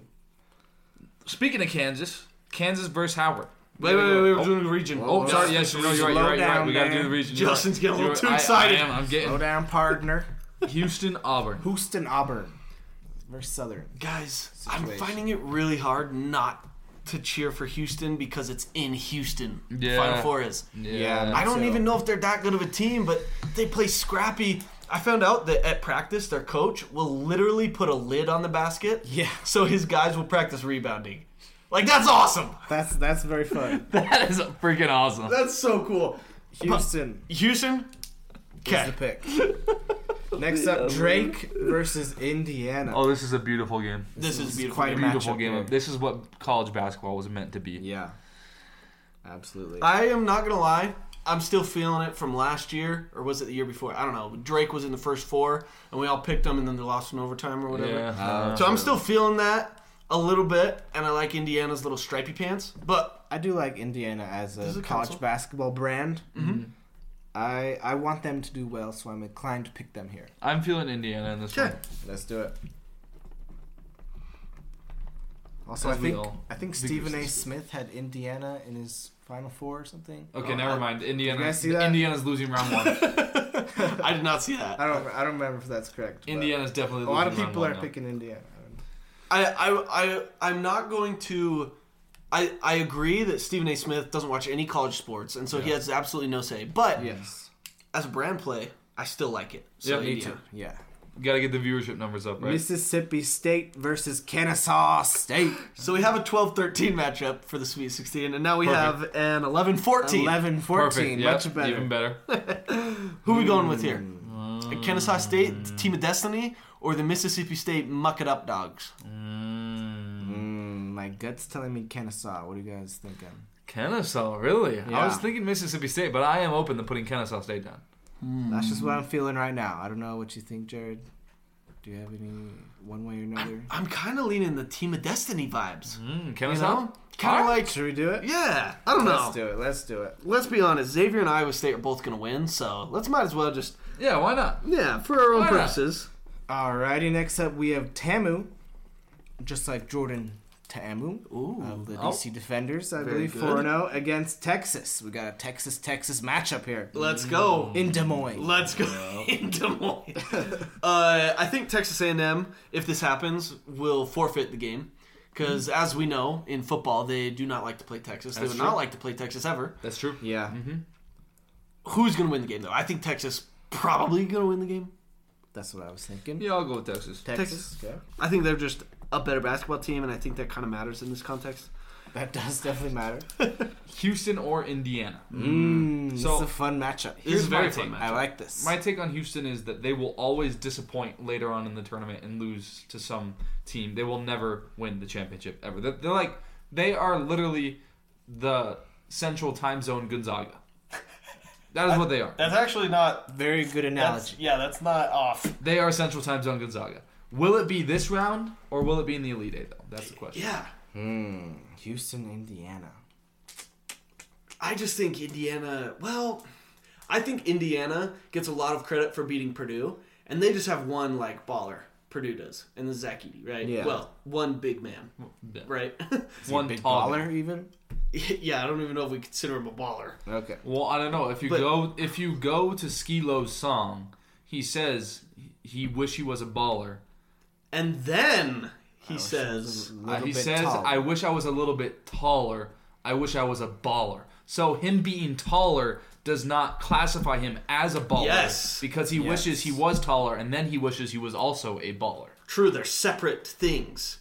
Speaker 1: Speaking of Kansas, Kansas versus Howard.
Speaker 5: Wait, wait, wait, wait. We're doing region.
Speaker 1: Oh, sorry. Yes,
Speaker 2: Justin,
Speaker 1: no, you're right. You're
Speaker 2: slow
Speaker 1: right. You're right.
Speaker 2: down,
Speaker 1: We gotta do
Speaker 2: man.
Speaker 1: the region. You're
Speaker 5: Justin's
Speaker 1: right.
Speaker 5: getting a little
Speaker 1: You're
Speaker 5: too
Speaker 1: right. I-
Speaker 5: excited.
Speaker 1: I, am. I'm
Speaker 2: Slow
Speaker 1: getting
Speaker 2: down, partner.
Speaker 1: Houston, Auburn.
Speaker 2: Houston Auburn versus Southern.
Speaker 5: Guys, I'm
Speaker 2: Situation.
Speaker 5: finding it really hard not to cheer for Houston because it's in Houston.
Speaker 1: Yeah.
Speaker 5: Final Four is.
Speaker 2: Yeah.
Speaker 5: (laughs) I don't
Speaker 2: So-
Speaker 5: even know if they're that good of a team, but they play scrappy. I found out that at practice, their coach will literally put a lid on the basket.
Speaker 2: Yeah.
Speaker 5: So his guys will practice rebounding. Like that's awesome.
Speaker 2: That's that's very fun.
Speaker 1: That is freaking awesome.
Speaker 5: (laughs) That's so cool.
Speaker 2: Houston
Speaker 5: Houston.
Speaker 2: is the
Speaker 5: Okay.
Speaker 2: pick.
Speaker 5: (laughs)
Speaker 2: Next up, Drake versus Indiana.
Speaker 1: Oh, this is a beautiful game.
Speaker 5: This, is,
Speaker 2: is
Speaker 5: beautiful.
Speaker 2: quite a
Speaker 1: Beautiful
Speaker 2: matchup
Speaker 1: game.
Speaker 2: here.
Speaker 1: This is what college basketball was meant to be.
Speaker 2: Yeah, absolutely.
Speaker 5: I am not gonna lie. I'm still feeling it from last year, or was it the year before? I don't know. Drake was in the first four, and we all picked them, and then they lost in overtime or whatever.
Speaker 1: Yeah.
Speaker 2: Uh,
Speaker 5: So I'm still feeling that a little bit, and I like Indiana's little stripy pants. But (laughs)
Speaker 2: I do like Indiana as
Speaker 5: This is
Speaker 2: a
Speaker 5: a Mm-hmm.
Speaker 2: college
Speaker 5: council.
Speaker 2: basketball brand.
Speaker 1: Mm-hmm.
Speaker 2: I I want them to do well, so I'm inclined to pick them here.
Speaker 1: I'm feeling Indiana in this
Speaker 5: Okay.
Speaker 1: one.
Speaker 2: Let's do it. Also,
Speaker 1: As
Speaker 2: I
Speaker 1: we
Speaker 2: think
Speaker 1: all
Speaker 2: I think Stephen A. Smith had Indiana in his Final Four or something.
Speaker 1: Okay,
Speaker 5: Oh,
Speaker 1: never
Speaker 5: I-
Speaker 1: mind. Indiana.
Speaker 2: You guys see that?
Speaker 1: Indiana's losing round
Speaker 5: (laughs)
Speaker 1: one.
Speaker 5: I did not see that.
Speaker 2: I don't I don't remember if that's correct. but
Speaker 1: Indiana's definitely.
Speaker 2: A lot of
Speaker 1: losing round
Speaker 2: people
Speaker 1: one
Speaker 2: are
Speaker 1: now.
Speaker 2: picking Indiana. I don't know.
Speaker 5: I, I, I, I'm not going to. I, I agree that Stephen A. Smith doesn't watch any college sports, and so he has absolutely no say. But
Speaker 2: Yes.
Speaker 5: as a brand play, I still like it. So
Speaker 1: Yeah, me
Speaker 5: Indiana.
Speaker 2: Yeah.
Speaker 1: Gotta get the viewership numbers up, right?
Speaker 2: Mississippi State versus Kennesaw State.
Speaker 5: So we have a 12-13 matchup for the Sweet 16, and now we
Speaker 1: Perfect.
Speaker 5: have an 11-14.
Speaker 2: 11 14.
Speaker 1: Yep,
Speaker 2: Much better.
Speaker 1: Even better.
Speaker 5: Who we going with here?
Speaker 2: Mm.
Speaker 5: Uh, Kennesaw State, the Team of Destiny, or the Mississippi State Muck It Up Dogs?
Speaker 2: Mm, my gut's telling me Kennesaw. What are you guys thinking?
Speaker 1: Kennesaw, really? I
Speaker 2: Yeah.
Speaker 1: was thinking Mississippi State, but I am open to putting Kennesaw State down.
Speaker 2: That's just what I'm
Speaker 5: Mm.
Speaker 2: feeling right now. I don't know what you think, Jared. Do you have any one way or another?
Speaker 5: I'm kind of leaning the Team of Destiny vibes.
Speaker 1: Mm,
Speaker 5: You
Speaker 1: Kennesaw?
Speaker 5: know? Kind of
Speaker 1: Alright.
Speaker 5: like,
Speaker 2: Should we do it?
Speaker 5: yeah, I don't know.
Speaker 2: Let's do it. Let's do it.
Speaker 5: let's be honest, Xavier and Iowa State are both going to win, so let's might as well just
Speaker 1: Yeah, why not?
Speaker 5: yeah for our own
Speaker 1: Why not?
Speaker 5: purposes.
Speaker 2: Alrighty, next up we have Tamu. Just like Jordan Tamu
Speaker 5: Ooh,
Speaker 2: of the
Speaker 1: Oh.
Speaker 2: DC Defenders, I
Speaker 5: Very
Speaker 2: believe,
Speaker 5: good.
Speaker 2: 4 0 against Texas. We got a Texas Texas matchup here
Speaker 5: let's go.
Speaker 2: in Des Moines.
Speaker 5: Let's go (laughs) in Des Moines. uh, I think Texas A&M, if this happens, will forfeit the game because, as we know, in football they do not like to play Texas. they
Speaker 1: That's
Speaker 5: would
Speaker 1: true.
Speaker 5: not like to play Texas ever.
Speaker 1: That's true.
Speaker 2: yeah.
Speaker 5: Mm-hmm. Who's going to win the game though? I think Texas probably going to win the game.
Speaker 2: That's what I was thinking.
Speaker 1: Yeah, I'll go with Texas.
Speaker 2: Texas. Okay.
Speaker 5: I think they're just a better basketball team, and I think that kind of matters in this context.
Speaker 2: That does definitely matter.
Speaker 1: Houston or Indiana.
Speaker 2: Mm,
Speaker 1: So-
Speaker 2: it's a fun matchup.
Speaker 5: This
Speaker 1: Here's
Speaker 5: is a very
Speaker 1: my
Speaker 5: fun
Speaker 1: take.
Speaker 5: matchup.
Speaker 2: I like this.
Speaker 1: My take on Houston is that they will always disappoint later on in the tournament and lose to some team. They will never win the championship ever. They're, they're like they are literally the Central Time Zone Gonzaga. That is what they are.
Speaker 5: That's actually not.
Speaker 2: Very good analogy.
Speaker 5: yeah, that's not off.
Speaker 1: They are Central Time Zone Gonzaga. Will it be this round or will it be in the Elite Eight though? That's the question.
Speaker 5: Yeah.
Speaker 2: Houston, Indiana.
Speaker 5: I just think Indiana. Well, I think Indiana gets a lot of credit for beating Purdue, and they just have one like baller. Purdue does, and the Zach Eady, right?
Speaker 2: Yeah.
Speaker 5: Well, one big man,
Speaker 1: Yeah.
Speaker 5: right? (laughs)
Speaker 1: One
Speaker 2: Big
Speaker 1: tall
Speaker 2: baller, even.
Speaker 5: yeah, I don't even know if we consider him a baller.
Speaker 2: Okay.
Speaker 1: Well, I don't know. If you
Speaker 5: But-
Speaker 1: go if you go to Ski Lo's song, he says he wish he was a baller.
Speaker 5: And then
Speaker 2: Oh,
Speaker 5: he says,
Speaker 1: Uh, he says, "I wish I was a little bit taller. I wish I was a baller." So him being taller does not classify him as a baller
Speaker 5: Yes.
Speaker 1: because he wishes he was taller, and then he wishes he was also a baller.
Speaker 5: "True, they're separate things."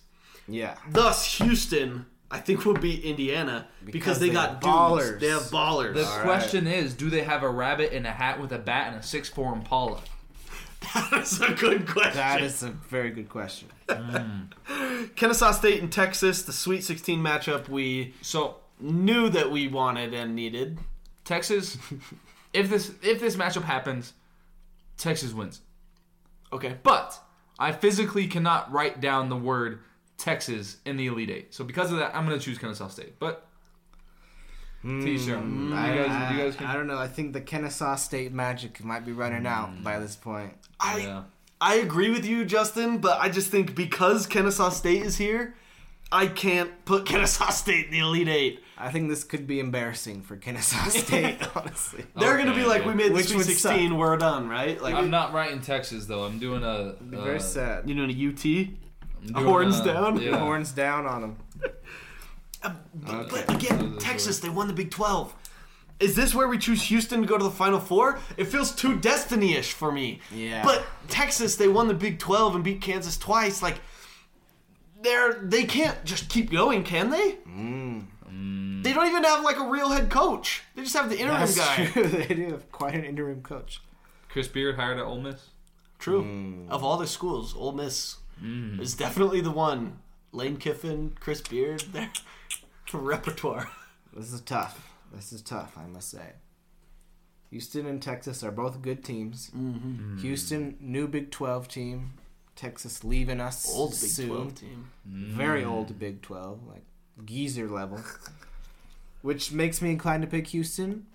Speaker 2: yeah.
Speaker 5: Thus, Houston, I think, will beat Indiana because,
Speaker 2: Because
Speaker 5: they,
Speaker 2: they
Speaker 5: got
Speaker 2: have
Speaker 5: dudes.
Speaker 2: ballers.
Speaker 5: They have ballers.
Speaker 1: The
Speaker 5: (laughs)
Speaker 1: question is, do they have a rabbit in a hat with a bat and a six-four Impala?
Speaker 5: That's a good question.
Speaker 2: That is a very good question.
Speaker 5: Kennesaw State and Texas, the Sweet 16 matchup we
Speaker 1: So
Speaker 5: knew that we wanted and needed.
Speaker 1: Texas,
Speaker 5: (laughs)
Speaker 1: if this if this matchup happens, Texas wins.
Speaker 5: Okay.
Speaker 1: But I physically cannot write down the word Texas in the Elite Eight. So because of that, I'm going to choose Kennesaw State. But T-shirt. you guys, you guys
Speaker 2: Uh, I
Speaker 1: can.
Speaker 2: don't know. I think the Kennesaw State Magic might be running
Speaker 1: Mm.
Speaker 2: out by this point.
Speaker 5: I
Speaker 1: Yeah.
Speaker 5: I agree with you, Justin, but I just think because Kennesaw State is here, I can't put (laughs) Kennesaw State in the Elite Eight.
Speaker 2: I think this could be embarrassing
Speaker 1: (laughs)
Speaker 2: for Kennesaw State, honestly.
Speaker 1: Oh,
Speaker 5: They're gonna
Speaker 6: Okay,
Speaker 5: be like,
Speaker 6: yeah.
Speaker 5: we made the
Speaker 2: Which
Speaker 5: Sweet
Speaker 2: would
Speaker 5: Sixteen, we're done, right? Like,
Speaker 6: I'm not writing Texas though. I'm doing a uh,
Speaker 2: Very sad.
Speaker 5: you know, a UT.
Speaker 6: I'm doing
Speaker 5: Horns down?
Speaker 6: Yeah.
Speaker 2: Horns down on them.
Speaker 5: But again, Texas, they won the Big 12. Is this where we choose Houston to go to the Final Four? It feels too destiny ish for me.
Speaker 2: Yeah.
Speaker 5: But Texas, they won the Big 12 and beat Kansas twice. Like, they're, they can't just keep going, can they? They don't even have, like, a real head coach. They just have the interim
Speaker 2: Mm. That's
Speaker 5: guy.
Speaker 2: true. (laughs) They do have quite an interim coach.
Speaker 1: Chris Beard hired at Ole Miss.
Speaker 5: True. Of all the schools, Ole Miss
Speaker 2: Mm.
Speaker 5: is definitely the one. Lane Kiffin, Chris Beard, their (laughs) repertoire.
Speaker 2: This is tough. This is tough, I must say. Houston and Texas are both good teams. Mm. Houston, new Big 12 team. Texas leaving us
Speaker 5: Old Big
Speaker 2: soon.
Speaker 5: 12 team.
Speaker 2: Very old Big 12, like geezer level. Which makes me inclined to pick Houston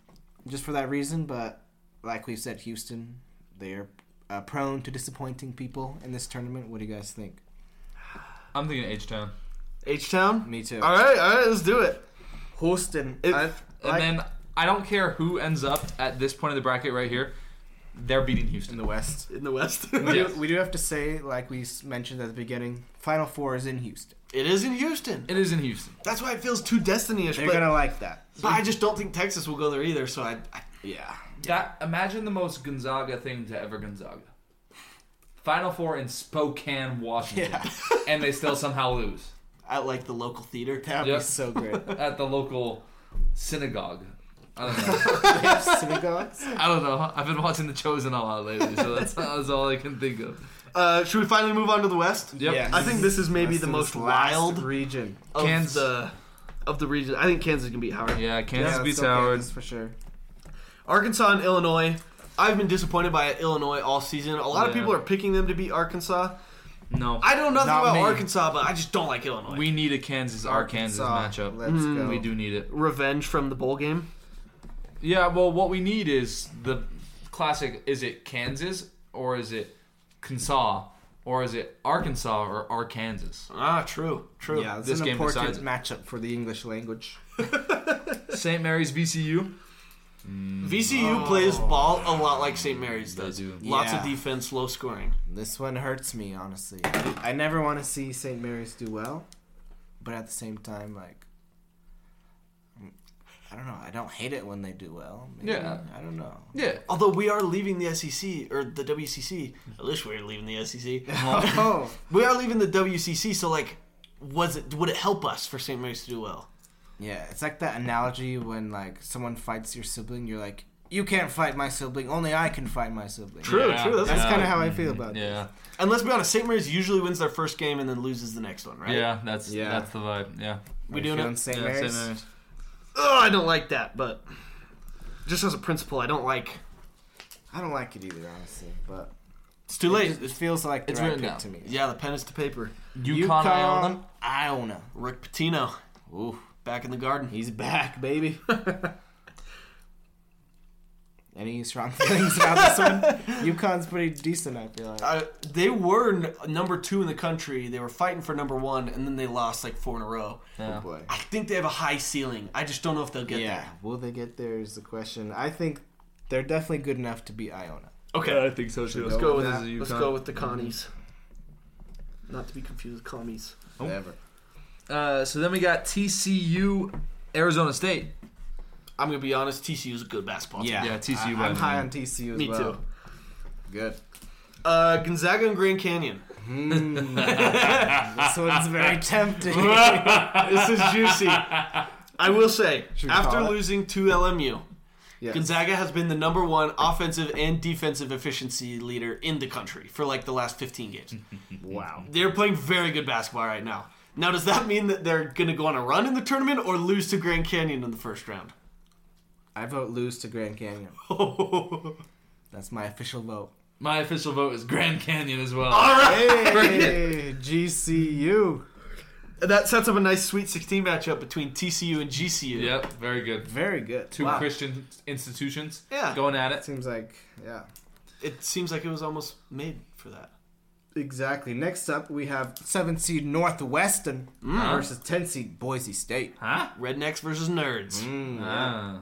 Speaker 2: just for that reason, but like we've said, Houston, they're uh, prone to disappointing people in this tournament. What do you guys think?
Speaker 1: I'm thinking H Town.
Speaker 5: H Town?
Speaker 2: Me too.
Speaker 5: All right, all right, let's do it.
Speaker 2: Houston.
Speaker 5: It-
Speaker 2: I-
Speaker 1: And
Speaker 2: like-
Speaker 1: then I don't care who ends up at this point of the bracket right here. They're beating
Speaker 2: in
Speaker 1: Houston.
Speaker 2: the West.
Speaker 5: in the (laughs) West.
Speaker 2: We,
Speaker 1: Yes.
Speaker 2: do, we do have to say, like we s- mentioned at the beginning, Final Four is in Houston.
Speaker 5: It is in Houston.
Speaker 1: It is in Houston.
Speaker 5: That's why it feels too Destiny-ish.
Speaker 2: They're
Speaker 5: But,
Speaker 2: gonna like that.
Speaker 5: but I just don't think Texas will go there either. So I, I
Speaker 2: Yeah.
Speaker 1: That imagine the most Gonzaga thing to ever Gonzaga. Final four in Spokane, Washington, (laughs) and they still somehow lose
Speaker 5: I like the local theater.
Speaker 2: That would
Speaker 1: Yep.
Speaker 2: be so great. (laughs)
Speaker 1: at the local synagogue. I don't know.
Speaker 2: They have synagogues.
Speaker 1: I don't know. I've been watching The Chosen a lot lately, so that's, that's all I can think of.
Speaker 5: Uh, should we finally move on to the West?
Speaker 1: Yep.
Speaker 2: Yeah.
Speaker 5: I think this is maybe
Speaker 2: That's
Speaker 5: the most
Speaker 2: last
Speaker 5: wild
Speaker 2: region.
Speaker 5: of
Speaker 1: Kansas.
Speaker 5: the of the region. I think Kansas can beat Howard.
Speaker 1: Yeah, Kansas
Speaker 2: Yeah,
Speaker 1: beats
Speaker 2: that's okay,
Speaker 1: Howard.
Speaker 2: that's for sure.
Speaker 5: Arkansas and Illinois. I've been disappointed by Illinois all season. A lot of
Speaker 1: Yeah.
Speaker 5: people are picking them to beat Arkansas.
Speaker 1: No.
Speaker 5: I don't know nothing
Speaker 2: Not
Speaker 5: about
Speaker 2: me.
Speaker 5: Arkansas, but I just don't like Illinois.
Speaker 1: we need a Kansas Arkansas matchup.
Speaker 2: Let's go.
Speaker 1: We do need it.
Speaker 5: Revenge from the bowl game.
Speaker 1: Yeah, well, what we need is the classic is it Kansas or is it Kansas or is it Arkansas or Arkansas?
Speaker 5: Ah, true, true.
Speaker 2: Yeah, this,
Speaker 1: This
Speaker 2: is an
Speaker 1: game
Speaker 2: important
Speaker 1: decides it.
Speaker 2: matchup for the English language.
Speaker 1: St. Mary's VCU.
Speaker 5: VCU plays ball a lot like St. Mary's does.
Speaker 1: do.
Speaker 5: Lots of
Speaker 2: Oh. Yeah.
Speaker 5: defense, low scoring.
Speaker 2: This one hurts me, honestly. I never want to see St. Mary's do well, but at the same time, like, I don't know. I don't hate it when they do well. Maybe.
Speaker 1: Yeah.
Speaker 2: I don't know.
Speaker 1: Yeah.
Speaker 5: Although we are leaving the SEC or the WCC, at least we're leaving the
Speaker 2: (laughs)
Speaker 5: SEC.
Speaker 2: Oh.
Speaker 5: (laughs) we are leaving the WCC, so like, was it would it help us for St. Mary's to do well?
Speaker 2: Yeah, it's like that analogy when like someone fights your sibling, you're like, you can't fight my sibling, only I can fight my sibling.
Speaker 5: True, true. That's,
Speaker 2: That's kind of how I feel about it.
Speaker 1: Yeah.
Speaker 5: And let's be honest, St. Mary's usually wins their first game and then loses the next one, right?
Speaker 1: Yeah, that's
Speaker 2: Yeah.
Speaker 1: that's the vibe. Yeah.
Speaker 5: we doing it.
Speaker 2: St.
Speaker 1: yeah
Speaker 2: Mary's?
Speaker 1: St. Mary's.
Speaker 5: Oh, I don't like that, but just as a principle, I don't like.
Speaker 2: I don't like it either, honestly, but
Speaker 5: It's too
Speaker 2: it,
Speaker 5: late.
Speaker 2: just- it feels like the
Speaker 1: It's
Speaker 2: right
Speaker 1: written
Speaker 2: pick
Speaker 1: down.
Speaker 2: to me.
Speaker 5: yeah, the pen is to paper.
Speaker 1: UConn, Iona.
Speaker 2: Iona.
Speaker 5: Rick Pitino,
Speaker 2: Ooh,
Speaker 5: back in the garden.
Speaker 2: he's
Speaker 5: (laughs)
Speaker 2: back, baby. Any strong (laughs) feelings about this one? UConn's pretty decent, I feel like.
Speaker 5: Uh, they were n- number two in the country. They were fighting for number one, and then they lost like four in a row.
Speaker 1: Yeah.
Speaker 2: Boy.
Speaker 5: I think they have a high ceiling. I just don't know if they'll get
Speaker 2: Yeah, will they get there is the question. I think they're definitely good enough to beat Iona.
Speaker 5: there. Okay,
Speaker 1: I think so too.
Speaker 5: let's Uh, go with
Speaker 1: This
Speaker 5: that.
Speaker 1: is
Speaker 5: Let's
Speaker 1: UConn.
Speaker 5: go with the commies. Not to be confused with commies.
Speaker 2: Whatever.
Speaker 1: Uh, so then we got TCU, Arizona State.
Speaker 5: I'm gonna be honest. TCU is a good basketball team.
Speaker 2: Yeah,
Speaker 1: Yeah, TCU
Speaker 2: I,
Speaker 1: by
Speaker 2: I'm
Speaker 1: the
Speaker 2: high
Speaker 1: way.
Speaker 2: on TCU as
Speaker 5: Me
Speaker 2: well.
Speaker 5: too.
Speaker 2: Good.
Speaker 5: Uh, Gonzaga and Grand Canyon.
Speaker 2: Hmm. (laughs) This one's (laughs) very tempting.
Speaker 5: This is (laughs) juicy. I will say,
Speaker 2: Should we
Speaker 5: after
Speaker 2: call it?
Speaker 5: losing to LMU,
Speaker 2: Yes.
Speaker 5: Gonzaga has been the number one offensive and defensive efficiency leader in the country for like the last 15 games.
Speaker 2: Wow.
Speaker 5: They're playing very good basketball right now. Now, does that mean that they're going to go on a run in the tournament or lose to Grand Canyon in the first
Speaker 2: (laughs)
Speaker 5: round?
Speaker 2: I vote lose to Grand Canyon.
Speaker 5: All
Speaker 2: That's my official vote.
Speaker 1: My official vote is Grand Canyon as well.
Speaker 5: right.
Speaker 2: Hey, GCU.
Speaker 5: That sets up a nice Sweet 16 matchup between TCU and GCU.
Speaker 1: Yep, very good.
Speaker 2: Very good.
Speaker 1: Two
Speaker 5: Wow.
Speaker 1: Christian institutions
Speaker 5: Yeah.
Speaker 1: going at it.
Speaker 2: Seems like yeah.
Speaker 5: It seems like it was almost made for that.
Speaker 2: Exactly. Next up, we have seven seed Northwestern versus ten seed Boise State.
Speaker 7: Huh?
Speaker 5: Rednecks versus nerds.
Speaker 2: Mm.
Speaker 1: Ah.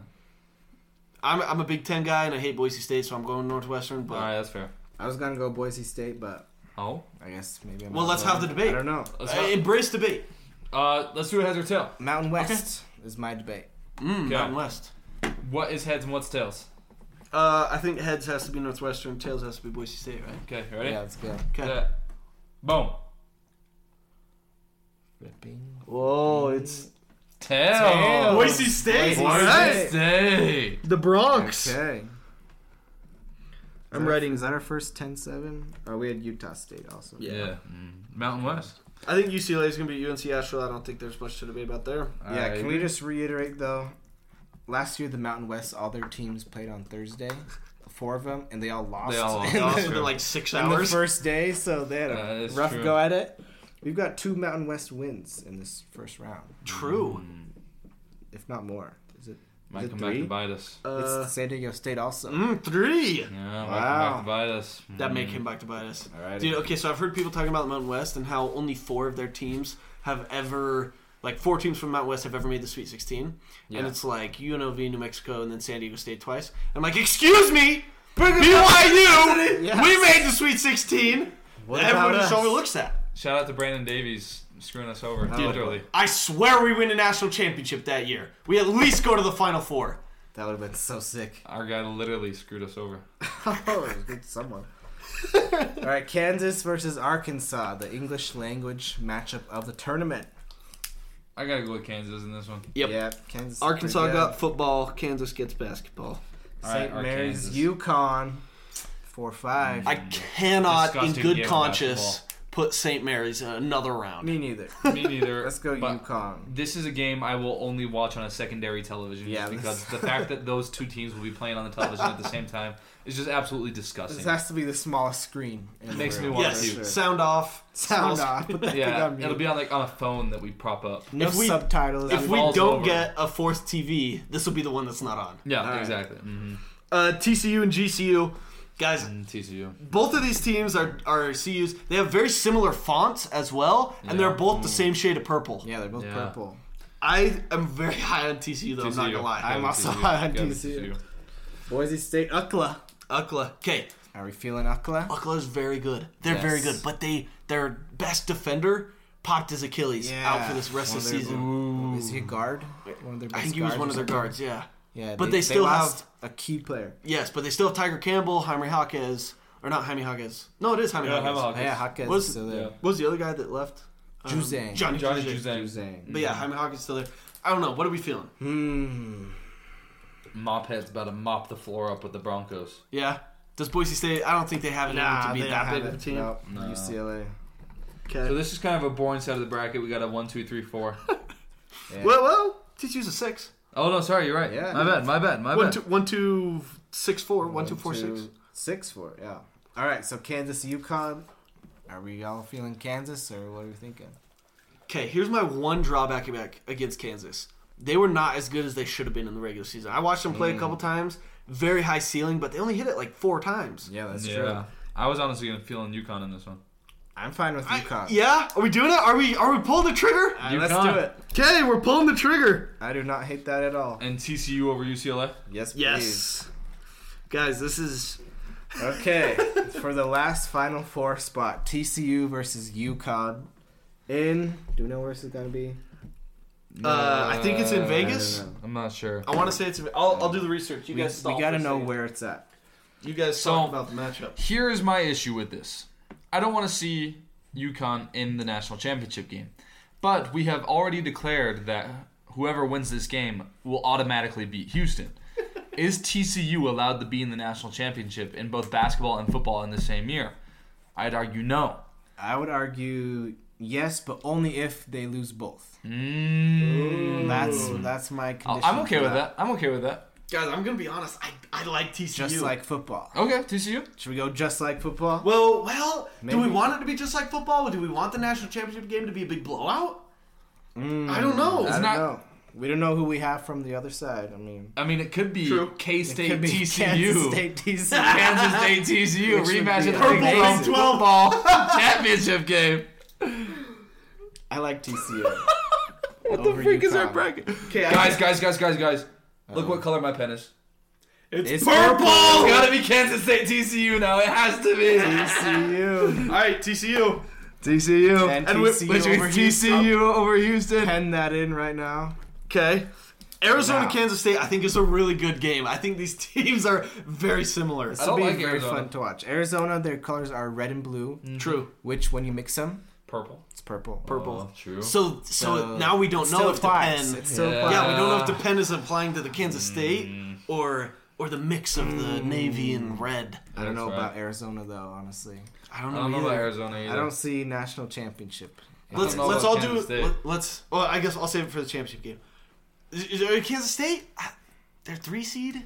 Speaker 5: I'm, I'm a Big Ten guy and I hate Boise State, so I'm going Northwestern. But
Speaker 1: All right, that's fair.
Speaker 2: I was gonna go Boise State, but
Speaker 1: Oh,
Speaker 2: I guess maybe. I'm
Speaker 5: Well,
Speaker 2: not
Speaker 5: let's
Speaker 2: going.
Speaker 5: have the debate.
Speaker 2: I don't know.
Speaker 1: let's,
Speaker 5: Uh, embrace debate.
Speaker 1: uh, let's do a heads or tail.
Speaker 2: Mountain West is my debate.
Speaker 5: Mm,
Speaker 1: Okay.
Speaker 5: Mountain West.
Speaker 1: What is heads and what's tails?
Speaker 5: Uh, I think heads has to be Northwestern, tails has to be Boise State, right?
Speaker 1: Okay, you ready?
Speaker 2: Yeah, let's go.
Speaker 5: Okay.
Speaker 1: Uh, boom.
Speaker 5: Whoa, it's
Speaker 1: Tails.
Speaker 2: Tails.
Speaker 5: Boise State.
Speaker 2: Boise
Speaker 5: All right.
Speaker 1: Stay.
Speaker 5: The Bronx.
Speaker 2: Okay.
Speaker 5: I'm
Speaker 2: Is that-
Speaker 5: writing-
Speaker 2: Is that our first 10-7? Oh, we had Utah State also.
Speaker 5: Yeah.
Speaker 1: Yeah. Mm. Mountain West.
Speaker 5: I think UCLA is going to be UNC Asheville. I don't think there's much to debate about there.
Speaker 2: Yeah,
Speaker 1: I
Speaker 2: can we
Speaker 1: agree.
Speaker 2: just reiterate though? Last year, the Mountain West, all their teams played on Thursday, four of them, and they all lost.
Speaker 1: They
Speaker 2: (laughs)
Speaker 1: all lost.
Speaker 2: in
Speaker 5: They lost
Speaker 2: the-
Speaker 5: within like six
Speaker 2: in the
Speaker 5: hours.
Speaker 2: first day, so they had
Speaker 1: That
Speaker 2: a
Speaker 1: is
Speaker 2: rough
Speaker 1: true.
Speaker 2: go at it. We've got two Mountain West wins in this first round,
Speaker 5: True.
Speaker 2: if not more. Is it?
Speaker 1: Mm. Might
Speaker 2: Is it
Speaker 1: come back
Speaker 2: three?
Speaker 1: to bite us.
Speaker 5: Uh,
Speaker 2: it's San Diego State also.
Speaker 5: mm, three.
Speaker 1: Yeah, might come back
Speaker 2: Wow.
Speaker 1: to bite us.
Speaker 5: That
Speaker 1: Mm.
Speaker 5: may come back to bite us.
Speaker 2: Alrighty.
Speaker 5: Dude, okay, so I've heard people talking about the Mountain West and how only four of their teams have ever, like, four teams from Mountain West have ever made the Sweet 16.
Speaker 1: Yeah.
Speaker 5: And it's like UNLV, New Mexico, and then San Diego State twice. I'm like, excuse me, BYU,
Speaker 2: (laughs) Yes.
Speaker 5: we made the Sweet 16.
Speaker 2: What
Speaker 5: Everyone
Speaker 2: about
Speaker 5: just
Speaker 2: us?
Speaker 5: overlooks that.
Speaker 1: Shout out to Brandon Davies screwing us over. Literally.
Speaker 5: I swear we win a national championship that year. We at least go to the Final Four.
Speaker 2: That would have been so sick. (laughs)
Speaker 1: Our guy literally screwed us over.
Speaker 2: Oh, good someone. All right, Kansas versus Arkansas, the English language matchup of the tournament.
Speaker 1: I gotta go with Kansas in this one.
Speaker 5: Yep.
Speaker 2: Yep, Kansas. is
Speaker 5: Arkansas
Speaker 2: pretty good.
Speaker 5: got football, Kansas gets basketball.
Speaker 1: All right,
Speaker 2: St.
Speaker 1: our
Speaker 2: Mary's
Speaker 1: Kansas.
Speaker 2: Yukon, four five.
Speaker 5: I cannot, in
Speaker 1: Disgusting game
Speaker 5: good
Speaker 1: of
Speaker 5: conscience, put St. Mary's in another round.
Speaker 2: Me neither.
Speaker 1: Me neither.
Speaker 2: (laughs) Let's go
Speaker 1: but
Speaker 2: Yukon.
Speaker 1: This is a game I will only watch on a secondary television
Speaker 2: Yeah,
Speaker 1: just because
Speaker 2: (laughs) this-
Speaker 1: the fact that those two teams will be playing on the television at the same time is just absolutely disgusting.
Speaker 2: This has to be the smallest screen. in the
Speaker 1: Makes me
Speaker 2: room,
Speaker 1: want
Speaker 2: for
Speaker 5: Yes,
Speaker 1: to.
Speaker 2: sure.
Speaker 5: sound off.
Speaker 2: (laughs) Sound off. Put that
Speaker 1: (laughs)
Speaker 2: thing
Speaker 1: Yeah,
Speaker 2: on
Speaker 1: it'll
Speaker 2: mute.
Speaker 1: be on like on a phone that we prop up.
Speaker 2: no
Speaker 5: If we-
Speaker 2: subtitles.
Speaker 5: If we
Speaker 1: Ball's
Speaker 5: don't
Speaker 1: over.
Speaker 5: get a fourth TV, this will be the one that's not on.
Speaker 1: Yeah,
Speaker 2: right.
Speaker 1: exactly. hmm
Speaker 5: Uh, TCU and GCU, guys,
Speaker 1: And TCU.
Speaker 5: both of these teams are, are CUs. They have very similar fonts as well, and
Speaker 1: Yeah.
Speaker 5: they're both the
Speaker 2: Mm.
Speaker 5: same shade of purple.
Speaker 2: yeah, they're both
Speaker 1: Yeah.
Speaker 2: purple.
Speaker 5: I am very (laughs) high on TCU, though, I'm not
Speaker 1: TCU.
Speaker 5: gonna lie.
Speaker 2: I'm
Speaker 1: Go
Speaker 2: also
Speaker 1: TCU.
Speaker 2: high on
Speaker 1: Go
Speaker 2: TCU. Boise State, Ukla.
Speaker 5: UCLA. Okay,
Speaker 2: Are we feeling Ukla?
Speaker 5: UCLA is very good. They're
Speaker 2: Yes.
Speaker 5: very good, but they their best defender popped his Achilles
Speaker 2: Yeah.
Speaker 5: out for this rest
Speaker 2: One
Speaker 5: of the
Speaker 2: their-
Speaker 5: season.
Speaker 2: Is he a guard? One of their best
Speaker 5: I think he was
Speaker 2: guards
Speaker 5: one
Speaker 2: or
Speaker 5: of their
Speaker 2: something?
Speaker 5: guards. Yeah.
Speaker 2: Yeah,
Speaker 5: But they still
Speaker 2: lost a key player.
Speaker 5: Yes, but they still have Tiger Campbell, Jaime Jaquez, or not Jaime Jaquez. No, it is Jaime
Speaker 1: Yeah,
Speaker 5: Jaquez.
Speaker 1: Jaime Jaquez.
Speaker 2: Oh, yeah, Hawkins
Speaker 5: Was-
Speaker 2: is still there.
Speaker 1: yeah.
Speaker 5: What was the other guy that left? Um,
Speaker 2: Juzang.
Speaker 5: Johnny
Speaker 1: Johnny
Speaker 5: Juzang.
Speaker 1: Juzang.
Speaker 2: Juzang.
Speaker 5: But yeah, Jaime Jaquez is still there. I don't know. What are we feeling?
Speaker 2: Hmm.
Speaker 1: Mop head's about to mop the floor up with the Broncos.
Speaker 5: Yeah. Does Boise State? I don't think they have it in them to be that big of a team.
Speaker 2: No,
Speaker 1: No.
Speaker 2: UCLA.
Speaker 5: Okay.
Speaker 1: So this is kind of a boring side of the bracket. We got a one, two, three, four.
Speaker 2: Yeah.
Speaker 5: well, well, TCU's a six.
Speaker 1: Oh no, sorry, you're right.
Speaker 2: Yeah.
Speaker 1: my bad, my bad, my
Speaker 5: One
Speaker 1: bad.
Speaker 5: two, one two six four. One two four six.
Speaker 2: two, six, four, yeah. All right, so Kansas, Yukon. Are we all feeling Kansas, or what are we thinking?
Speaker 5: Okay, here's my one drawback about- against Kansas. They were not as good as they should have been in the regular season. I watched them
Speaker 2: Mm.
Speaker 5: play a couple times. Very high ceiling, but they only hit it like four times.
Speaker 2: Yeah, that's
Speaker 1: yeah,
Speaker 2: true.
Speaker 1: I was honestly gonna feel in UConn in this one.
Speaker 2: I'm fine with Yukon.
Speaker 5: Yeah, are we doing it? Are we are we pulling the trigger?
Speaker 2: All right, let's
Speaker 1: UConn.
Speaker 2: do it.
Speaker 5: Okay, we're pulling the trigger.
Speaker 2: I do not hate that at all.
Speaker 1: And TCU over UCLA.
Speaker 2: Yes, please.
Speaker 5: Yes. Guys, this is
Speaker 2: Okay, for the last Final Four spot, TCU versus Yukon. In, do we know where this is gonna be?
Speaker 5: uh, I think it's in Vegas.
Speaker 2: I don't know.
Speaker 1: I'm not sure.
Speaker 5: I want to say it's in I'll, I'll do the research. You
Speaker 2: We,
Speaker 5: guys stall
Speaker 2: we gotta
Speaker 5: for a
Speaker 2: know
Speaker 5: second.
Speaker 2: where it's at.
Speaker 5: you guys
Speaker 1: So-
Speaker 5: talk about the matchup.
Speaker 1: Here is my issue with this. I don't want to see UConn in the national championship game, but we have already declared that whoever wins this game will automatically beat Houston. is TCU allowed to be in the national championship in both basketball and football in the same year? I'd argue no.
Speaker 2: I would argue yes, but only if they lose both.
Speaker 1: Mm.
Speaker 2: That's that's my
Speaker 1: Oh,
Speaker 2: condition.
Speaker 1: I'm okay
Speaker 2: for
Speaker 1: with that. I'm okay with that.
Speaker 5: Guys, I'm gonna be honest. I, I like TCU.
Speaker 2: Just like football.
Speaker 1: Okay, TCU.
Speaker 2: Should we go just like football?
Speaker 5: Well, well, do we
Speaker 2: Maybe.
Speaker 5: want it to be just like football? Do we want the national championship game to be a big blowout? I don't know.
Speaker 2: I don't
Speaker 1: not-
Speaker 2: know. We don't know who we have from the other side. I mean,
Speaker 1: I mean, it could be
Speaker 5: True.
Speaker 1: K State
Speaker 2: could be Kansas
Speaker 1: TCU.
Speaker 2: State
Speaker 1: (laughs)
Speaker 2: TCU.
Speaker 1: Kansas State TCU
Speaker 2: (laughs) Which would
Speaker 1: rematch
Speaker 2: be
Speaker 1: of the Big
Speaker 2: amazing.
Speaker 1: Twelve football (laughs) championship game.
Speaker 2: I like TCU. what
Speaker 1: The freak is our bracket?
Speaker 5: Okay, I-
Speaker 1: Guys, guys, guys, guys, guys. Look what color my pen is.
Speaker 5: it's,
Speaker 2: It's
Speaker 1: It's
Speaker 5: purple.
Speaker 1: gotta be Kansas State TCU now. It has to be.
Speaker 2: TCU. (laughs)
Speaker 5: All right, TCU.
Speaker 1: TCU.
Speaker 2: And
Speaker 5: And with-
Speaker 2: TCU
Speaker 1: Which means
Speaker 2: over Houston.
Speaker 1: TCU over Houston.
Speaker 2: Pen that in right now.
Speaker 5: Okay. Arizona
Speaker 2: Wow.
Speaker 5: Kansas State, I think is a really good game. I think these (laughs) teams are very similar.
Speaker 2: This will be
Speaker 1: like
Speaker 2: very
Speaker 1: Arizona. Mm.
Speaker 2: fun to watch. Arizona, their colors are red and blue,
Speaker 5: True.
Speaker 2: which when you mix them,
Speaker 1: Purple. Oh,
Speaker 2: it's purple.
Speaker 5: Purple.
Speaker 1: true.
Speaker 5: So, so
Speaker 2: So,
Speaker 5: now we don't know
Speaker 2: Still
Speaker 5: if the
Speaker 2: applies.
Speaker 5: pen.
Speaker 2: It still
Speaker 1: Yeah.
Speaker 2: applies.
Speaker 5: yeah, we don't know
Speaker 1: Uh,
Speaker 5: if the pen is applying to the Kansas
Speaker 1: mm.
Speaker 5: State or or the mix of the navy and red.
Speaker 2: I don't know
Speaker 1: That's right.
Speaker 2: about Arizona though, honestly.
Speaker 5: I don't
Speaker 1: I
Speaker 5: know.
Speaker 1: don't know
Speaker 5: either.
Speaker 1: about Arizona either.
Speaker 2: I don't see national championship.
Speaker 5: Let's
Speaker 1: I don't know
Speaker 5: let's
Speaker 1: about
Speaker 5: all
Speaker 1: Kansas
Speaker 5: do.
Speaker 1: State.
Speaker 5: Let, let's. Well, I guess I'll save it for the championship game. Is, is there Kansas State? Ah, They're three seed.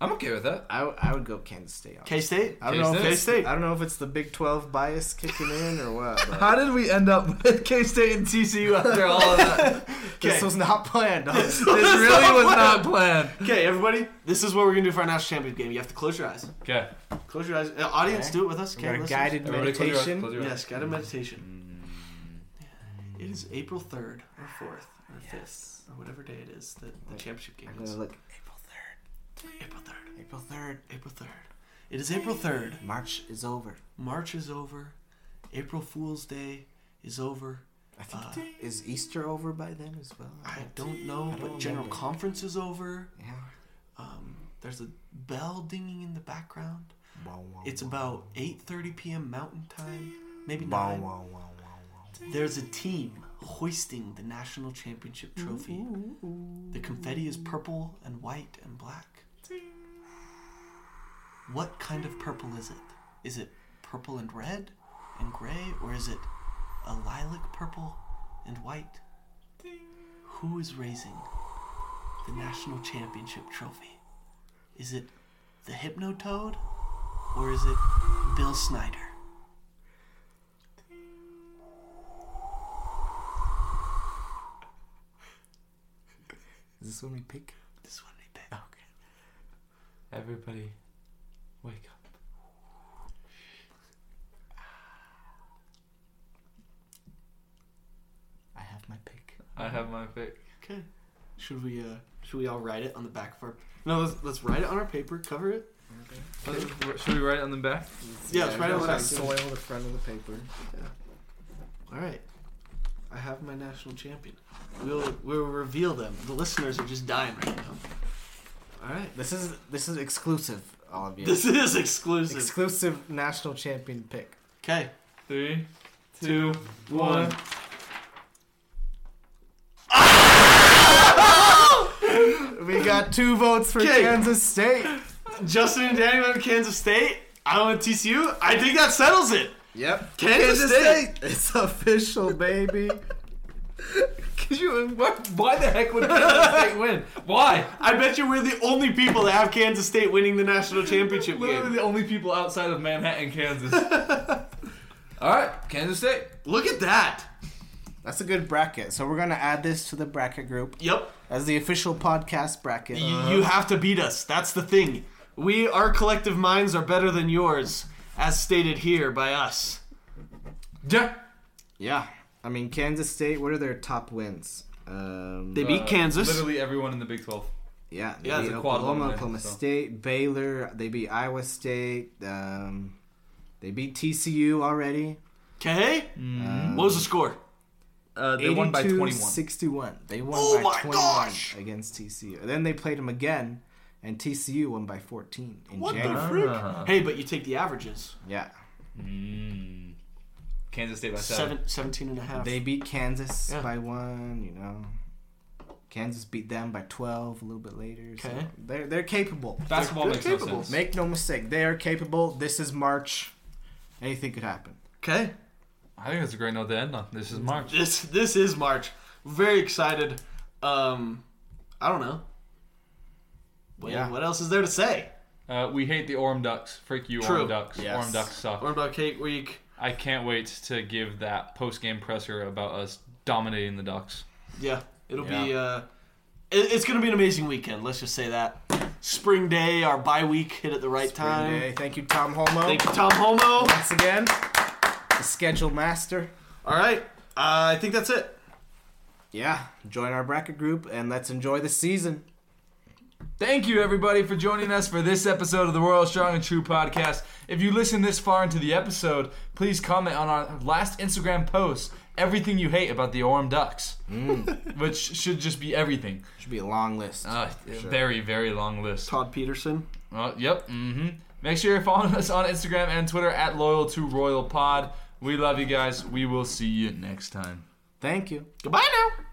Speaker 1: I'm okay with that.
Speaker 2: I, I would go Kansas State.
Speaker 5: K State.
Speaker 2: I don't know if
Speaker 1: K-State?
Speaker 2: it's,
Speaker 5: K-State.
Speaker 2: I don't know if it's the Big 12 bias kicking in or what.
Speaker 5: (laughs)
Speaker 2: But
Speaker 1: How did we end up (laughs) with K State and TCU (laughs) after all of that?
Speaker 2: This
Speaker 5: Okay.
Speaker 2: was not planned.
Speaker 5: (laughs)
Speaker 2: this
Speaker 1: This really was not planned.
Speaker 5: Okay, everybody. This is what we're gonna do for our national championship game. You have to close your eyes.
Speaker 1: Okay.
Speaker 5: Close your eyes. Uh, audience,
Speaker 2: Okay.
Speaker 5: do it with us. Okay,
Speaker 2: Got a
Speaker 5: listeners?
Speaker 2: guided meditation.
Speaker 5: Yes, guided meditation. It is April third or fourth or fifth or whatever day it is that the championship game
Speaker 2: I'm
Speaker 5: is.
Speaker 2: gonna look.
Speaker 5: April third.
Speaker 2: April 3rd.
Speaker 5: April third. It is April third.
Speaker 2: March is over.
Speaker 5: March is over. April Fool's Day is over.
Speaker 2: I think Uh, is Easter over by then as well.
Speaker 5: I don't know, but General Conference is over.
Speaker 2: Yeah.
Speaker 5: Um, there's a bell dinging in the background.
Speaker 2: Wow, wow,
Speaker 5: It's about 8:30 p.m. Mountain Time, maybe
Speaker 2: wow,
Speaker 5: nine.
Speaker 2: wow, wow, wow.
Speaker 5: There's a team hoisting the national championship trophy. The confetti is purple and white and black. What kind of purple is it? Is it purple and red and gray, or is it a lilac purple and white? Who is raising the national championship trophy? Is it the Hypnotoad, or is it Bill Snyder?
Speaker 2: Is this when we pick?
Speaker 5: This one we pick.
Speaker 1: Everybody, wake up.
Speaker 2: I have my pick.
Speaker 1: I have my pick.
Speaker 5: Okay. Should we uh should we all write it on the back of our No, let's, let's write it on our paper, cover it.
Speaker 1: Should we write it on the back?
Speaker 5: Yeah, it's right on the back.
Speaker 2: Soil the front of the paper.
Speaker 5: All right. I have my national champion. We'll we'll reveal them. The listeners are just dying right now. All right.
Speaker 2: This is this is exclusive, all of you.
Speaker 5: This is exclusive.
Speaker 2: exclusive national champion pick.
Speaker 5: Okay.
Speaker 1: Three, two, one.
Speaker 2: We got two votes for
Speaker 5: Okay.
Speaker 2: Kansas State.
Speaker 5: Justin and Danny went to Kansas State. I went to TCU. I think that settles it.
Speaker 2: Yep.
Speaker 5: Kansas, State.
Speaker 2: It's
Speaker 1: (laughs)
Speaker 2: official, baby.
Speaker 1: Could you? What, why the heck would Kansas State win? Why?
Speaker 5: I bet you we're the only people that have Kansas State winning the national championship
Speaker 1: Literally
Speaker 5: game.
Speaker 1: the only people outside of Manhattan, Kansas. All right, Kansas State.
Speaker 5: Look at that.
Speaker 2: That's a good bracket. So we're gonna add this to the bracket group
Speaker 5: Yep.
Speaker 2: as the official podcast bracket. Uh,
Speaker 5: You, you have to beat us. That's the thing. We, our collective minds, are better than yours, as stated here by us.
Speaker 1: Yeah.
Speaker 2: yeah. I mean, Kansas State. What are their top wins? Um,
Speaker 5: They beat
Speaker 1: Uh,
Speaker 5: Kansas.
Speaker 1: Literally everyone in the Big Twelve.
Speaker 2: yeah. They
Speaker 5: Yeah,
Speaker 2: beat
Speaker 5: it's
Speaker 1: a quad
Speaker 2: Oklahoma,
Speaker 1: one,
Speaker 2: Oklahoma
Speaker 1: so.
Speaker 2: State, Baylor. They beat Iowa State. Um, they beat TCU already. Um,
Speaker 5: Okay. What was the score?
Speaker 1: Uh, they
Speaker 2: 82,
Speaker 1: won by 21.
Speaker 2: 61. They won
Speaker 5: Oh
Speaker 2: by
Speaker 5: my
Speaker 2: 21
Speaker 5: gosh!
Speaker 2: against TCU. Then they played them again, and TCU won by 14 in
Speaker 5: What the
Speaker 2: January.
Speaker 5: frick?
Speaker 1: Hmm.
Speaker 5: Hey, but you take the averages.
Speaker 2: yeah.
Speaker 1: Kansas State by seven.
Speaker 5: Seven, 17 and a half.
Speaker 2: They beat Kansas
Speaker 5: Yeah.
Speaker 2: by one, you know. Kansas beat them by 12 a little bit later. So
Speaker 5: Okay.
Speaker 2: they're, they're capable.
Speaker 1: Basketball
Speaker 5: They're
Speaker 1: makes no
Speaker 5: capable.
Speaker 1: sense.
Speaker 2: Make no mistake. They are capable. This is March. Anything could happen.
Speaker 5: okay.
Speaker 1: I think that's a great note to end on. This is March.
Speaker 5: This this is March. Very excited. Um, I don't know. What,
Speaker 2: Yeah.
Speaker 5: what else is there to say?
Speaker 1: Uh, we hate the Orm Ducks. Freak you,
Speaker 5: True.
Speaker 1: Orm Ducks.
Speaker 2: Yes.
Speaker 1: Orm Ducks suck.
Speaker 5: Or about Cake Week.
Speaker 1: I can't wait to give that post game presser about us dominating the Ducks.
Speaker 5: Yeah. It'll be uh, it, it's gonna be an amazing weekend. Let's just say that spring day, our bye week, hit at the right time.
Speaker 2: Hey, thank you, Tom Holmo.
Speaker 5: Thank you, Tom Homo.
Speaker 2: Once again, the schedule master.
Speaker 5: All right, uh, I think that's it.
Speaker 2: Yeah, join our bracket group and let's enjoy the season.
Speaker 1: Thank you, everybody, for joining us for this episode of the Royal Strong and True podcast. If you listen this far into the episode, please comment on our last Instagram post everything you hate about the Orem Ducks, which should just be everything.
Speaker 2: Should be a long list.
Speaker 1: Uh, Very, very long list.
Speaker 5: Todd Peterson.
Speaker 1: Uh, yep. hmm Make sure you're following us on Instagram and Twitter at loyal to royal pod. We love you guys. We will see you next time.
Speaker 2: Thank you.
Speaker 5: Goodbye now.